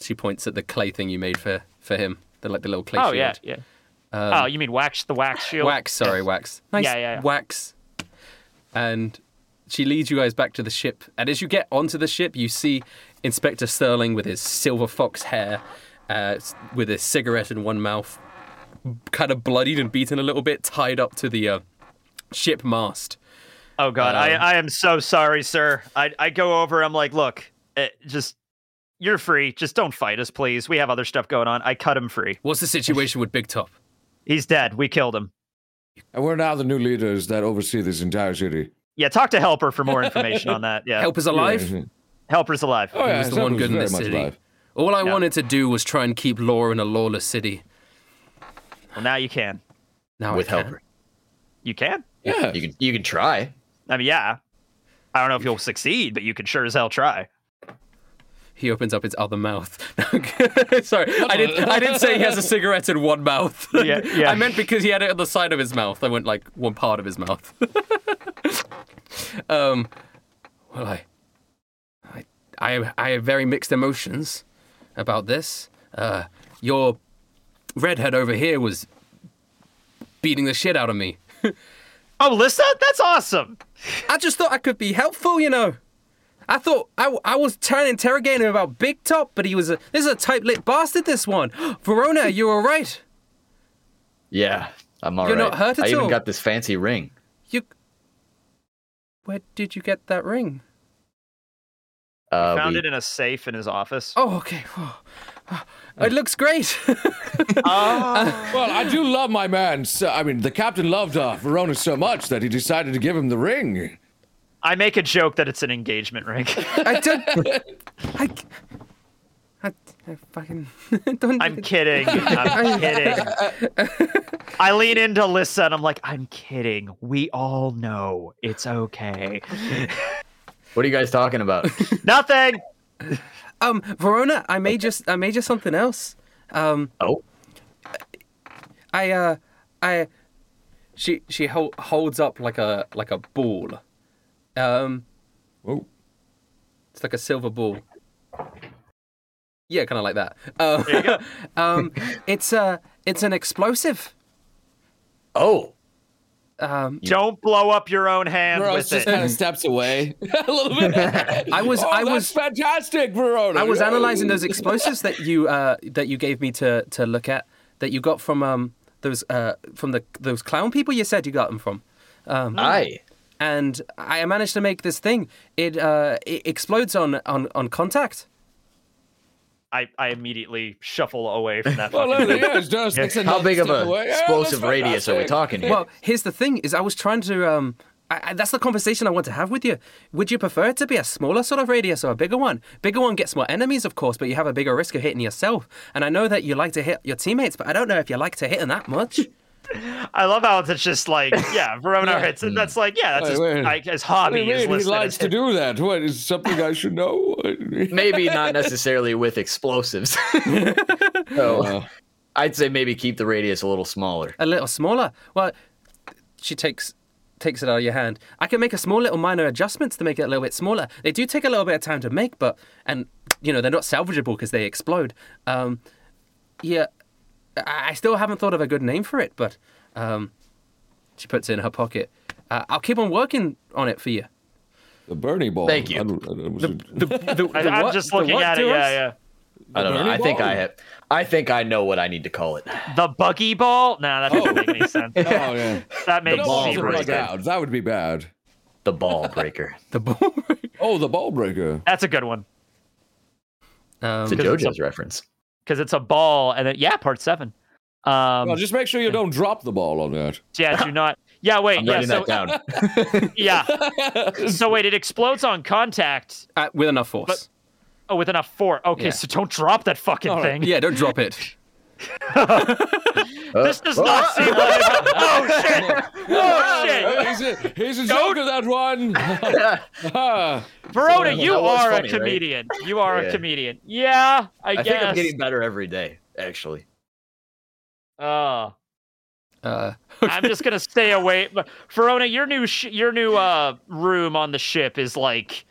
She points at the clay thing you made for for him, the like the little clay Oh shield. Um, yeah, yeah. oh, you mean wax the wax shield? Wax, sorry, wax. Nice Yeah, yeah, yeah. wax. And she leads you guys back to the ship. And as you get onto the ship, you see Inspector Sterling with his silver fox hair uh, s- with a cigarette in one mouth, kind of bloodied and beaten a little bit, tied up to the uh, ship mast. Oh God, I, Um, I am so sorry, sir. I I go over. I'm like, look, eh, just you're free. Just don't fight us, please. We have other stuff going on. I cut him free. What's the situation with Big Top? He's dead. We killed him. And we're now the new leaders that oversee this entire city. Yeah, talk to Helper for more information on that. Uh, Yeah, Helper's alive. Helper's alive. Oh, He yeah, was the Zeb one good in very this much city. alive. All I Yeah. wanted to do was try and keep law in a lawless city. Well, now you can. Now with I can. helper. You can. Yeah. You can you can try. I mean, yeah. I don't know if you'll succeed, but you can sure as hell try. He opens up his other mouth. Sorry, I didn't. I didn't say he has a cigarette in one mouth. Yeah, yeah. I meant because he had it on the side of his mouth. I went like one part of his mouth. um, well, I, I, I, I have very mixed emotions about this. Uh, your redhead over here was beating the shit out of me. Oh, Lissa, that's awesome. I just thought I could be helpful, you know. I thought I, I was trying to interrogate him about Big Top, but he was a this is a tight lipped bastard. This one, Verona, you were right. Yeah, I'm alright. You're not hurt at I even all. got this fancy ring. You, where did you get that ring? Uh, Found we- it in a safe in his office. Oh, okay. It looks great. Well, I do love my man. So, I mean, the captain loved uh, Verona so much that he decided to give him the ring. I make a joke that it's an engagement ring. I don't. I, I, I fucking don't. I'm kidding. I'm kidding. I lean into Lissa and I'm like, I'm kidding. We all know it's okay. what are you guys talking about? Nothing. um, Verona, I made just I made you something else. Um, oh, I uh I she she hol- holds up like a like a ball. Um Oh, it's like a silver ball. Yeah, kind of like that. Um, um it's a it's an explosive. oh, Um Don't blow up your own hand Bro, with just it. kind of steps away a little bit. I was Oh, I that's was fantastic, Verona. I was Yay. analyzing those explosives that you uh that you gave me to to look at that you got from um those uh from the those clown people you said you got them from. Um, I. And I managed to make this thing. It uh it explodes on on on contact. I, I immediately shuffle away from that. Well, fucking there thing. he is. Just takes How another big of step a away. Yeah, explosive that's radius are we fantastic. talking here? Well, here's the thing: is I was trying to. Um, I, I, that's the conversation I want to have with you. Would you prefer it to be a smaller sort of radius or a bigger one? Bigger one gets more enemies, of course, but you have a bigger risk of hitting yourself. And I know that you like to hit your teammates, but I don't know if you like to hit them that much. I love how it's just like, yeah, Verona hits it. That's like, yeah, that's Wait, his, wait. like, his What do hobby. you is mean? He listening likes to hit- do that. What is something I should know? maybe not necessarily with explosives. so, I'd say maybe keep the radius a little smaller. a little smaller. Well, she takes takes it out of your hand. I can make a small little minor adjustments to make it a little bit smaller. They do take a little bit of time to make, but and you know they're not salvageable because they explode. Um, yeah, I I still haven't thought of a good name for it, but um, she puts it in her pocket. Uh, I'll keep on working on it for you. The Bernie ball. Thank you. I don't- I don't- I, I'm just looking at it. Yeah, I don't know. Bernie I think I Ball? have. I think I know what I need to call it. yeah. The buggy ball? Nah, that doesn't make any sense. oh, yeah. That makes ball Balls zero breaker. bug sense. out. That would be bad. The ball breaker. The ball. Oh, the ball breaker. That's a good one. It's a um, it's JoJo's reference. because it's a ball and it, yeah part seven um Well, just make sure you don't drop the ball on that. yeah do not yeah wait I'm yeah writing so that down. Uh, yeah so wait it explodes on contact uh, with enough force. But- oh with enough force okay Yeah. so don't drop that fucking thing yeah, don't drop it. this does not seem like oh shit oh shit He's a, he's a joke of that one. Verona you that was are funny, a right? comedian you are a Yeah. comedian yeah I, I guess think I'm getting better every day. Actually, oh Uh, I'm just gonna stay away. But Verona, your new sh- your new uh, room on the ship is like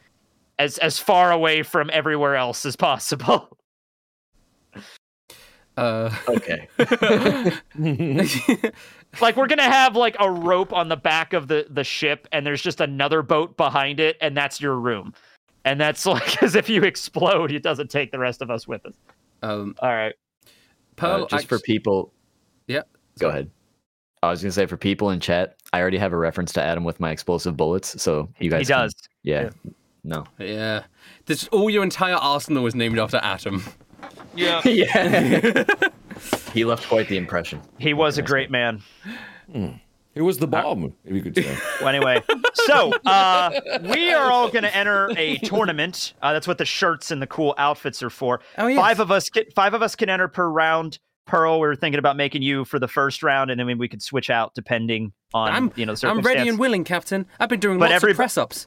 as as far away from everywhere else as possible. uh, okay. like we're gonna have like a rope on the back of the the ship, and there's just another boat behind it, and that's your room. And that's like as if you explode, it doesn't take the rest of us with us. um, All right. Pearl Uh, just for acts- people, Yeah. go ahead. I was gonna say for people in chat, I already have a reference to Adam with my explosive bullets, so you guys. He can- does. yeah, No. Yeah. This all your entire arsenal was named after Atom. Yeah. He left quite the impression. He was a great man. It was the bomb, if you could say. Well, anyway, so uh, we are all going to enter a tournament. Uh, that's what the shirts and the cool outfits are for. Oh, yes. Five of us get five of us can enter per round. Pearl, we were thinking about making you for the first round, and then we could switch out depending on I'm you know. I'm ready circumstance. and willing, Captain. I've been doing But lots every- of press ups.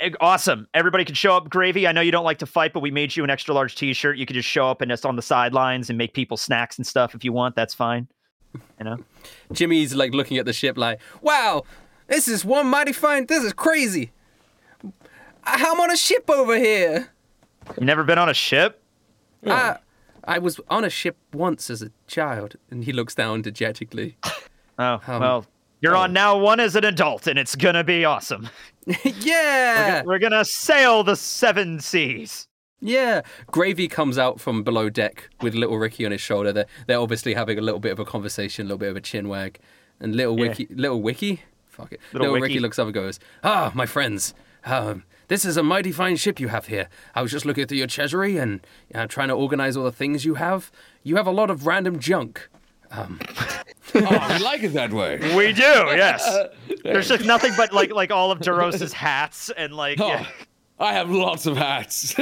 Egg- Awesome. Everybody can show up. Gravy, I know you don't like to fight, but we made you an extra large t shirt. You could just show up and it's on the sidelines and make people snacks and stuff if you want. That's fine. You know? Jimmy's like looking at the ship like, Wow, this is one mighty fine this is crazy. I'm on a ship over here. You never been on a ship? I was on a ship once as a child, and he looks down dejectedly. Oh, Um, well, you're on now one as an adult and it's going to be awesome. yeah, We're going to sail the seven seas. yeah. Gravy comes out from below deck with little Ricky on his shoulder. They're they're obviously having a little bit of a conversation, a little bit of a chin wag, and little Wiki, little Wiki, fuck it, Little little, Ricky Wiki. looks up and goes, "Ah, my friends." Um, this is a mighty fine ship you have here. I was just looking through your treasury and uh, trying to organize all the things you have. You have a lot of random junk. oh, we like it that way. We do, yes. There's just nothing but like like all of Duros's hats and like yeah. I have lots of hats.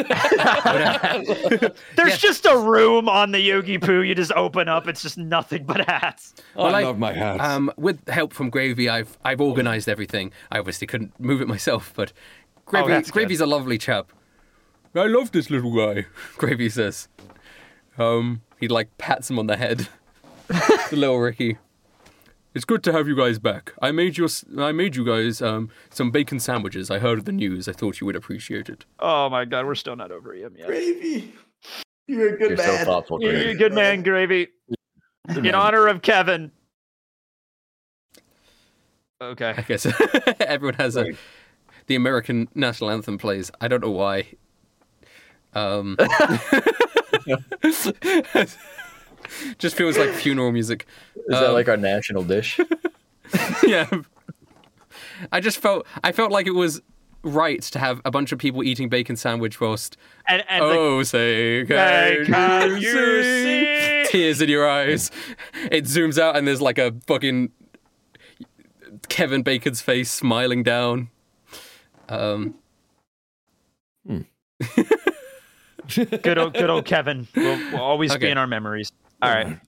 there's just a room on the Yogi Poo you just open up. It's just nothing but hats. I like, love my hats. Um, with help from Gravy, I've I've organised everything. I obviously couldn't move it myself, but Gravy, that's good. Gravy's a lovely chap. Oh, I love this little guy. Gravy says. Um, he like pats him on the head. the little Ricky. It's good to have you guys back. I made your s- I made you guys um, some bacon sandwiches. I heard of the news. I thought you would appreciate it. Oh my god, we're still not over him yet. Gravy. You're a good You're man. so thoughtful. You're Grady. a good man, Gravy. In honor of Kevin. I Okay. guess everyone has a the American national anthem plays. I don't know why. Um, just feels like funeral music. Is that like our national dish? Yeah, I just felt I felt like it was right to have a bunch of people eating bacon sandwich whilst And and the, oh say Hey, can, can you you see? see? tears in your eyes. It zooms out and there's like a fucking Kevin Bacon's face smiling down. Um. good old good old Kevin will, will always be Okay. in our memories. All right.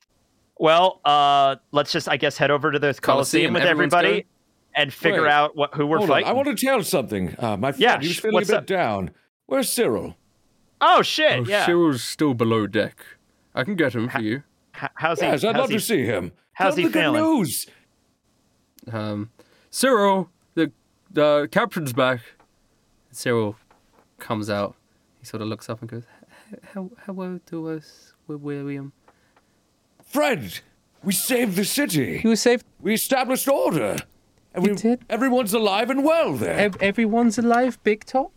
Well, uh, let's just I guess head over to the Coliseum Colosseum, with everyone's everybody going? and figure Wait. out what who we're Hold on, fighting. I want to tell something. Uh, my friend, Yeah, he was sh- feeling what's a bit up? down. Where's Cyril? Oh shit! Oh, yeah. Cyril's still below deck. I can get him for you. H- how's he? Yes, I'd how's love he- to see him. how's Tell he him the feeling? Good news. Um, Cyril, the the captain's back. Cyril comes out. He sort of looks up and goes, "H- "Hel- "Hello to us, we're William." Fred, we saved the city. were saved. We established order. And we, did? Everyone's alive and well there. everyone's alive, Big Top.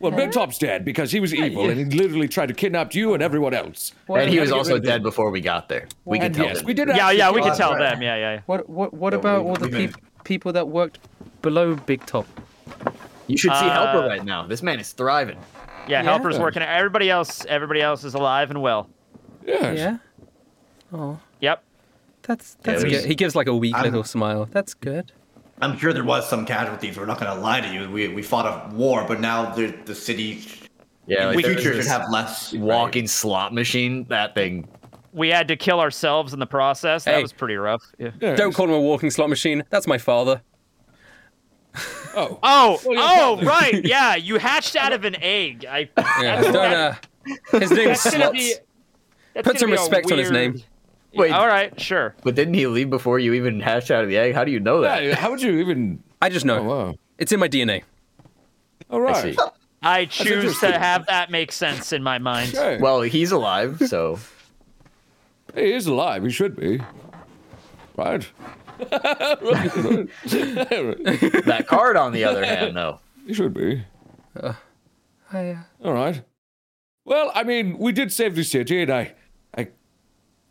well, Big Top's dead because he was evil and he literally tried to kidnap you and everyone else. and he was Gotta get also rid of him. dead before we got there. We can And tell yes, them. we did. Yeah, actually yeah, we can kill tell him. them. Yeah, yeah, yeah. What what what Yeah, about we- all the we made peop people that worked below Big Top? You should see Helper Uh, right now. This man is thriving. Yeah, helper's working. Everybody else, everybody else is alive and well. Yes. Yeah, Yep. that's that's there's- good. He gives like a weak I'm- little smile. That's good. I'm sure there was some casualties. We're not going to lie to you. We, we fought a war, but now the the city Yeah, in like the there was future this should have less. walking slot machine. That thing. We had to kill ourselves in the process. That Hey. was pretty rough. Yeah. Don't call him a walking slot machine. That's my father. Oh, Oh, yeah, oh, right. Yeah, you hatched out of an egg. I Yeah, don't, uh, his name's that's gonna Slots. be. Put that's gonna some be a respect on his weird- name. Wait, All right, sure. but didn't he leave before you even hatched out of the egg? How do you know that? yeah, how would you even? I just know. Oh, wow. It's in my DNA. All I right. see. I choose to have that make sense in my mind. Hey, Well, Oh, he's alive, so he is alive. He should be. Right. that card, on the other hand, though. He should be. I, uh, uh, All right. Well, I mean, we did save the city, and I, I,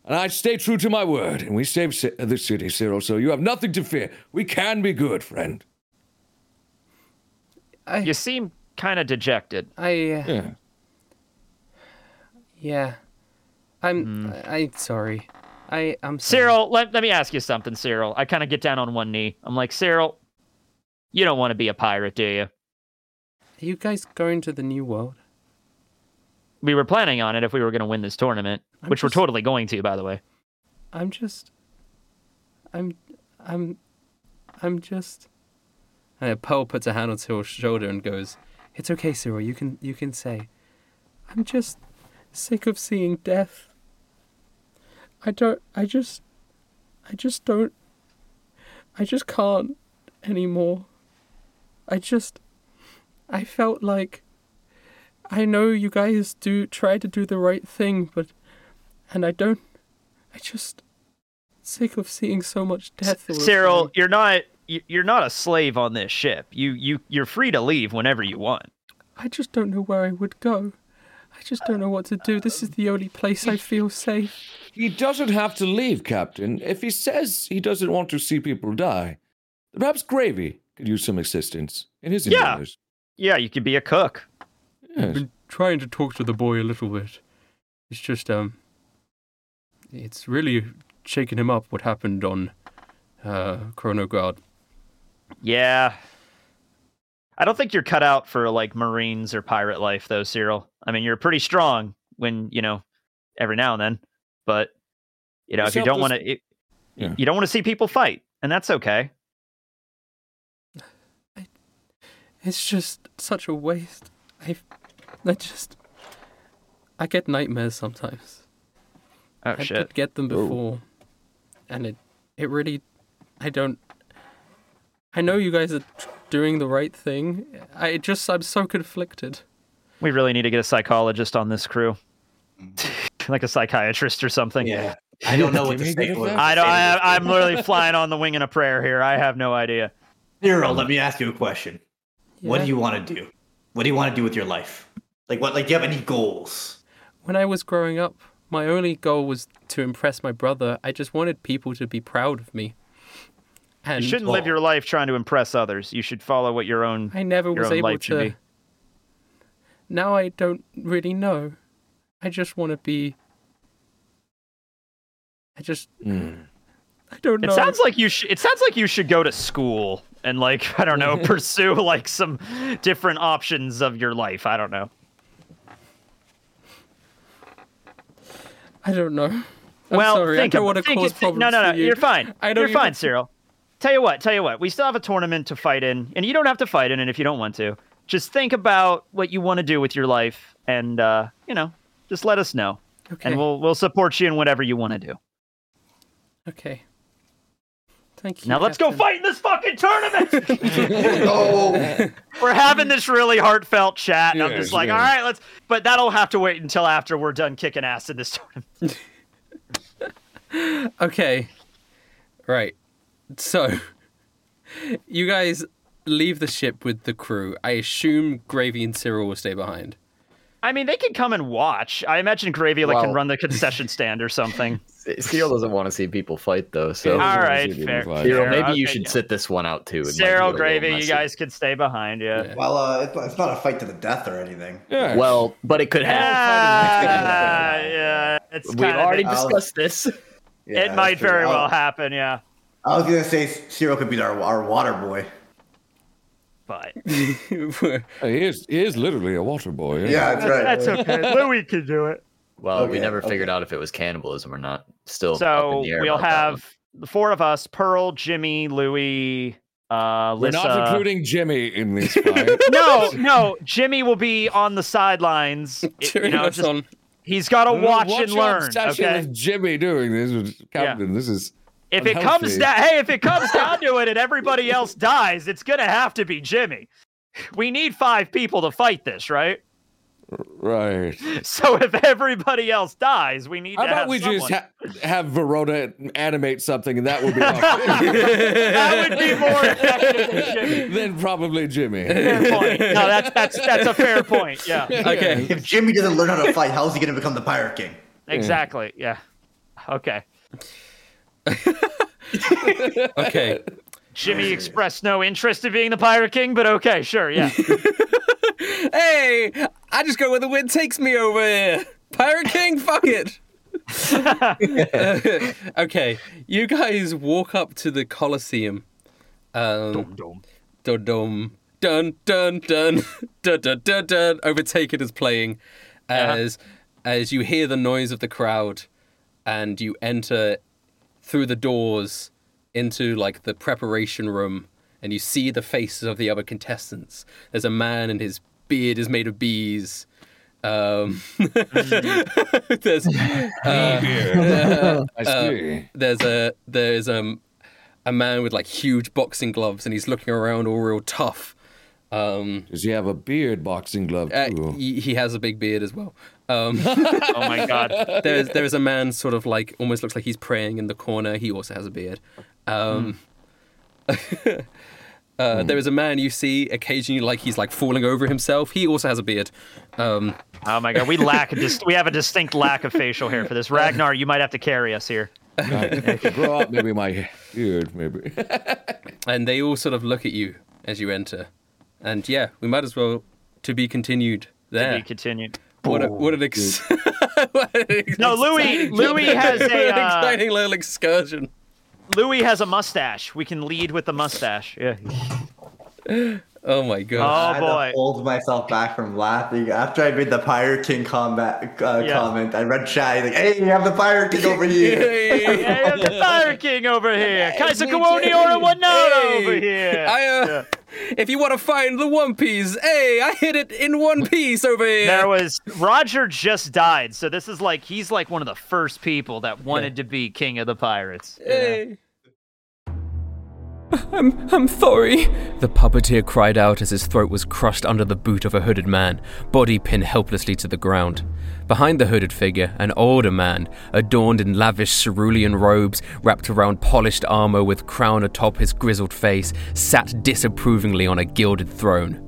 And I stay true to my word, and we save ci- the city, Cyril, so you have nothing to fear. We can be good, friend. You seem kind of dejected. I. Uh, yeah. I'm. I, I'm sorry. I. I'm. Sorry. Cyril, let, let me ask you something, Cyril. I kind of get down on one knee. I'm like, Cyril, you don't want to be a pirate, do you? Are you guys going to the new world? We were planning on it if we were going to win this tournament, I'm which we're just- totally going to, by the way. I'm just. I'm. I'm. I'm just. And Pearl puts a hand on Cyril's shoulder and goes, "It's okay, Cyril. You can. You can say. I'm just sick of seeing death. I don't. I just. I just don't. I just can't anymore. I just. I felt like. I know you guys do try to do the right thing, but. And I don't. I just. Sick of seeing so much death. all the Cyril, time. you're not you- you're not a slave on this ship. You you you're free to leave whenever you want. I just don't know where I would go. I just don't know what to do. This is the only place I feel safe. He doesn't have to leave, Captain. If he says he doesn't want to see people die, perhaps Gravy could use some assistance in his Yeah. endeavors. Yeah, you could be a cook. Yes. been trying to talk to the boy a little bit. It's just um it's really shaken him up what happened on uh Chrono Guard. Yeah. I don't think you're cut out for like Marines or pirate life though, Cyril. I mean, you're pretty strong when, you know, every now and then, but you know, You if you sound just- don't want to Yeah. you don't want to see people fight, and that's okay. It's just such a waste. I I just I get nightmares sometimes. Oh I shit. did get them before, and it it really, I don't. I know you guys are tr- doing the right thing. I just I'm so conflicted. We really need to get a psychologist on this crew. like a psychiatrist or something. Yeah. I don't know what to say. to him. I don't I, I'm literally flying on the wing in a prayer here. I have no idea. Cyril, let me ask you a question. What Yeah. do you want to do? What do you want to do with your life? Like what? Like do you have any goals? When I was growing up, my only goal was to impress my brother. I just wanted people to be proud of me. And You shouldn't live Oh. your life trying to impress others. You should follow what your own I never your was own able life should to. be. Now I don't really know. I just want to be. I just. I don't know. Hmm. It sounds like you. Sh- it sounds like you should go to school and like I don't know, pursue like some different options of your life. I don't know. I don't know. I'm well, sorry, think I don't ab- want to think cause it- th- problems. No, no, no. for you. are fine. I don't you're fine, even- Cyril. Tell you what. Tell you what. We still have a tournament to fight in, and you don't have to fight in it if you don't want to. Just think about what you want to do with your life, and uh, you know, just let us know, Okay. and we'll we'll support you in whatever you want to do. Okay. Thank you. Now let's go Captain. fight in this fucking tournament. Oh, we're having this really heartfelt chat, and I'm Yes, just like, yes. all right, let's. But that'll have to wait until after we're done kicking ass in this tournament. Okay. Right. So, you guys leave the ship with the crew. I assume Gravy and Cyril will stay behind. I mean, they can come and watch. I imagine Gravy like can Wow. run the concession stand or something. Cyril doesn't want to see people fight, though. So, all wanna right, see the fair. invite. Cyril, fair, maybe you okay, should yeah. sit this one out too. It might be a Cyril, little Gravy, you messy. guys could stay behind. Yeah. Yeah. well, uh, it's, it's not a fight to the death or anything. Yeah. Well, but it could happen. Ah, yeah, it's We've kind of already it, I'll- discussed this. Yeah, that's might true. very I- well happen, yeah. I was gonna say Cyril could be our our water boy. But he, is, he is literally a water boy. Yeah, that's right. that's okay. Louis can do it. Well, we Okay, never okay. figured out if it was cannibalism or not. Still, up in So the air we'll about that have the four of us: Pearl, Jimmy, Louis, uh, We're Lissa. not including Jimmy in this fight. no, no. Jimmy will be on the sidelines. it- You Cheering know, us just, on. he's got to watch, Watch and our learn. session Okay. with Jimmy doing this, with Captain. This is If it comes unhealthy. down, hey, if it comes down to it, and everybody else dies, it's gonna have to be Jimmy. We need five people to fight this, right? right? So if everybody else dies, we need How to about have we someone. just ha- have Verona animate something, and that would be awesome. that would be more effective than Jimmy. then probably Jimmy. Fair point. No, that's that's that's a fair point. Yeah, Okay. If Jimmy doesn't learn how to fight, how's he gonna become the Pirate King? exactly. Yeah. Okay. okay. Jimmy expressed no interest in being the Pirate King, but okay, sure, yeah. hey, I just go where the wind takes me over here. Pirate King, fuck it. okay, you guys walk up to the Colosseum. Um, dum dum dum dun dun dun dun dun dun dun. Overtaken is playing as as you hear the noise of the crowd, and you enter through the doors into like the preparation room and you see the faces of the other contestants. There's a man and his beard is made of bees. Um, there's uh, uh, I uh, see. there's a there's um a man with like huge boxing gloves and he's looking around all real tough. Um, Does he have a beard boxing glove uh, too? he, he has a big beard as well. Um, Oh my god. there's there is a man sort of like almost looks like he's praying in the corner. He also has a beard. Um, uh, There is a man you see occasionally like he's like falling over himself. He also has a beard. Um, Oh my god. We lack a dis- we have a distinct lack of facial hair for this. Ragnar, you might have to carry us here. If I grow up, maybe my beard, maybe. and they all sort of look at you as you enter. And yeah, we might as well to be continued Yeah. there. continue. what, a, what an ex- what an ex- No, Louis. Louis has what a an uh, exciting little excursion. Louis has a mustache. We can lead with the mustache. Yeah. Oh my god. Oh I had boy. to hold myself back from laughing after I made the Pirate King combat uh, Yeah. comment. I read chat like, "Hey, you have the Pirate King over here." Hey, Hey, I'm the Fire King over here. Kaiser Kawoni Ora Wanara over Hey, here. I, uh, If you want to find the One Piece, hey, I hit it in one piece over here. There was Roger just died, so this is like he's like one of the first people that wanted to be king of the pirates. Hey. I'm sorry. The puppeteer cried out as his throat was crushed under the boot of a hooded man, body pinned helplessly to the ground. Behind the hooded figure, an older man, adorned in lavish cerulean robes, wrapped around polished armor with crown atop his grizzled face, sat disapprovingly on a gilded throne.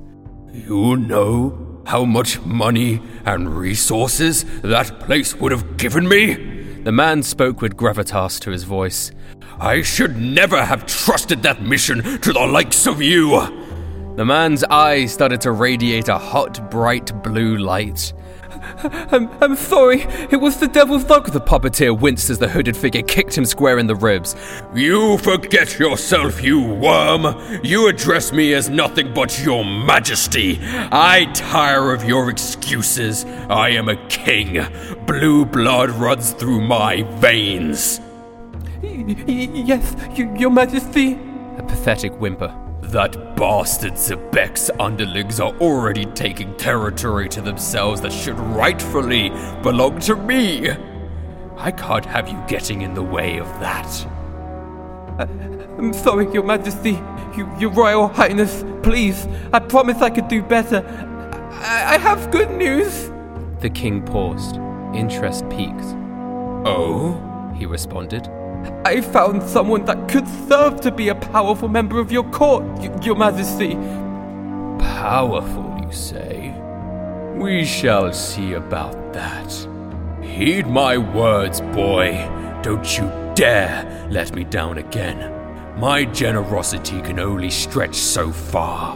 You know how much money and resources that place would have given me? The man spoke with gravitas to his voice. I should never have trusted that mission to the likes of you! The man's eyes started to radiate a hot, bright blue light. I'm, I'm sorry, it was the devil's luck. The puppeteer winced as the hooded figure kicked him square in the ribs. You forget yourself, you worm! You address me as nothing but your majesty! I tire of your excuses. I am a king. Blue blood runs through my veins. Yes, Your Majesty. A pathetic whimper. That bastard Zebek's underlings are already taking territory to themselves that should rightfully belong to me. I can't have you getting in the way of that. Uh, I'm sorry, Your Majesty. You, Your Royal Highness, please. I promise I could do better. I, I have good news. The king paused. Interest peaked. Oh? He responded. I found someone that could serve to be a powerful member of your court, y- Your Majesty. Powerful, you say? We shall see about that. Heed my words, boy. Don't you dare let me down again. My generosity can only stretch so far.